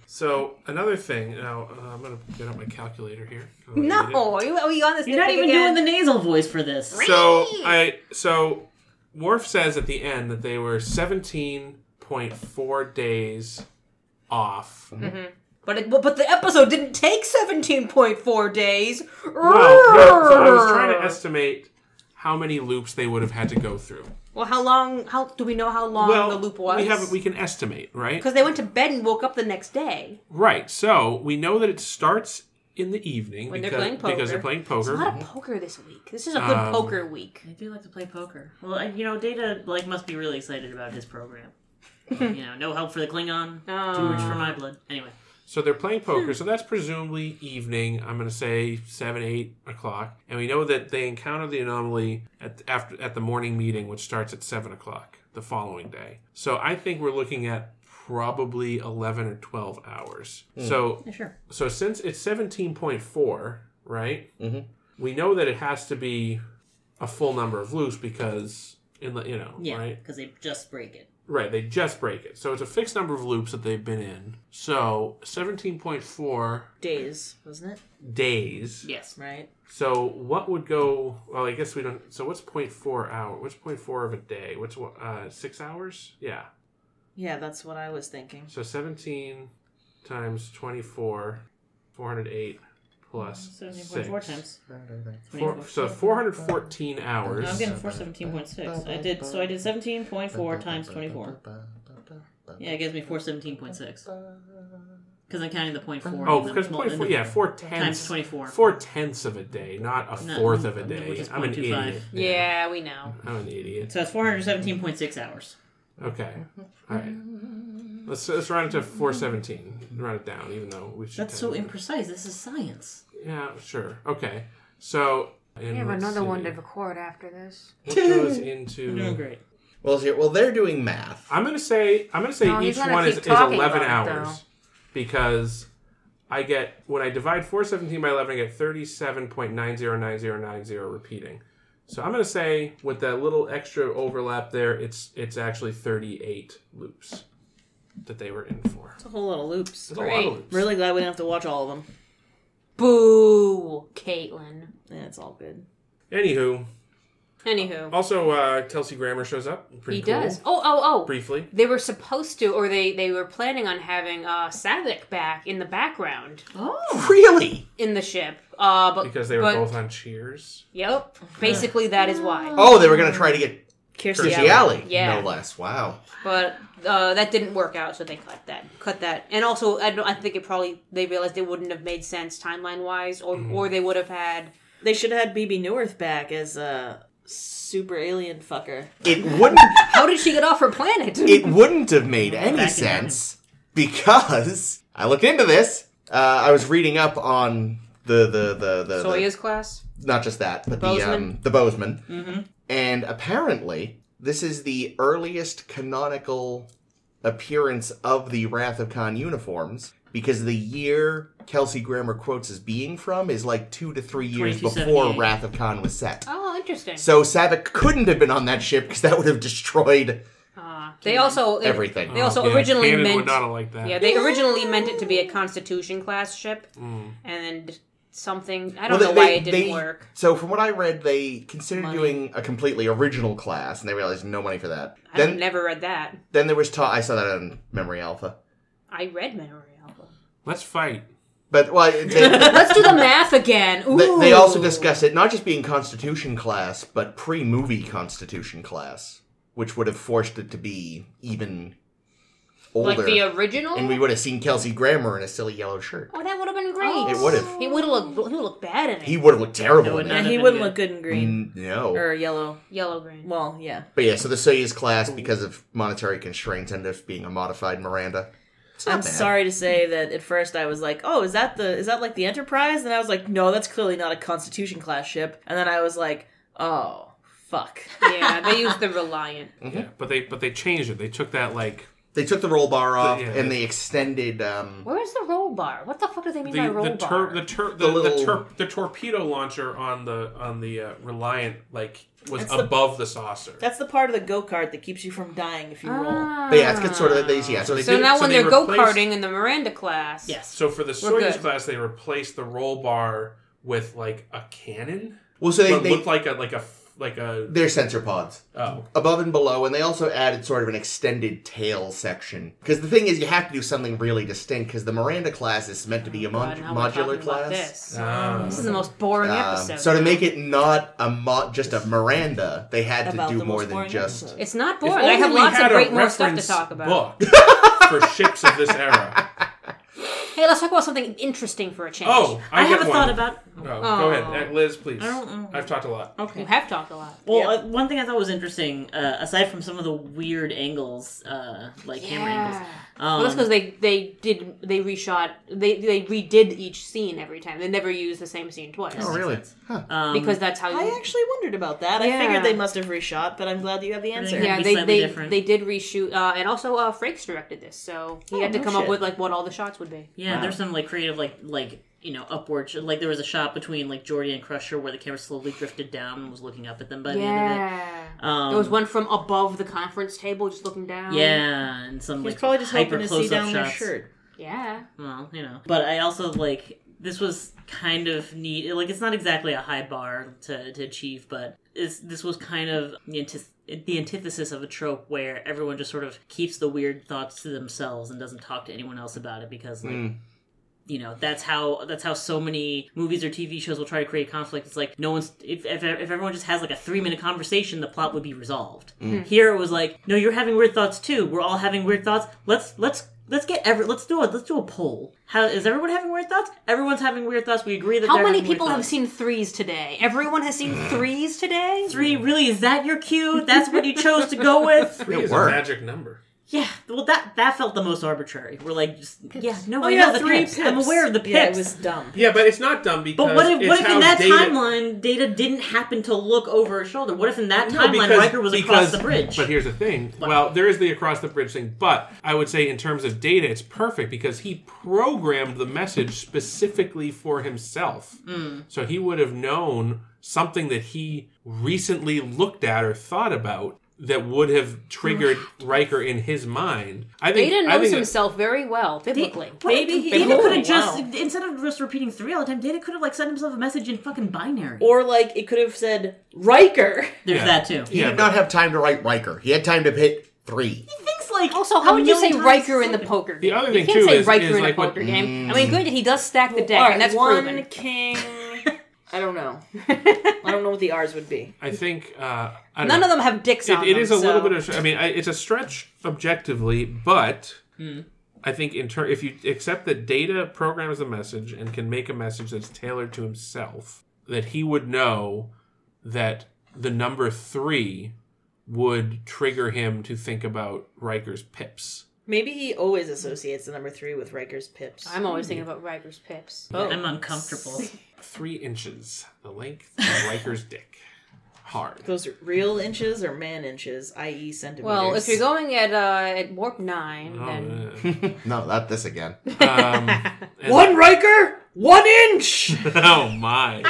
Speaker 4: So another thing. Now uh, I'm gonna get out my calculator here. I'm gonna read it.
Speaker 2: No, are you, are you on this?
Speaker 5: You're not
Speaker 2: nitpick
Speaker 5: even
Speaker 2: again?
Speaker 5: doing the nasal voice for this.
Speaker 4: So I so Worf says at the end that they were 17.4 days off.
Speaker 2: But it, but the episode didn't take 17.4 days.
Speaker 4: Well, no, so I was trying to estimate how many loops they would have had to go through.
Speaker 2: Well, how long? How do we know how long the loop was?
Speaker 4: we have we can estimate, right?
Speaker 2: because they went to bed and woke up the next day.
Speaker 4: Right. So we know that it starts in the evening
Speaker 2: When they're
Speaker 4: because,
Speaker 2: playing poker.
Speaker 4: because they're playing poker.
Speaker 2: There's a lot of poker this week. This is a good poker week.
Speaker 5: I do like to play poker. Well, I, you know, Data like must be really excited about his program. Um, you know, no help for the Klingon,
Speaker 2: Oh,
Speaker 5: too rich for my blood. Anyway,
Speaker 4: So they're playing
Speaker 2: Hmm.
Speaker 4: poker. So that's presumably evening. I'm going to say seven, eight o'clock. And we know that they encounter the anomaly at after at the morning meeting, which starts at seven o'clock the following day. So I think we're looking at probably eleven or twelve hours. So
Speaker 5: yeah, sure.
Speaker 4: so since it's seventeen point four, right? Mm-hmm. We know that it has to be a full number of loops because in the you know
Speaker 5: Yeah,
Speaker 4: right
Speaker 5: because they just break it.
Speaker 4: Right, they just break it. So it's a fixed number of loops that they've been in. So 17.4
Speaker 3: Days, wasn't it?
Speaker 4: days.
Speaker 5: Yes.
Speaker 3: Right.
Speaker 4: So what would go, well, I guess we don't, so what's 0.4 hour? What's 0.4 of a day? What's what- uh, six hours? Yeah.
Speaker 3: Yeah, that's what I was thinking.
Speaker 4: So 17 times 24, 408 plus
Speaker 5: Seventeen point
Speaker 4: 6.
Speaker 5: four times.
Speaker 4: Four, so 414 hours.
Speaker 5: No, I'm getting four seventeen point six. I did so I did seventeen point four times twenty four. Yeah, it gives me four seventeen point six. Because I'm counting the point four.
Speaker 4: Oh,
Speaker 5: and the
Speaker 4: because
Speaker 5: mul- and
Speaker 4: point four,
Speaker 5: the-
Speaker 4: yeah, four tenths,
Speaker 5: Times 24.
Speaker 4: four tenths of a day, not a
Speaker 5: No,
Speaker 4: fourth of a
Speaker 5: which
Speaker 4: day.
Speaker 5: is
Speaker 4: I'm an
Speaker 5: 0.25.
Speaker 4: idiot.
Speaker 2: Yeah, we know.
Speaker 4: I'm an idiot.
Speaker 5: So that's four hundred seventeen point six hours.
Speaker 4: Okay, all right. Let's let's round it to four seventeen. Round it down, even though we should.
Speaker 5: That's so
Speaker 4: technically-
Speaker 5: imprecise. This is science.
Speaker 4: Yeah, sure. Okay, so and
Speaker 2: We have
Speaker 4: let's
Speaker 2: another
Speaker 4: see.
Speaker 2: one to record after this.
Speaker 4: What goes
Speaker 5: You're doing
Speaker 4: into?
Speaker 5: great.
Speaker 1: Well, here, well, they're doing math.
Speaker 4: I'm gonna say I'm gonna say
Speaker 2: No, he's
Speaker 4: each
Speaker 2: gonna
Speaker 4: one is,
Speaker 2: keep
Speaker 4: is
Speaker 2: talking
Speaker 4: eleven
Speaker 2: about it,
Speaker 4: hours because I get when I divide four seventeen by eleven, I get thirty seven point nine zero nine zero nine zero repeating. So I'm gonna say with that little extra overlap there, it's it's actually thirty eight loops that they were in for.
Speaker 3: It's a whole lot of loops.
Speaker 4: That's a lot of loops.
Speaker 3: Really glad we didn't have to watch all of them.
Speaker 2: Boo, Caitlin.
Speaker 3: Yeah, it's all good.
Speaker 4: Anywho,
Speaker 2: Anywho,
Speaker 4: also uh, Kelsey Grammer shows up. Pretty
Speaker 2: he
Speaker 4: cool.
Speaker 2: does. Oh, oh, oh.
Speaker 4: Briefly,
Speaker 2: They were supposed to, or they they were planning on having uh Savick back in the background
Speaker 5: Oh,
Speaker 1: Really?
Speaker 2: in the ship. Uh, but
Speaker 4: because they were
Speaker 2: but-
Speaker 4: both on Cheers.
Speaker 2: Yep. Basically, that is why.
Speaker 1: Oh, they were going to try to get
Speaker 3: Kirstie
Speaker 1: Kirstie
Speaker 2: Alley.
Speaker 1: Alley,
Speaker 2: Yeah.
Speaker 1: no less. Wow.
Speaker 2: But uh, that didn't work out, so they cut that. Cut that, and also I, don't, I think it probably they realized it wouldn't have made sense timeline wise, or
Speaker 4: Mm.
Speaker 2: or they would have had
Speaker 3: They should have had BB Newirth back as a super alien fucker.
Speaker 1: It wouldn't.
Speaker 2: How did she get off her planet?
Speaker 1: it wouldn't have made any
Speaker 5: Back in
Speaker 1: sense because I looked into this. Uh, I was reading up on the the the the, the-
Speaker 2: Soya's class.
Speaker 1: not just that, but the
Speaker 2: Bozeman? Mm-hmm.
Speaker 1: um, the Bozeman, and apparently this is the earliest canonical appearance of the Wrath of Khan uniforms because the year Kelsey Grammer quotes as being from is like two to three years before
Speaker 5: 2278.
Speaker 1: Wrath of Khan was set.
Speaker 2: Oh, interesting.
Speaker 1: So Savick couldn't have been on that ship because that would have destroyed
Speaker 2: Uh, they also they-
Speaker 1: everything.
Speaker 2: They also
Speaker 4: Oh, Yeah,
Speaker 2: originally
Speaker 4: Cannon
Speaker 2: meant
Speaker 4: would not have liked that.
Speaker 2: yeah they originally meant it to be a Constitution class ship,
Speaker 4: Mm.
Speaker 2: and something I don't
Speaker 1: Well,
Speaker 2: know why it didn't
Speaker 1: they-
Speaker 2: work.
Speaker 1: So from what I read, they considered doing a completely original class, and they realized no money for that.
Speaker 2: I've
Speaker 1: then,
Speaker 2: never read that.
Speaker 1: then there was ta I saw that on Memory Alpha,
Speaker 2: I read Memory Alpha.
Speaker 4: Let's fight.
Speaker 1: but well, they, they,
Speaker 2: Let's do the math again. Ooh.
Speaker 1: they also discussed it not just being Constitution class, but pre-movie Constitution class, which would have forced it to be even older,
Speaker 2: like the original.
Speaker 1: and we would have seen Kelsey Grammer in a silly yellow shirt.
Speaker 2: oh, that would have been great.
Speaker 1: It would have.
Speaker 2: He would have looked. He would look bad in it.
Speaker 1: He would have looked terrible.
Speaker 5: would
Speaker 1: in
Speaker 5: not
Speaker 1: it.
Speaker 3: And
Speaker 5: That'd
Speaker 3: he
Speaker 5: have
Speaker 3: wouldn't
Speaker 5: been
Speaker 3: look good in green
Speaker 1: Mm, No.
Speaker 3: or yellow.
Speaker 2: Yellow green.
Speaker 3: Well, yeah.
Speaker 1: But yeah, so the Soyuz class, because of monetary constraints, ended up being a modified Miranda. It's not
Speaker 3: I'm
Speaker 1: bad.
Speaker 3: sorry to say that at first I was like, "Oh, is that the is that like the Enterprise?" And I was like, "No, that's clearly not a Constitution class ship." And then I was like, "Oh, fuck."
Speaker 2: yeah, they used the Reliant.
Speaker 4: Yeah, but they but they changed it. They took that like
Speaker 1: They took the roll bar off
Speaker 4: yeah.
Speaker 1: and they extended. Um,
Speaker 2: Where's the roll bar? What the fuck do they mean by
Speaker 4: the
Speaker 2: roll
Speaker 4: the,
Speaker 2: bar?
Speaker 4: tur- the, tur- the, the,
Speaker 1: little-
Speaker 4: tur- the torpedo launcher on the on the uh, Reliant like was above the, saucer.
Speaker 3: That's the part of the go kart that keeps you from dying if you
Speaker 2: Ah.
Speaker 3: roll.
Speaker 1: but yeah, it's got sort of they, yeah. So they
Speaker 2: So
Speaker 1: did,
Speaker 2: now
Speaker 4: so
Speaker 2: when
Speaker 4: they
Speaker 2: they are go
Speaker 4: replaced-
Speaker 2: karting in the Miranda class,
Speaker 5: yes.
Speaker 4: So for the
Speaker 2: We're
Speaker 4: Soyuz
Speaker 2: good.
Speaker 4: class, they replaced the roll bar with like a cannon,
Speaker 1: well, so they,
Speaker 4: but
Speaker 1: they
Speaker 4: looked like a like a like a
Speaker 1: They're sensor pods.
Speaker 4: oh
Speaker 1: above and below, and they also added sort of an extended tail section. Because the thing is, you have to do something really distinct. Because the Miranda class is meant to be a
Speaker 2: Oh
Speaker 1: mon-
Speaker 2: God, now we're talking
Speaker 1: modular
Speaker 2: about
Speaker 1: class.
Speaker 2: this.
Speaker 4: ah.
Speaker 2: This is the most boring
Speaker 1: Um,
Speaker 2: episode.
Speaker 1: so to make it not a mo- just a Miranda, they had
Speaker 5: About
Speaker 1: to do
Speaker 5: the
Speaker 1: more
Speaker 5: most
Speaker 1: than
Speaker 5: boring
Speaker 1: just.
Speaker 5: episode.
Speaker 2: it's not
Speaker 4: If
Speaker 2: boring. I have
Speaker 4: only we
Speaker 2: lots of
Speaker 4: had a
Speaker 2: great more stuff to
Speaker 4: reference
Speaker 2: talk about.
Speaker 4: book for ships of this era.
Speaker 2: Hey, let's talk about something interesting for a change.
Speaker 4: Oh, I,
Speaker 5: I,
Speaker 4: get
Speaker 5: haven't
Speaker 4: one.
Speaker 5: thought about.
Speaker 4: No, go ahead, Uh, Liz. Please. I
Speaker 5: don't know.
Speaker 4: have talked a lot.
Speaker 2: you
Speaker 5: Okay.
Speaker 2: have talked a lot.
Speaker 5: Well, uh, one thing I thought was interesting, uh, aside from some of the weird angles, uh, like camera angles. Um,
Speaker 2: well, that's because they they did they reshot they they redid each scene every time. They never used the same scene twice.
Speaker 1: Oh, really? Huh.
Speaker 5: um,
Speaker 2: Because that's how
Speaker 3: I
Speaker 2: you.
Speaker 3: actually wondered about that. I
Speaker 2: Yeah.
Speaker 3: figured they must have reshot, but I'm glad you have the answer.
Speaker 5: Yeah.
Speaker 2: yeah,
Speaker 5: be
Speaker 2: they
Speaker 5: slightly
Speaker 2: they,
Speaker 5: different.
Speaker 2: they did reshoot, uh, and also uh, Frakes directed this, so he
Speaker 3: Oh,
Speaker 2: had to
Speaker 3: no
Speaker 2: come
Speaker 3: shit.
Speaker 2: up with like what all the shots would be.
Speaker 5: Yeah, there's some like creative like like you know upward sh- like there was a shot between like Jordy and Crusher where the camera slowly drifted down and was looking up at them by the end of it. Um,
Speaker 2: there was one from above the conference table, just looking down.
Speaker 5: Yeah, and some
Speaker 3: He was
Speaker 5: like
Speaker 3: probably just
Speaker 5: hyper
Speaker 3: hoping to see
Speaker 5: close up
Speaker 3: down their
Speaker 5: shots.
Speaker 3: shirt.
Speaker 2: yeah.
Speaker 5: Well, you know, but I also like this was kind of neat. Like it's not exactly a high bar to to achieve, but it's, this was kind of the antith- the antithesis of a trope where everyone just sort of keeps the weird thoughts to themselves and doesn't talk to anyone else about it because like you know that's how that's how so many movies or tv shows will try to create conflict it's like no one's if, if, if everyone just has like a three minute conversation the plot would be resolved here it was like no you're having weird thoughts too we're all having weird thoughts let's let's let's get every let's do it let's do a poll how is everyone having weird thoughts everyone's having weird thoughts we agree that
Speaker 2: How
Speaker 5: they're
Speaker 2: many
Speaker 5: having weird
Speaker 2: people have
Speaker 5: thoughts.
Speaker 2: seen threes today? Everyone has seen threes today.
Speaker 5: three really is that your cue that's what you chose to go with
Speaker 4: Three is a
Speaker 1: worked.
Speaker 4: magic number.
Speaker 5: yeah well that that felt the most arbitrary we're like just, yeah no
Speaker 3: Oh
Speaker 5: I
Speaker 3: yeah,
Speaker 5: know the
Speaker 3: three
Speaker 5: pips.
Speaker 3: pips.
Speaker 5: i'm aware of the pips
Speaker 3: Yeah, it was dumb.
Speaker 4: Yeah, but it's not dumb because.
Speaker 5: But what if,
Speaker 4: it's
Speaker 5: what if
Speaker 4: how
Speaker 5: in that
Speaker 4: data-
Speaker 5: timeline Data didn't happen to look over her shoulder? What if in that
Speaker 4: No,
Speaker 5: timeline Riker was across
Speaker 4: because-
Speaker 5: the bridge?
Speaker 4: But here's the thing. Well, there is the across the bridge thing, but I would say in terms of data, it's perfect because he programmed the message specifically for himself.
Speaker 5: Mm.
Speaker 4: So he would have known something that he recently looked at or thought about that would have triggered Riker in his mind. I think
Speaker 2: Data
Speaker 4: I
Speaker 2: knows
Speaker 4: think that-
Speaker 2: himself very well biblically.
Speaker 5: maybe
Speaker 3: he-
Speaker 5: Data
Speaker 3: Oh,
Speaker 5: could
Speaker 3: wow.
Speaker 5: have just instead of just repeating three all the time, Data could have like sent himself a message in fucking binary.
Speaker 3: Or like it could have said Riker.
Speaker 5: There's
Speaker 4: Yeah.
Speaker 5: that too.
Speaker 1: He did not have time to write Riker. He had time to hit three.
Speaker 5: Things like
Speaker 2: Also, how
Speaker 5: a
Speaker 2: would you say
Speaker 5: million times
Speaker 2: Riker in the
Speaker 5: something.
Speaker 2: poker game?
Speaker 4: other
Speaker 2: you
Speaker 4: thing,
Speaker 2: can't
Speaker 4: too,
Speaker 2: say
Speaker 4: is-
Speaker 2: Riker
Speaker 4: is
Speaker 2: in
Speaker 4: like
Speaker 2: a
Speaker 4: what-
Speaker 2: poker game. I mean, granted, he does stack the deck,
Speaker 3: Alright,
Speaker 2: and that's
Speaker 3: one
Speaker 2: proven.
Speaker 3: king. I don't know. I don't know what the R's would be.
Speaker 4: I think uh, I don't
Speaker 2: None
Speaker 4: know.
Speaker 2: of them have dicks on
Speaker 4: it, it
Speaker 2: them,
Speaker 4: is a little
Speaker 2: so-
Speaker 4: bit of. I mean, I, it's a stretch objectively, but I think in ter- if you accept that data programs a message and can make a message that's tailored to himself, that he would know that the number three would trigger him to think about Riker's pips.
Speaker 3: Maybe he always associates the number three with Riker's pips.
Speaker 2: I'm always thinking about Riker's pips.
Speaker 5: I'm uncomfortable.
Speaker 4: Three inches, the length of Riker's dick. Hard.
Speaker 3: Those are real inches or man inches, i.e., centimeters.
Speaker 2: Well, if you're going at uh, at warp nine, then
Speaker 4: Oh,
Speaker 1: No, not this again.
Speaker 4: yeah. um,
Speaker 3: one Riker, one inch.
Speaker 4: oh my.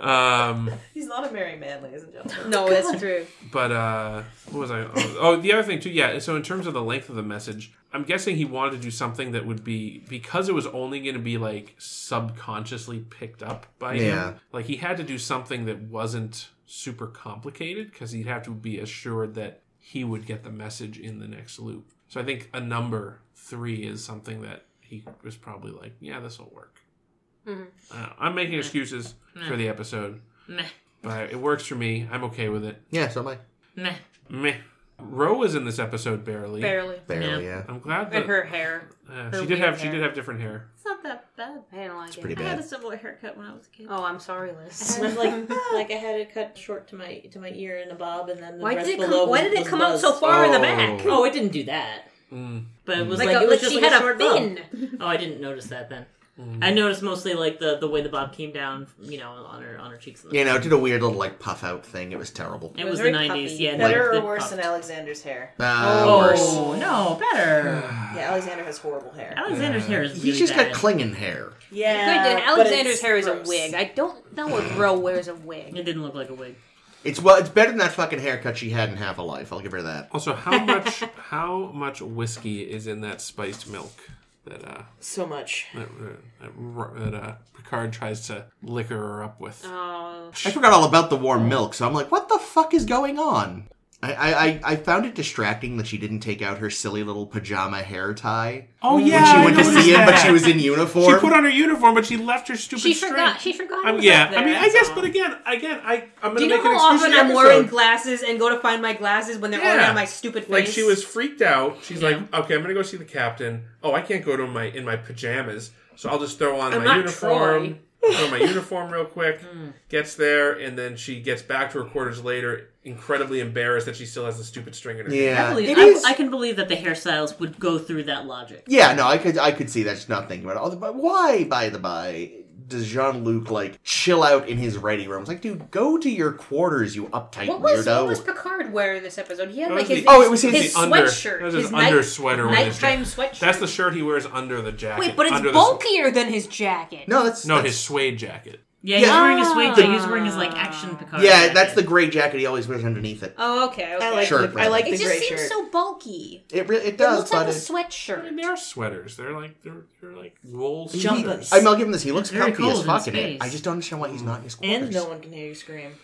Speaker 4: Um,
Speaker 3: He's not a merry man, ladies and gentlemen.
Speaker 2: no, that's true.
Speaker 4: But uh, what was I? Oh, oh, the other thing too. Yeah. So in terms of the length of the message, I'm guessing he wanted to do something that would be because it was only going to be like subconsciously picked up by
Speaker 1: Yeah.
Speaker 4: him. Like he had to do something that wasn't super complicated because he'd have to be assured that he would get the message in the next loop. So I think a number three is something that he was probably like, yeah, this will work. Uh, I'm making excuses for the episode,
Speaker 5: Meh.
Speaker 4: but it works for me. I'm okay with it.
Speaker 1: Yeah, so am I.
Speaker 5: Meh.
Speaker 4: Meh. Ro is in this episode barely.
Speaker 2: Barely.
Speaker 1: Barely, yeah.
Speaker 4: I'm glad that
Speaker 2: And her hair.
Speaker 4: uh,
Speaker 2: her
Speaker 4: she did
Speaker 2: weird
Speaker 4: have she
Speaker 2: hair.
Speaker 4: did have different hair.
Speaker 5: It's not that bad.
Speaker 2: I didn't like it.
Speaker 1: Pretty
Speaker 5: I had
Speaker 1: bad.
Speaker 5: a similar haircut when I was a kid.
Speaker 2: Oh, I'm sorry, Liz.
Speaker 5: like like I had it cut short to my to my ear and a bob, and then the
Speaker 2: why
Speaker 5: rest
Speaker 2: did it
Speaker 5: below
Speaker 2: come? Why did it
Speaker 5: was
Speaker 2: come out so
Speaker 5: buzzed.
Speaker 2: far in the
Speaker 4: Oh. Mm.
Speaker 2: back?
Speaker 5: Oh, it didn't do that. But it was
Speaker 2: Like,
Speaker 5: like,
Speaker 2: a,
Speaker 5: it was
Speaker 2: like
Speaker 5: just
Speaker 2: she had
Speaker 5: like a
Speaker 2: a
Speaker 5: short bob.
Speaker 2: fin.
Speaker 5: Oh, I didn't notice that then. I noticed mostly like the the way the bob came down, you know, on her on her cheeks. And
Speaker 1: You know, it did a weird little like puff out thing. It was terrible.
Speaker 5: it was the
Speaker 2: very
Speaker 5: nineties.
Speaker 2: puffy.
Speaker 5: Yeah, no,
Speaker 3: Better
Speaker 5: it
Speaker 3: or worse
Speaker 5: puffed.
Speaker 3: than Alexander's hair?
Speaker 1: Uh,
Speaker 5: Oh
Speaker 1: worse.
Speaker 5: no, better.
Speaker 3: Yeah, Alexander has horrible hair.
Speaker 5: Alexander's hair is.
Speaker 1: He's
Speaker 5: really
Speaker 1: just
Speaker 5: bad.
Speaker 1: got clinging hair.
Speaker 3: Yeah,
Speaker 2: Good, and
Speaker 3: but
Speaker 2: Alexander's
Speaker 3: it's
Speaker 2: hair is a
Speaker 3: gross.
Speaker 2: wig. I don't know if Ro wears a wig.
Speaker 5: It didn't look like a wig.
Speaker 1: It's well, it's better than that fucking haircut she had in Half a Life. I'll give her that.
Speaker 4: Also, how much how much whiskey is in that spiced milk? that uh,
Speaker 3: So much.
Speaker 4: that, that, that uh, Picard tries to liquor her up with.
Speaker 2: Oh,
Speaker 1: I forgot all about the warm milk, so I'm like, what the fuck is going on? I, I, I- I found it distracting that she didn't take out her silly little pajama hair tie
Speaker 4: oh yeah,
Speaker 1: when she
Speaker 4: I
Speaker 1: went to
Speaker 4: noticed
Speaker 1: see him, but
Speaker 4: that.
Speaker 1: she was in uniform.
Speaker 4: She put on her uniform, but she left her stupid.
Speaker 2: she
Speaker 4: string.
Speaker 2: forgot. She forgot. it
Speaker 4: I'm,
Speaker 2: was
Speaker 4: yeah,
Speaker 2: up there,
Speaker 4: I mean, I
Speaker 2: that's
Speaker 4: guess,
Speaker 2: all.
Speaker 4: but again, again, I I'm gonna
Speaker 2: Do you
Speaker 4: make
Speaker 2: know how
Speaker 4: an excuse
Speaker 2: often
Speaker 4: for the
Speaker 2: I'm wearing
Speaker 4: episode.
Speaker 2: glasses and go to find my glasses when they're
Speaker 4: Yeah.
Speaker 2: already on my stupid face?
Speaker 4: Like she was freaked out. She's like, "Okay, I'm gonna go see the captain. Oh, I can't go to my in my pajamas, so I'll just throw on
Speaker 2: I'm
Speaker 4: my
Speaker 2: not Hmm.
Speaker 4: uniform. throw my uniform real quick. Gets there, and then she gets back to her quarters later, incredibly embarrassed that she still has the stupid string in her. hair.
Speaker 1: yeah,
Speaker 5: I, believe,
Speaker 1: It
Speaker 5: I,
Speaker 1: is-
Speaker 5: I can believe that the hairstylist would go through that logic.
Speaker 1: Yeah, no, I could I could see that. Just not thinking about it. Although, But why, by the by, does Jean Luc like chill out in his writing room? It's like, dude, go to your quarters, you uptight
Speaker 2: What was,
Speaker 1: weirdo.
Speaker 2: what was Picard wearing this episode? He had
Speaker 4: That
Speaker 2: like
Speaker 4: was
Speaker 2: his
Speaker 4: the-
Speaker 1: oh, it was his-
Speaker 2: his
Speaker 4: The under-
Speaker 2: sweatshirt.
Speaker 4: that was
Speaker 2: his
Speaker 4: his
Speaker 2: night-
Speaker 4: under sweater with his
Speaker 2: nighttime
Speaker 4: jacket.
Speaker 2: sweatshirt.
Speaker 4: That's the shirt he wears under the jacket.
Speaker 2: Wait, but it's
Speaker 4: under the-
Speaker 2: bulkier than his jacket.
Speaker 1: no, that's
Speaker 4: no,
Speaker 1: that's-
Speaker 4: his suede jacket.
Speaker 5: Yeah, he's
Speaker 1: Yeah.
Speaker 5: wearing a suede jacket. He was wearing his like action Picard.
Speaker 1: Yeah,
Speaker 5: jacket.
Speaker 1: that's the gray jacket he always wears underneath it.
Speaker 2: Oh, okay. okay.
Speaker 3: I like
Speaker 1: Sure.
Speaker 3: the, I like
Speaker 2: it.
Speaker 3: the gray
Speaker 2: Just seems
Speaker 3: shirt.
Speaker 2: so bulky.
Speaker 1: It re- it
Speaker 2: It
Speaker 1: does,
Speaker 2: looks
Speaker 1: but
Speaker 2: like a
Speaker 1: it-
Speaker 4: I mean,
Speaker 2: sweatshirt.
Speaker 4: they are sweaters. They're like they're they're like wool.
Speaker 1: he-
Speaker 5: jumpers.
Speaker 1: I mean, I'll give him this. He looks
Speaker 5: Very
Speaker 1: comfy as
Speaker 5: cold
Speaker 1: fuck
Speaker 5: in
Speaker 1: in it.
Speaker 5: space.
Speaker 1: I just don't understand why he's not in his quarters.
Speaker 3: And no one can hear you scream.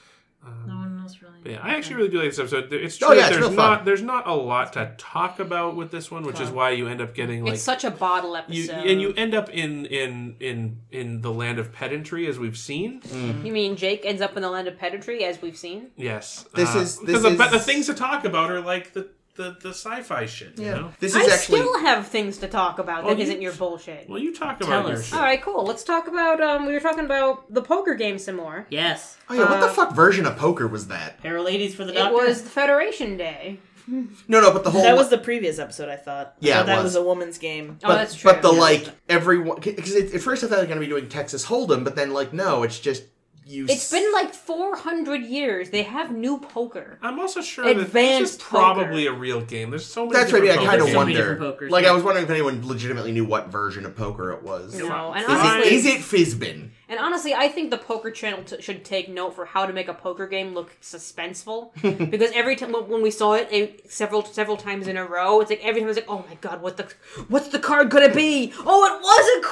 Speaker 5: No one else really.
Speaker 4: Yeah, I actually really do like this episode. There- It's true.
Speaker 1: Oh, yeah,
Speaker 4: that
Speaker 1: it's
Speaker 4: there's
Speaker 1: real fun.
Speaker 4: not there's not a lot to talk about with this one, which is why you end up getting like
Speaker 2: it's such a bottle episode.
Speaker 4: you and you end up in in in in the land of pedantry as we've seen.
Speaker 1: Mm.
Speaker 2: You mean Jake ends up in the land of pedantry, as we've seen?
Speaker 4: Yes,
Speaker 1: This is- this
Speaker 4: because the, but
Speaker 1: is-
Speaker 4: the things to talk about are like the the, the sci-fi shit. You know.
Speaker 1: This
Speaker 2: I
Speaker 1: is actually
Speaker 2: still have things to talk about
Speaker 4: Well,
Speaker 2: that
Speaker 4: Oh, you-
Speaker 2: not your bullshit.
Speaker 4: Well, you talk
Speaker 5: Tell
Speaker 4: about your
Speaker 5: us.
Speaker 4: shit.
Speaker 2: All right, cool. Let's talk about. Um, we were talking about the poker game some more.
Speaker 5: Yes.
Speaker 1: Oh yeah, what
Speaker 5: Uh,
Speaker 1: the fuck version of poker was that?
Speaker 5: Pair of ladies for the
Speaker 2: It
Speaker 5: doctor.
Speaker 2: was the Federation Day.
Speaker 1: No, no, but the whole
Speaker 3: That was the previous episode, I thought. I
Speaker 1: Yeah,
Speaker 3: thought
Speaker 1: it
Speaker 3: that
Speaker 1: was.
Speaker 3: was. a woman's game.
Speaker 2: Oh,
Speaker 1: But,
Speaker 2: that's true.
Speaker 1: but the like everyone because at first I thought they were going to be doing Texas Hold'em, but then like no, it's just you. s-
Speaker 2: It's been like 400 years. They have new poker.
Speaker 4: I'm also sure that this
Speaker 2: Advanced
Speaker 4: is
Speaker 2: poker.
Speaker 4: probably a real game. There's so many.
Speaker 1: That's what I mean. I
Speaker 4: different
Speaker 1: kind
Speaker 5: Oh, there's
Speaker 1: of
Speaker 4: poker
Speaker 5: so many
Speaker 4: games.
Speaker 1: wonder.
Speaker 5: different pokers,
Speaker 1: like
Speaker 5: yeah.
Speaker 1: I was wondering if anyone legitimately knew what version of poker it was.
Speaker 2: You know, and
Speaker 1: Is,
Speaker 2: honestly,
Speaker 1: it, is it Fizbin?
Speaker 2: and honestly, I think the Poker Channel t- should take note for how to make a poker game look suspenseful. because every time when we saw it, it several several times in a row, it's like every time it's like, oh my god, what the what's the card gonna be? Oh, it was a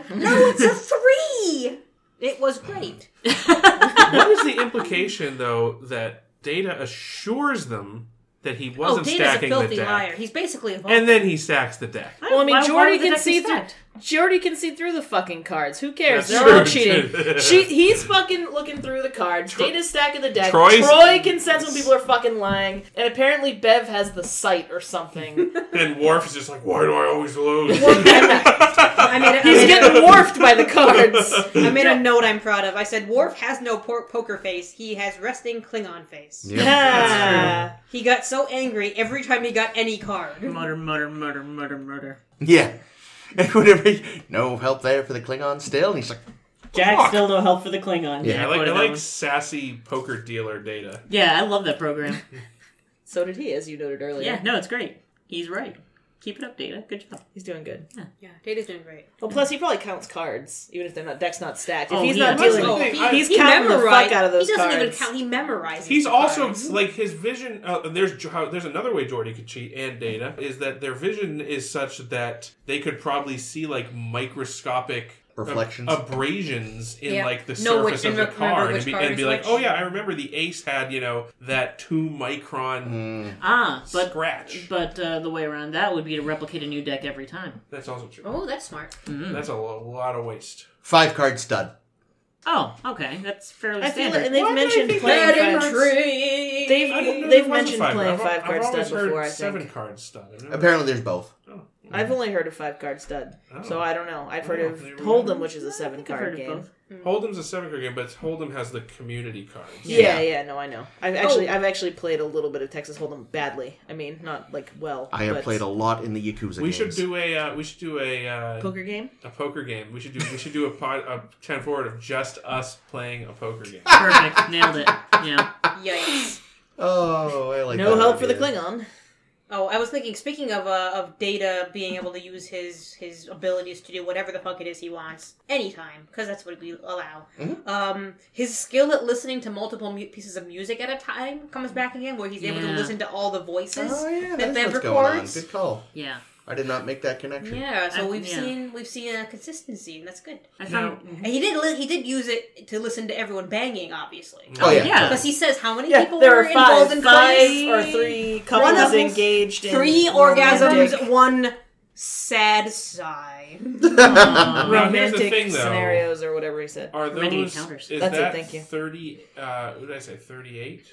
Speaker 2: queen. No, it's a three. It was great.
Speaker 4: what is the implication though that Data assures them that he
Speaker 2: Oh,
Speaker 4: wasn't
Speaker 2: Data's a
Speaker 4: stacking the
Speaker 2: filthy
Speaker 4: deck,
Speaker 2: liar. He's basically a
Speaker 4: and then he stacks the deck?
Speaker 3: Well, I mean,
Speaker 2: Why- why
Speaker 3: Jordy
Speaker 2: would the
Speaker 3: can
Speaker 2: deck
Speaker 3: see
Speaker 2: be
Speaker 3: through.
Speaker 2: stacked?
Speaker 3: Jordy can see through the fucking cards. Who cares?
Speaker 4: That's
Speaker 3: They're all
Speaker 4: true.
Speaker 3: cheating. she, he's fucking looking through the cards. Data's stacking the deck.
Speaker 4: Troy's-
Speaker 3: Troy can sense when people are fucking lying, and apparently Bev has the sight or something.
Speaker 4: And Worf is just like, why do I always lose?
Speaker 2: I made, a, I
Speaker 3: he's
Speaker 2: made a-
Speaker 3: getting dwarfed by the cards.
Speaker 2: I made a note I'm proud of. I said, Worf has no por- poker face. He has resting Klingon face.
Speaker 3: Yeah.
Speaker 2: He got so angry every time he got any card.
Speaker 5: Murder, murder, murder, murder, murder.
Speaker 1: Yeah. And whenever he- no help there for the Klingon still, and he's like,
Speaker 5: Jack
Speaker 4: Fuck.
Speaker 5: still no help for the Klingon.
Speaker 1: Yeah,
Speaker 4: I like, I
Speaker 5: I quoted that
Speaker 4: like
Speaker 5: one.
Speaker 4: sassy poker dealer data.
Speaker 5: Yeah, I love that program.
Speaker 3: So did he, as you noted earlier.
Speaker 5: yeah, no, it's great. He's right. Keep it up, Data. Good job.
Speaker 3: He's doing good.
Speaker 2: Yeah, Data's doing great.
Speaker 3: Well, plus he probably counts cards, even if they're not deck's not stacked. If
Speaker 5: Oh,
Speaker 3: he's
Speaker 5: yeah.
Speaker 3: not
Speaker 4: That's
Speaker 3: dealing,
Speaker 4: the thing.
Speaker 3: oh,
Speaker 4: I-
Speaker 3: he's counting the fuck out of those
Speaker 2: He doesn't
Speaker 3: cards.
Speaker 2: even count. He memorizes.
Speaker 4: He's
Speaker 2: the
Speaker 4: also
Speaker 2: cards.
Speaker 4: like his vision. Uh, and there's how- there's another way Jordy could cheat and Data is that their vision is such that they could probably see like microscopic
Speaker 1: Reflections.
Speaker 4: ab- abrasions in
Speaker 2: Yeah.
Speaker 4: like the
Speaker 2: Know which-
Speaker 4: surface
Speaker 2: and
Speaker 4: of the
Speaker 2: re- remember
Speaker 4: card, and
Speaker 2: which
Speaker 4: be,
Speaker 2: card
Speaker 4: and
Speaker 2: is
Speaker 4: be like,
Speaker 2: which.
Speaker 4: oh yeah, I remember the ace had you know that two micron
Speaker 5: Ah, but
Speaker 4: scratch.
Speaker 5: but uh, the way around that would be to replicate a new deck every time.
Speaker 4: That's also true.
Speaker 2: Oh, that's smart.
Speaker 4: That's a lo- lot of waste.
Speaker 1: five card stud.
Speaker 5: Oh, okay, that's fairly
Speaker 3: I feel
Speaker 5: standard.
Speaker 3: it, and they've
Speaker 4: Why do I
Speaker 3: mentioned
Speaker 4: think
Speaker 3: playing
Speaker 4: that
Speaker 3: five.
Speaker 4: is-
Speaker 2: Tree.
Speaker 3: They've
Speaker 4: I didn't know
Speaker 3: they've
Speaker 4: there was a
Speaker 3: mentioned
Speaker 4: five-
Speaker 3: playing
Speaker 4: I've-
Speaker 3: five card
Speaker 4: I've always
Speaker 3: stud before.
Speaker 4: Heard
Speaker 3: I
Speaker 4: seven
Speaker 3: think
Speaker 4: card stud. I've never-
Speaker 1: Apparently, there's both.
Speaker 3: I've only heard of five card stud, so I don't know. I've heard
Speaker 4: Oh,
Speaker 3: of
Speaker 4: they were-
Speaker 3: Hold'em, which is a seven
Speaker 5: I've heard
Speaker 3: card
Speaker 5: of
Speaker 3: game.
Speaker 5: both.
Speaker 4: Hmm. Hold'em's a seven card game, but Hold'em has the community cards.
Speaker 3: Yeah, yeah, no, I know. I've actually I've actually played a little bit of Texas Hold'em badly. I mean, not like well.
Speaker 1: I have
Speaker 3: but-
Speaker 1: played a lot in the Yakuza
Speaker 4: We
Speaker 1: games.
Speaker 4: should do a uh, we should do a uh,
Speaker 3: poker game.
Speaker 4: a poker game. We should do we should do a pod a ten forward of just us playing a poker game.
Speaker 5: Perfect, nailed it. Yeah,
Speaker 2: Yikes.
Speaker 1: Oh, I like
Speaker 3: No
Speaker 1: that
Speaker 3: help for the
Speaker 1: idea.
Speaker 3: Klingon.
Speaker 2: Oh, I was thinking. Speaking of uh, of Data being able to use his his abilities to do whatever the fuck it is he wants anytime, because that's what we allow.
Speaker 3: Mm-hmm.
Speaker 2: Um, his skill at listening to multiple mu- pieces of music at a time comes back again, where he's able to
Speaker 5: Yeah.
Speaker 2: listen to all the voices
Speaker 1: Oh yeah,
Speaker 2: that
Speaker 1: that's
Speaker 2: Bev
Speaker 1: what's going on.
Speaker 2: records.
Speaker 1: Good call.
Speaker 5: yeah.
Speaker 1: I did not make that connection.
Speaker 2: Yeah, so
Speaker 5: I-
Speaker 2: we've
Speaker 5: yeah.
Speaker 2: seen we've seen a consistency, and that's good.
Speaker 3: Mm-hmm.
Speaker 5: I
Speaker 4: Now-
Speaker 5: found
Speaker 2: And he did li- he did use it to listen to everyone banging, obviously,
Speaker 1: Oh, yeah.
Speaker 5: yeah.
Speaker 2: because he says how many
Speaker 3: Yeah,
Speaker 2: people
Speaker 3: there
Speaker 2: were
Speaker 3: are
Speaker 2: involved
Speaker 3: five,
Speaker 2: in
Speaker 3: five
Speaker 2: three-
Speaker 3: or three couples
Speaker 2: of them-
Speaker 3: engaged in
Speaker 2: three
Speaker 3: romantic-
Speaker 2: orgasms, one sad sigh.
Speaker 4: Now, here's the
Speaker 3: romantic
Speaker 4: thing, though.
Speaker 3: scenarios or whatever he said.
Speaker 4: Are
Speaker 5: Many
Speaker 4: those?
Speaker 5: encounters.
Speaker 4: Is
Speaker 3: That's it,
Speaker 4: that
Speaker 3: thank you.
Speaker 4: Thirty. Uh, what did I say? Thirty-eight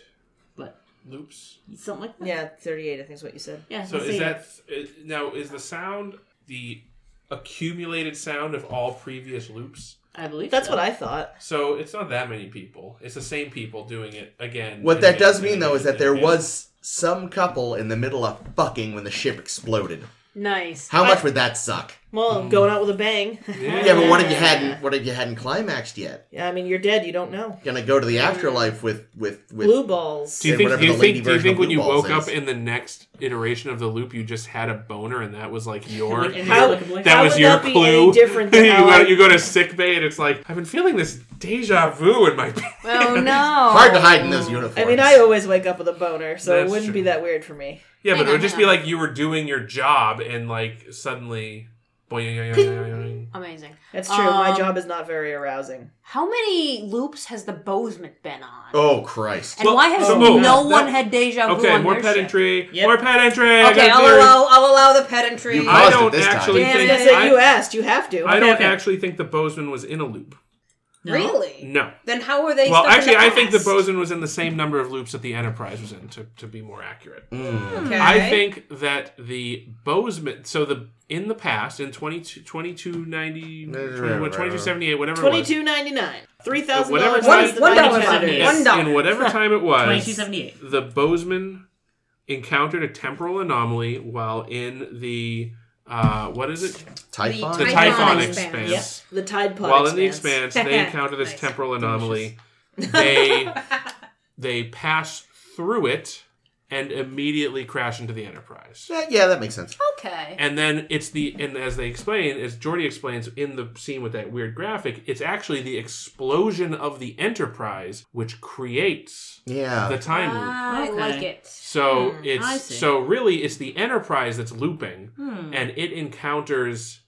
Speaker 5: What?
Speaker 4: loops.
Speaker 5: something like that.
Speaker 3: Yeah, 38, I think is what you said.
Speaker 5: Yeah,
Speaker 4: So
Speaker 5: let's
Speaker 4: is
Speaker 5: see.
Speaker 4: that is- now? Is the sound the accumulated sound of all previous loops?
Speaker 5: I believe
Speaker 3: That's
Speaker 5: so.
Speaker 3: what I thought.
Speaker 4: So it's not that many people. It's the same people doing it again.
Speaker 1: What
Speaker 4: and
Speaker 1: that
Speaker 4: again
Speaker 1: does
Speaker 4: and
Speaker 1: mean,
Speaker 4: again
Speaker 1: though, is
Speaker 4: and
Speaker 1: that there
Speaker 4: again.
Speaker 1: was some couple in the middle of fucking when the ship exploded.
Speaker 2: Nice.
Speaker 1: How much would that suck?
Speaker 3: Well, going out with a bang.
Speaker 4: Yeah.
Speaker 1: Hmm. Yeah, but what if you hadn't? What if you hadn't climaxed yet?
Speaker 3: yeah, I mean, you're dead. You don't know.
Speaker 1: Gonna go to the afterlife with with with
Speaker 3: Blue balls.
Speaker 4: Do you
Speaker 1: Say
Speaker 4: think?
Speaker 1: whatever
Speaker 4: Do you
Speaker 1: the lady
Speaker 4: think? Do you
Speaker 1: version
Speaker 4: think
Speaker 1: of
Speaker 4: when
Speaker 1: Blue
Speaker 4: you
Speaker 1: Balls
Speaker 4: woke up
Speaker 1: is.
Speaker 4: in the next iteration of the loop, you just had a boner, and that was like your
Speaker 5: Like, and
Speaker 3: How-
Speaker 5: you're like, boy,
Speaker 4: that
Speaker 3: How
Speaker 4: was
Speaker 3: would
Speaker 4: your
Speaker 3: that be
Speaker 4: clue?
Speaker 3: any different than
Speaker 4: you,
Speaker 3: how
Speaker 4: go,
Speaker 3: I-
Speaker 4: you go to sick bay, and it's like I've been feeling this deja vu in my.
Speaker 2: Oh no!
Speaker 1: Hard to hide in those uniforms.
Speaker 3: I mean, I always wake up with a boner, so
Speaker 4: That's
Speaker 3: it wouldn't
Speaker 4: true.
Speaker 3: be that weird for me.
Speaker 4: Yeah,
Speaker 2: Hang
Speaker 4: but it would
Speaker 2: on,
Speaker 4: just
Speaker 2: hang
Speaker 4: be like you were doing your job and like suddenly. boing, boing, boing, boing, boing.
Speaker 2: Amazing.
Speaker 3: That's true. my
Speaker 2: Um,
Speaker 3: job is not very arousing.
Speaker 2: How many loops has the Bozeman been on?
Speaker 1: Oh Christ!
Speaker 2: And
Speaker 4: Well,
Speaker 2: why has
Speaker 4: so-
Speaker 2: no
Speaker 4: oh, that-
Speaker 2: one had deja vu
Speaker 4: Okay,
Speaker 2: on
Speaker 4: more
Speaker 2: their
Speaker 4: pedantry.
Speaker 5: Yep.
Speaker 4: More pedantry. I
Speaker 2: ship? Okay,
Speaker 4: got
Speaker 2: I'll
Speaker 4: theory.
Speaker 2: allow, I'll allow the pedantry.
Speaker 1: You
Speaker 4: I
Speaker 1: Paused it
Speaker 4: don't
Speaker 1: this time.
Speaker 4: actually
Speaker 2: Damn
Speaker 4: think
Speaker 2: it.
Speaker 3: I said
Speaker 4: I,
Speaker 3: you asked. You have to.
Speaker 4: I don't
Speaker 5: okay.
Speaker 4: actually think the Bozeman was in a loop.
Speaker 5: No.
Speaker 2: Really?
Speaker 4: No.
Speaker 2: Then how were they?
Speaker 4: Well,
Speaker 2: stuck in
Speaker 4: actually,
Speaker 2: the
Speaker 4: I think the
Speaker 2: past?
Speaker 4: Bozeman was in the same number of loops that the Enterprise was in. To, to be more accurate,
Speaker 2: Mm. Okay.
Speaker 4: I think that the Bozeman. So the in the past in 22, 2290,
Speaker 1: No, no, no,
Speaker 4: 20
Speaker 1: no, no.
Speaker 4: 2278, whatever it was.
Speaker 3: Twenty-two ninety-nine. Three thousand
Speaker 4: Whatever
Speaker 3: dollars.
Speaker 4: time-
Speaker 2: one, one dollar.
Speaker 5: Yes.
Speaker 2: value.
Speaker 5: Yes.
Speaker 2: One dollar.
Speaker 4: in whatever time it was,
Speaker 5: 2278.
Speaker 4: the Bozeman encountered a temporal anomaly while in the uh, what is it?
Speaker 1: Typhon.
Speaker 4: The
Speaker 2: Typhon
Speaker 4: Typhon
Speaker 2: expanse.
Speaker 4: expanse.
Speaker 3: Yeah, the Tide Pod.
Speaker 4: While in the
Speaker 3: expands.
Speaker 4: expanse, they encounter this
Speaker 2: Nice.
Speaker 4: temporal anomaly. They they pass through it and immediately crash into the Enterprise.
Speaker 1: Yeah, yeah, that makes sense.
Speaker 2: Okay.
Speaker 4: And then it's the and as they explain, as Jordy explains in the scene with that weird graphic, it's actually the explosion of the Enterprise which creates
Speaker 1: Yeah.
Speaker 4: the time loop.
Speaker 2: Ah, I
Speaker 5: Okay.
Speaker 2: like it.
Speaker 4: So
Speaker 5: I
Speaker 4: it's
Speaker 5: see.
Speaker 4: so really it's the Enterprise that's looping, and it encounters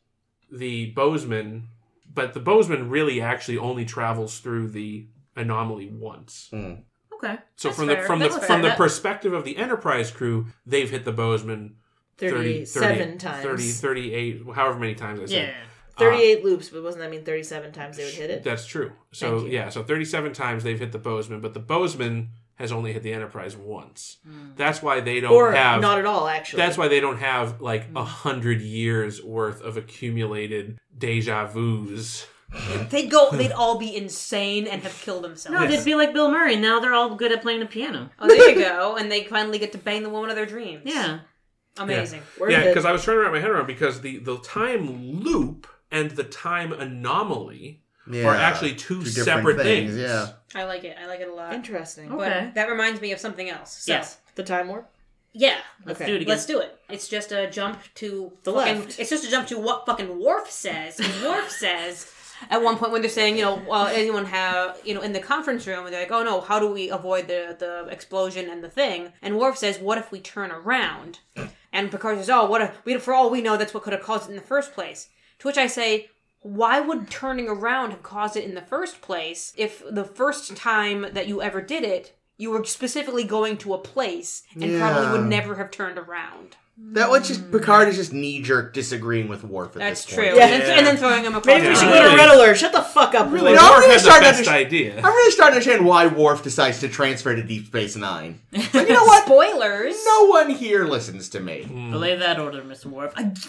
Speaker 4: the Bozeman, but the Bozeman really actually only travels through the anomaly once.
Speaker 5: Okay.
Speaker 4: So
Speaker 2: That's
Speaker 4: from the
Speaker 2: fair.
Speaker 4: from
Speaker 2: That's
Speaker 4: the
Speaker 2: fair.
Speaker 4: from the
Speaker 2: That-
Speaker 4: perspective of the Enterprise crew, they've hit the Bozeman 30,
Speaker 3: 37
Speaker 4: 30,
Speaker 3: times.
Speaker 4: 30, 38, however many times I said.
Speaker 5: Yeah.
Speaker 3: Thirty-eight loops, but wasn't that mean thirty-seven times they would hit it?
Speaker 4: That's true. So
Speaker 3: Thank you.
Speaker 4: yeah, so 37 times they've hit the Bozeman, but the Bozeman has only hit the Enterprise once. That's why they don't
Speaker 3: Or
Speaker 4: have
Speaker 3: not at all, actually.
Speaker 4: That's why they don't have like
Speaker 3: Mm-hmm.
Speaker 4: a hundred years worth of accumulated deja vus.
Speaker 2: They'd go. They'd all be insane and have killed themselves.
Speaker 5: No, they'd be like Bill Murray. Now they're all good at playing the piano.
Speaker 2: Oh, there you go. And they finally get to bang the woman of their dreams.
Speaker 5: Yeah.
Speaker 2: Amazing.
Speaker 3: Worth
Speaker 4: Yeah,
Speaker 3: it.
Speaker 4: because I was trying to wrap my head around because the the time loop and the time anomaly
Speaker 1: Yeah.
Speaker 4: are actually two,
Speaker 1: Two different
Speaker 4: separate
Speaker 1: things,
Speaker 4: things.
Speaker 1: yeah.
Speaker 2: I like it. I like it a lot.
Speaker 3: Interesting.
Speaker 5: Oh.
Speaker 2: But
Speaker 5: Okay.
Speaker 2: that reminds me of something else. So,
Speaker 5: Yes.
Speaker 3: The time warp.
Speaker 2: Yeah.
Speaker 5: Let's
Speaker 3: Okay.
Speaker 5: do it again.
Speaker 2: Let's do it. It's just a jump to
Speaker 3: The
Speaker 2: fucking,
Speaker 3: left.
Speaker 2: It's just a jump to what fucking Worf says. Worf says at one point when they're saying, you know, well, anyone have, you know, in the conference room, they're like, oh no, how do we avoid the the explosion and the thing? And Worf says, what if we turn around? And Picard says, oh, what if we? For all we know, that's what could have caused it in the first place. To which I say. Why would turning around have caused it in the first place if the first time that you ever did it, you were specifically going to a place and probably would
Speaker 1: Yeah.
Speaker 2: never have turned around?
Speaker 1: That was just Picard is just knee jerk disagreeing with Worf at
Speaker 2: Hmm. That's
Speaker 1: this
Speaker 2: true.
Speaker 1: point.
Speaker 2: And, then, and then throwing him across.
Speaker 3: Maybe we
Speaker 2: the
Speaker 3: should go to
Speaker 2: room.
Speaker 4: Really?
Speaker 3: Red Alert. Shut the fuck up.
Speaker 1: Really?
Speaker 3: Lord.
Speaker 1: No, I'm
Speaker 4: Worf
Speaker 1: gonna
Speaker 4: had the
Speaker 1: start
Speaker 4: best
Speaker 1: underst-
Speaker 4: idea.
Speaker 1: I'm really starting to understand why Worf decides to transfer to Deep Space Nine. It's Like, you know what?
Speaker 2: Spoilers.
Speaker 1: No one here listens to
Speaker 4: Hmm.
Speaker 1: me.
Speaker 5: Delay that order, Mr. Worf. I,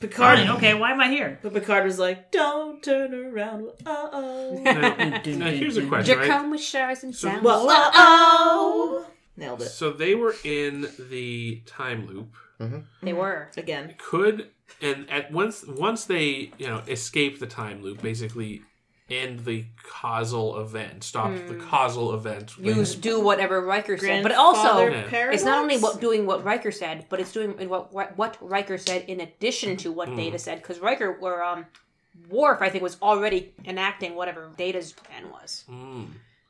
Speaker 3: Picard.
Speaker 5: fine. Okay, why am I here?
Speaker 3: But Picard was like, "Don't turn around." Uh oh.
Speaker 4: now, now here's a question, right?
Speaker 2: Jacome with showers and sounds.
Speaker 3: Well, uh oh. Nailed it
Speaker 4: So they were in the time loop.
Speaker 2: they were.
Speaker 3: again.
Speaker 4: Could and at once once they you know escape the time loop, basically end the causal event, stop the
Speaker 3: Hmm.
Speaker 4: causal event.
Speaker 2: Use do whatever Riker said, but also
Speaker 3: Grandfather
Speaker 2: it's not only
Speaker 3: paradox?
Speaker 2: what doing what Riker said, but it's doing what what, what Riker said in addition to what
Speaker 4: Hmm.
Speaker 2: Data said, because Riker or
Speaker 4: Mm.
Speaker 2: um. Worf, I think, was already enacting whatever Data's plan was.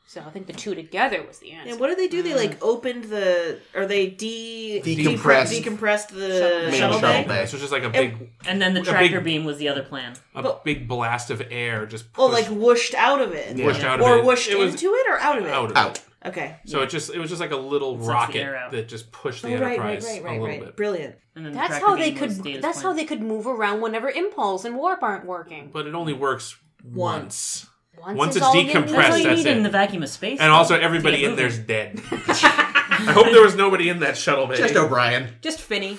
Speaker 2: So I think the two together was the answer.
Speaker 3: And what did they do? They like
Speaker 2: Mm.
Speaker 3: opened the, or they de
Speaker 1: Decompressed.
Speaker 3: decompressed, decompressed the
Speaker 2: Shuttle-
Speaker 1: Main
Speaker 3: shuttle
Speaker 1: shuttle
Speaker 3: bay.
Speaker 1: bay.
Speaker 4: Yeah, so it's just like a big
Speaker 5: And then the tractor beam was the other plan.
Speaker 4: a big blast of air just
Speaker 3: Oh,
Speaker 4: pushed-
Speaker 3: like whooshed out of it,
Speaker 4: Whooshed out of
Speaker 3: or
Speaker 4: it.
Speaker 3: whooshed
Speaker 4: It was
Speaker 3: into it, or out of it.
Speaker 4: out of it.
Speaker 1: Out.
Speaker 3: Okay.
Speaker 4: So it just it was just like a little
Speaker 5: Sucks the air
Speaker 4: rocket
Speaker 5: out.
Speaker 4: that just pushed the
Speaker 3: Oh, right, right,
Speaker 4: Enterprise
Speaker 3: right,
Speaker 4: a
Speaker 3: right,
Speaker 4: little
Speaker 3: right.
Speaker 4: bit.
Speaker 3: Brilliant.
Speaker 5: And then the
Speaker 2: That's
Speaker 5: tractor
Speaker 2: how they
Speaker 5: beam was
Speaker 2: could.
Speaker 5: Data's
Speaker 2: That's how
Speaker 5: plan.
Speaker 2: they could move around whenever impulse and warp aren't working.
Speaker 4: But it only works once. Once
Speaker 2: is
Speaker 4: it's
Speaker 2: all you- that's all
Speaker 5: That's all
Speaker 4: decompressed,
Speaker 5: you
Speaker 2: you
Speaker 4: that's
Speaker 5: need
Speaker 4: it.
Speaker 5: in the vacuum of space.
Speaker 4: And
Speaker 5: though,
Speaker 4: also
Speaker 5: to
Speaker 4: everybody
Speaker 5: get
Speaker 4: in
Speaker 5: moving.
Speaker 4: there's dead. I hope there was nobody in that shuttle bay.
Speaker 1: Just O'Brien.
Speaker 2: need. Just Finny.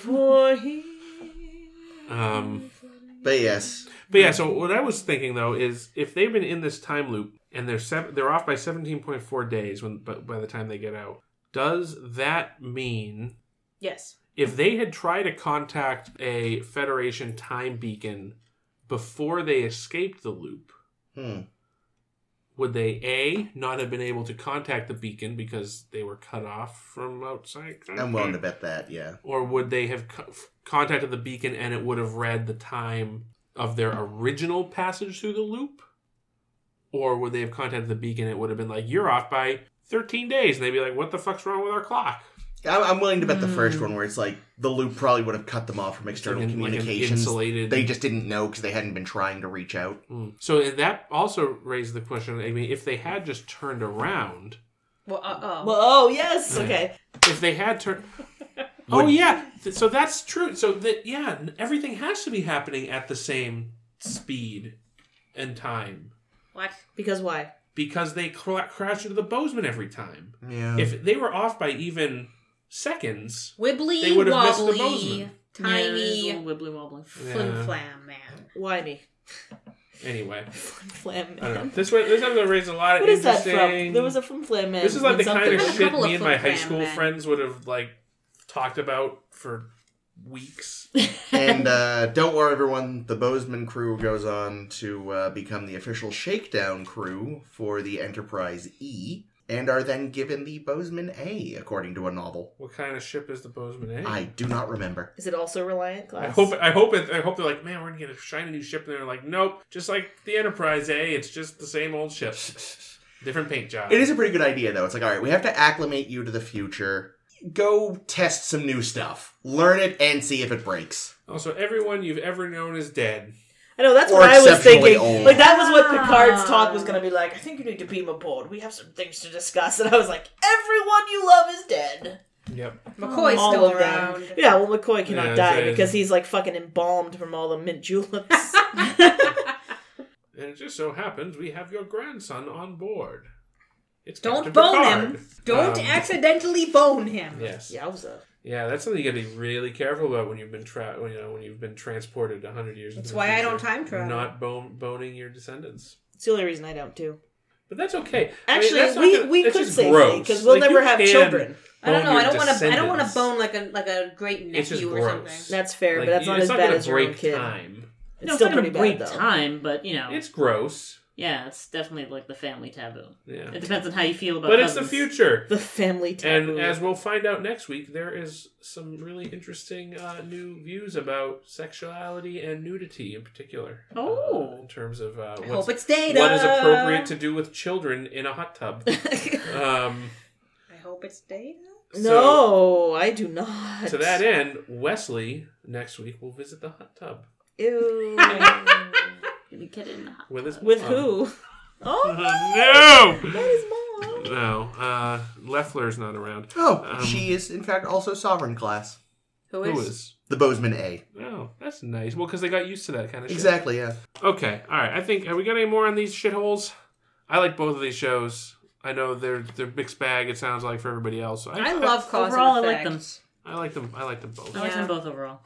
Speaker 4: um,
Speaker 1: But yes,
Speaker 4: but yeah, so what I was thinking though is if they've been in this time loop and they're seven, they're off by 17.4 days when but by the time they get out. Does that mean
Speaker 2: Yes.
Speaker 4: if they had tried to contact a Federation time beacon before they escaped the loop,
Speaker 1: Hmm.
Speaker 4: would they A, not have been able to contact the beacon because they were cut off from outside?
Speaker 1: I'm willing to bet that. Yeah.
Speaker 4: Or would they have co- contacted the beacon and it would have read the time of their original passage through the loop? Or would they have contacted the beacon and it would have been like, you're off by 13 days? And they'd be like, what the fuck's wrong with our clock?
Speaker 1: I'm I'm willing to bet the
Speaker 2: Hmm.
Speaker 1: first one, where it's like the loop probably would have cut them off from external
Speaker 4: Like an- like an
Speaker 1: communications.
Speaker 4: insulated- Mm.
Speaker 1: They just didn't know because they hadn't been trying to reach out.
Speaker 4: So that also raised the question. I mean, if they had just turned around,
Speaker 2: Well, uh, oh.
Speaker 3: Well, oh yes. Okay.
Speaker 4: if they had turned, oh yeah, Th- so that's true. So that yeah, n- everything has to be happening at the same speed and time
Speaker 2: what?
Speaker 3: Because why?
Speaker 4: because they cra- crash into the Bozeman every time.
Speaker 1: Yeah.
Speaker 4: If they were off by even seconds,
Speaker 2: Wibbly
Speaker 4: They would have missed the
Speaker 2: wobbly,
Speaker 4: Bozeman.
Speaker 5: Yeah, there's
Speaker 2: tiny
Speaker 5: a little wibbly wobbly.
Speaker 2: flim
Speaker 4: Yeah.
Speaker 2: flam man.
Speaker 3: Why me?
Speaker 4: anyway,
Speaker 3: Flam
Speaker 4: I don't
Speaker 3: man.
Speaker 4: know. This way, this episode raised a lot of
Speaker 3: What is that
Speaker 4: interesting.
Speaker 3: from? There was a from Flam man.
Speaker 4: This is like the
Speaker 3: when
Speaker 4: kind
Speaker 3: something-
Speaker 4: of
Speaker 2: There's a
Speaker 4: shit
Speaker 2: couple
Speaker 4: me
Speaker 2: of
Speaker 4: and my
Speaker 2: Flim
Speaker 4: high
Speaker 2: Flam
Speaker 4: school
Speaker 2: men.
Speaker 4: friends would have like talked about for weeks.
Speaker 1: and uh, don't worry, everyone. The Bozeman crew goes on to uh, become the official shakedown crew for the Enterprise E, and are then given the Bozeman A, according to a novel.
Speaker 4: What kind of ship is the Bozeman A?
Speaker 1: I do not remember.
Speaker 3: Is it also Reliant
Speaker 4: I
Speaker 3: Glass?
Speaker 4: hope I hope it, I hope they're like, man, we're gonna get a shiny new ship, and they're like, nope, just like the Enterprise A, it's just the same old ship, different paint job.
Speaker 1: It is a pretty good idea, though. It's like, all right, we have to acclimate you to the future. Go test some new stuff, learn it, and see if it breaks.
Speaker 4: also everyone you've ever known is dead.
Speaker 3: I know that's
Speaker 1: Or
Speaker 3: what I was
Speaker 1: exceptionally
Speaker 3: thinking.
Speaker 1: old.
Speaker 3: Like that was what Picard's
Speaker 2: Ah.
Speaker 3: talk was going to be like. I think you need to beam aboard. We have some things to discuss. And I was like, everyone you love is dead.
Speaker 4: Yep.
Speaker 2: McCoy's
Speaker 3: All
Speaker 2: still
Speaker 3: of them.
Speaker 2: around.
Speaker 3: Yeah, well, McCoy cannot
Speaker 4: Yeah,
Speaker 3: die
Speaker 4: it's-
Speaker 3: because he's like fucking embalmed from all the mint juleps.
Speaker 4: And it just so happens we have your grandson on board. It's Captain
Speaker 2: Don't bone him.
Speaker 4: Picard.
Speaker 2: Don't
Speaker 4: Um,
Speaker 2: accidentally bone him.
Speaker 4: Yes. Yeah.
Speaker 3: Yowza.
Speaker 4: that's something you got to be really careful about when you've been tra- when, you know when you've been transported hundred years.
Speaker 2: That's
Speaker 4: into the
Speaker 2: why I don't
Speaker 4: future.
Speaker 2: time travel.
Speaker 4: Not bone- boning your descendants.
Speaker 3: It's the only reason I don't too.
Speaker 4: But that's okay.
Speaker 3: Actually,
Speaker 4: I mean, that's not
Speaker 3: we-
Speaker 4: gonna-
Speaker 3: we
Speaker 4: that's
Speaker 3: could
Speaker 4: just
Speaker 3: safely,
Speaker 4: gross.
Speaker 3: 'cause we'll never
Speaker 4: you
Speaker 3: have
Speaker 4: can
Speaker 3: children.
Speaker 2: I don't
Speaker 4: bone
Speaker 2: know. I
Speaker 4: your
Speaker 2: don't want to. I don't want to
Speaker 4: descendants.
Speaker 2: bone like a like a great
Speaker 4: It's just
Speaker 2: nephew or
Speaker 4: gross.
Speaker 2: something.
Speaker 3: That's fair,
Speaker 4: Like,
Speaker 3: but that's
Speaker 4: you-
Speaker 3: not
Speaker 4: it's
Speaker 3: as bad
Speaker 4: gonna
Speaker 3: as your own
Speaker 4: break
Speaker 3: kid.
Speaker 4: Time.
Speaker 3: It's
Speaker 5: No,
Speaker 3: still
Speaker 5: gonna
Speaker 3: pretty
Speaker 5: break
Speaker 3: bad though.
Speaker 5: time, but you know,
Speaker 4: It's gross.
Speaker 5: yeah, it's definitely like the family taboo.
Speaker 4: Yeah.
Speaker 5: It depends on how you feel about.
Speaker 4: but it's the
Speaker 5: cousins.
Speaker 4: future.
Speaker 3: The family taboo.
Speaker 4: And as we'll find out next week, there is some really interesting uh, new views about sexuality and nudity in particular. uh,
Speaker 5: Oh.
Speaker 4: in terms of uh,
Speaker 2: I
Speaker 4: what's,
Speaker 2: hope it's data.
Speaker 4: what is appropriate to do with children in a hot tub. um,
Speaker 2: I hope it's data.
Speaker 4: so-
Speaker 3: no, I do not.
Speaker 4: to that end, Wesley next week will visit the hot tub
Speaker 3: Ew.
Speaker 5: Let me get in the hot
Speaker 4: with his
Speaker 3: With
Speaker 4: mom. Uh,
Speaker 3: who? Oh,
Speaker 4: no.
Speaker 3: that is mom.
Speaker 4: No, uh, Leffler's not around.
Speaker 1: Oh,
Speaker 4: Um,
Speaker 1: she is, in fact, also sovereign class.
Speaker 2: Who
Speaker 4: Who
Speaker 2: is?
Speaker 4: is?
Speaker 1: The Bozeman A.
Speaker 4: Oh, that's nice. Well, because they got used to that kind of shit.
Speaker 1: Exactly, yeah.
Speaker 4: Okay, all right. I think. Have we got any more on these shitholes? I like both of these shows. I know they're they're mixed bag. It sounds like for everybody else. I,
Speaker 2: I love cause
Speaker 5: Overall, I
Speaker 2: and
Speaker 5: like
Speaker 2: effect.
Speaker 5: them.
Speaker 4: I, like them. I like them both.
Speaker 5: I like
Speaker 2: Yeah.
Speaker 5: them both overall.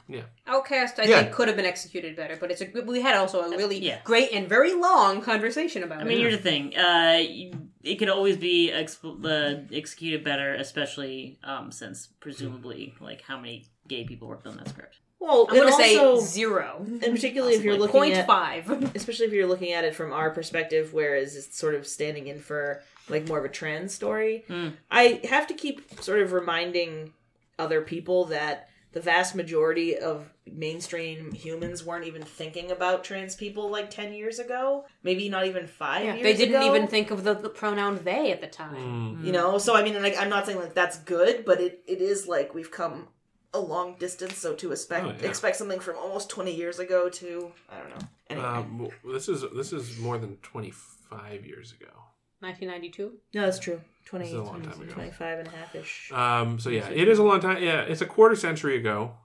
Speaker 2: Outcast, I
Speaker 1: Yeah.
Speaker 2: think, could have been executed better, but it's a, we had also a really
Speaker 5: Yeah.
Speaker 2: great and very long conversation about
Speaker 5: I
Speaker 2: it.
Speaker 5: mean, here's the thing. Uh, you- it could always be exp- the executed better, especially um, since presumably, like, how many gay people worked on that script.
Speaker 3: Well,
Speaker 2: I'm going
Speaker 3: and
Speaker 2: to say
Speaker 3: also,
Speaker 2: zero.
Speaker 3: and particularly if you're
Speaker 2: Like
Speaker 3: looking
Speaker 2: point
Speaker 3: at,
Speaker 2: five.
Speaker 3: especially if you're looking at it from our perspective, whereas it's sort of standing in for like more of a
Speaker 4: Hmm.
Speaker 3: trans story. I have to keep sort of reminding other people that the vast majority of mainstream humans weren't even thinking about trans people like 10 years ago, maybe not even 5
Speaker 2: Yeah,
Speaker 3: years
Speaker 2: they didn't
Speaker 3: ago.
Speaker 2: even think of the, the pronoun they at the
Speaker 4: Hmm.
Speaker 2: time.
Speaker 3: you know so i mean like i'm not saying like that's good but it, it is like we've come a long distance so to expect
Speaker 4: Oh, yeah.
Speaker 3: expect something from almost 20 years ago to i don't know anyway.
Speaker 4: Um, w- this is this is more than twenty five years ago.
Speaker 2: 1992.
Speaker 3: no that's true 20
Speaker 4: This is a long time ago.
Speaker 3: 25 and a half ish
Speaker 4: Um, so yeah, it is a long time. Yeah, it's a quarter century ago,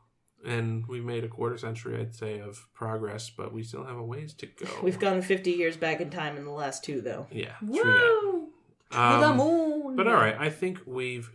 Speaker 4: and we've made a quarter century, I'd say, of progress, but we still have a ways to go.
Speaker 3: we've gone 50 years back in time in the last two though
Speaker 4: yeah, true that.
Speaker 2: To the
Speaker 4: Um,
Speaker 2: moon.
Speaker 4: But all right, I think we've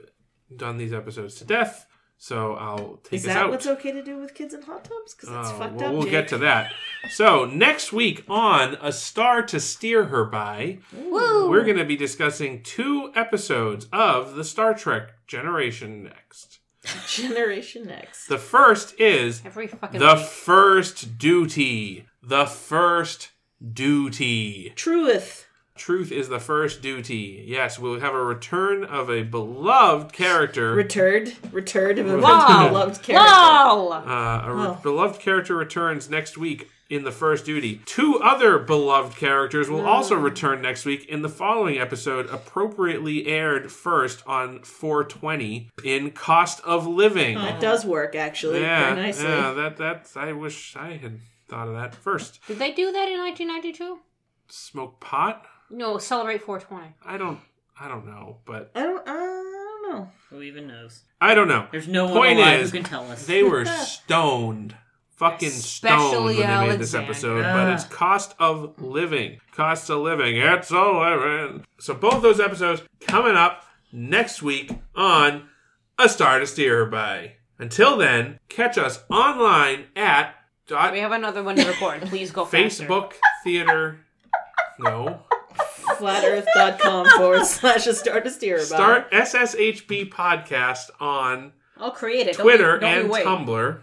Speaker 4: done these episodes to death. So I'll take
Speaker 3: is
Speaker 4: us
Speaker 3: that
Speaker 4: out.
Speaker 3: what's okay to do with kids in hot tubs because that's
Speaker 4: Oh,
Speaker 3: fucked
Speaker 4: we'll
Speaker 3: up
Speaker 4: we'll
Speaker 3: Jake.
Speaker 4: get to that. So next week on A Star to Steer Her By,
Speaker 2: Woo.
Speaker 4: we're going to be discussing two episodes of the Star Trek Generation Next.
Speaker 3: generation next
Speaker 4: The first is
Speaker 2: Every fucking
Speaker 4: the
Speaker 2: week.
Speaker 4: first duty. The first duty.
Speaker 3: trueth
Speaker 4: Truth is the first duty. Yes, we'll have a return of a beloved character.
Speaker 3: returned returned of a
Speaker 2: Wow.
Speaker 3: beloved character
Speaker 2: Lol.
Speaker 4: Uh, a re-
Speaker 3: Oh.
Speaker 4: beloved character returns next week in the first duty. Two other beloved characters
Speaker 3: Mm.
Speaker 4: will also return next week in the following episode, appropriately aired first on 420 in Cost of Living.
Speaker 3: that does work actually
Speaker 4: yeah,
Speaker 3: Oh, very nicely
Speaker 4: yeah, that that's. I wish I had thought of that first.
Speaker 2: Did they do that in 1992?
Speaker 4: Smoke pot?
Speaker 2: No, celebrate 420.
Speaker 4: I don't. I don't know, but
Speaker 3: i don't i don't know
Speaker 5: Who even knows?
Speaker 4: I don't know.
Speaker 5: There's no
Speaker 4: Point
Speaker 5: one alive
Speaker 4: is,
Speaker 5: who can tell us.
Speaker 4: They were stoned. Fucking stoned when
Speaker 2: Especially uh,
Speaker 4: they made this
Speaker 2: Alexander.
Speaker 4: episode, but it's cost of living. Cost of living. It's a living. So both those episodes coming up next week on A Star to Steer Her By. Until then, catch us online at
Speaker 2: We
Speaker 4: dot
Speaker 2: have another one to record. Please go faster.
Speaker 4: Facebook Theater. No.
Speaker 3: flatearth.com forward slash a star to steer about.
Speaker 4: Start SSHB podcast on
Speaker 2: I'll create it. Don't
Speaker 4: Twitter
Speaker 2: we- don't we
Speaker 4: and
Speaker 2: wait.
Speaker 4: Tumblr,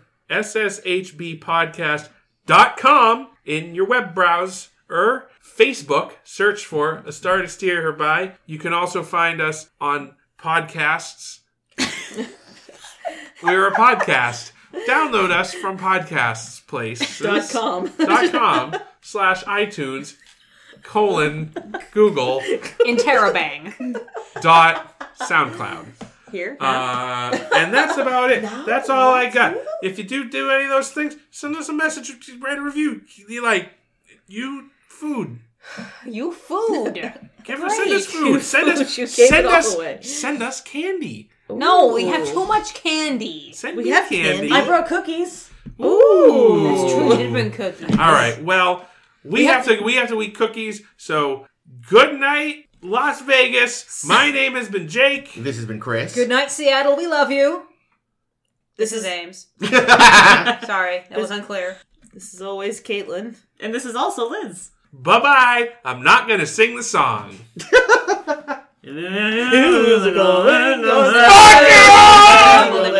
Speaker 4: sshbpodcast.com in your web browser, Facebook, search for A Star to Steer Her By. You can also find us on podcasts. We're a podcast. Download us from podcasts place.
Speaker 3: dot com.
Speaker 4: Dot com slash iTunes colon Google
Speaker 2: Interrobang.
Speaker 4: dot SoundCloud.
Speaker 3: Here.
Speaker 4: Uh, and that's about it. that's all I got. If you do do any of those things, send us a message, write a review. You like you food.
Speaker 2: you food.
Speaker 4: Give us send us
Speaker 2: Great.
Speaker 4: food. Send us
Speaker 3: You gave
Speaker 4: send
Speaker 3: it all
Speaker 4: us
Speaker 3: away.
Speaker 4: send us candy.
Speaker 2: No, we have too much candy.
Speaker 4: Send
Speaker 3: We
Speaker 4: me
Speaker 3: have
Speaker 4: candy.
Speaker 3: candy. I
Speaker 5: brought cookies.
Speaker 4: Ooh.
Speaker 2: It's true. We did bring cookies.
Speaker 4: All right. Well, we, have, to we have to eat cookies. So good night, Las Vegas. My name has been Jake.
Speaker 1: This has been Chris.
Speaker 2: Good night, Seattle. We love you.
Speaker 3: This
Speaker 2: This
Speaker 3: is
Speaker 2: is Ames. Sorry, that was unclear.
Speaker 3: this is always Caitlin.
Speaker 5: And this is also Liz.
Speaker 4: Bye bye. I'm not gonna sing the song.
Speaker 3: Musical.
Speaker 1: Fuck you all!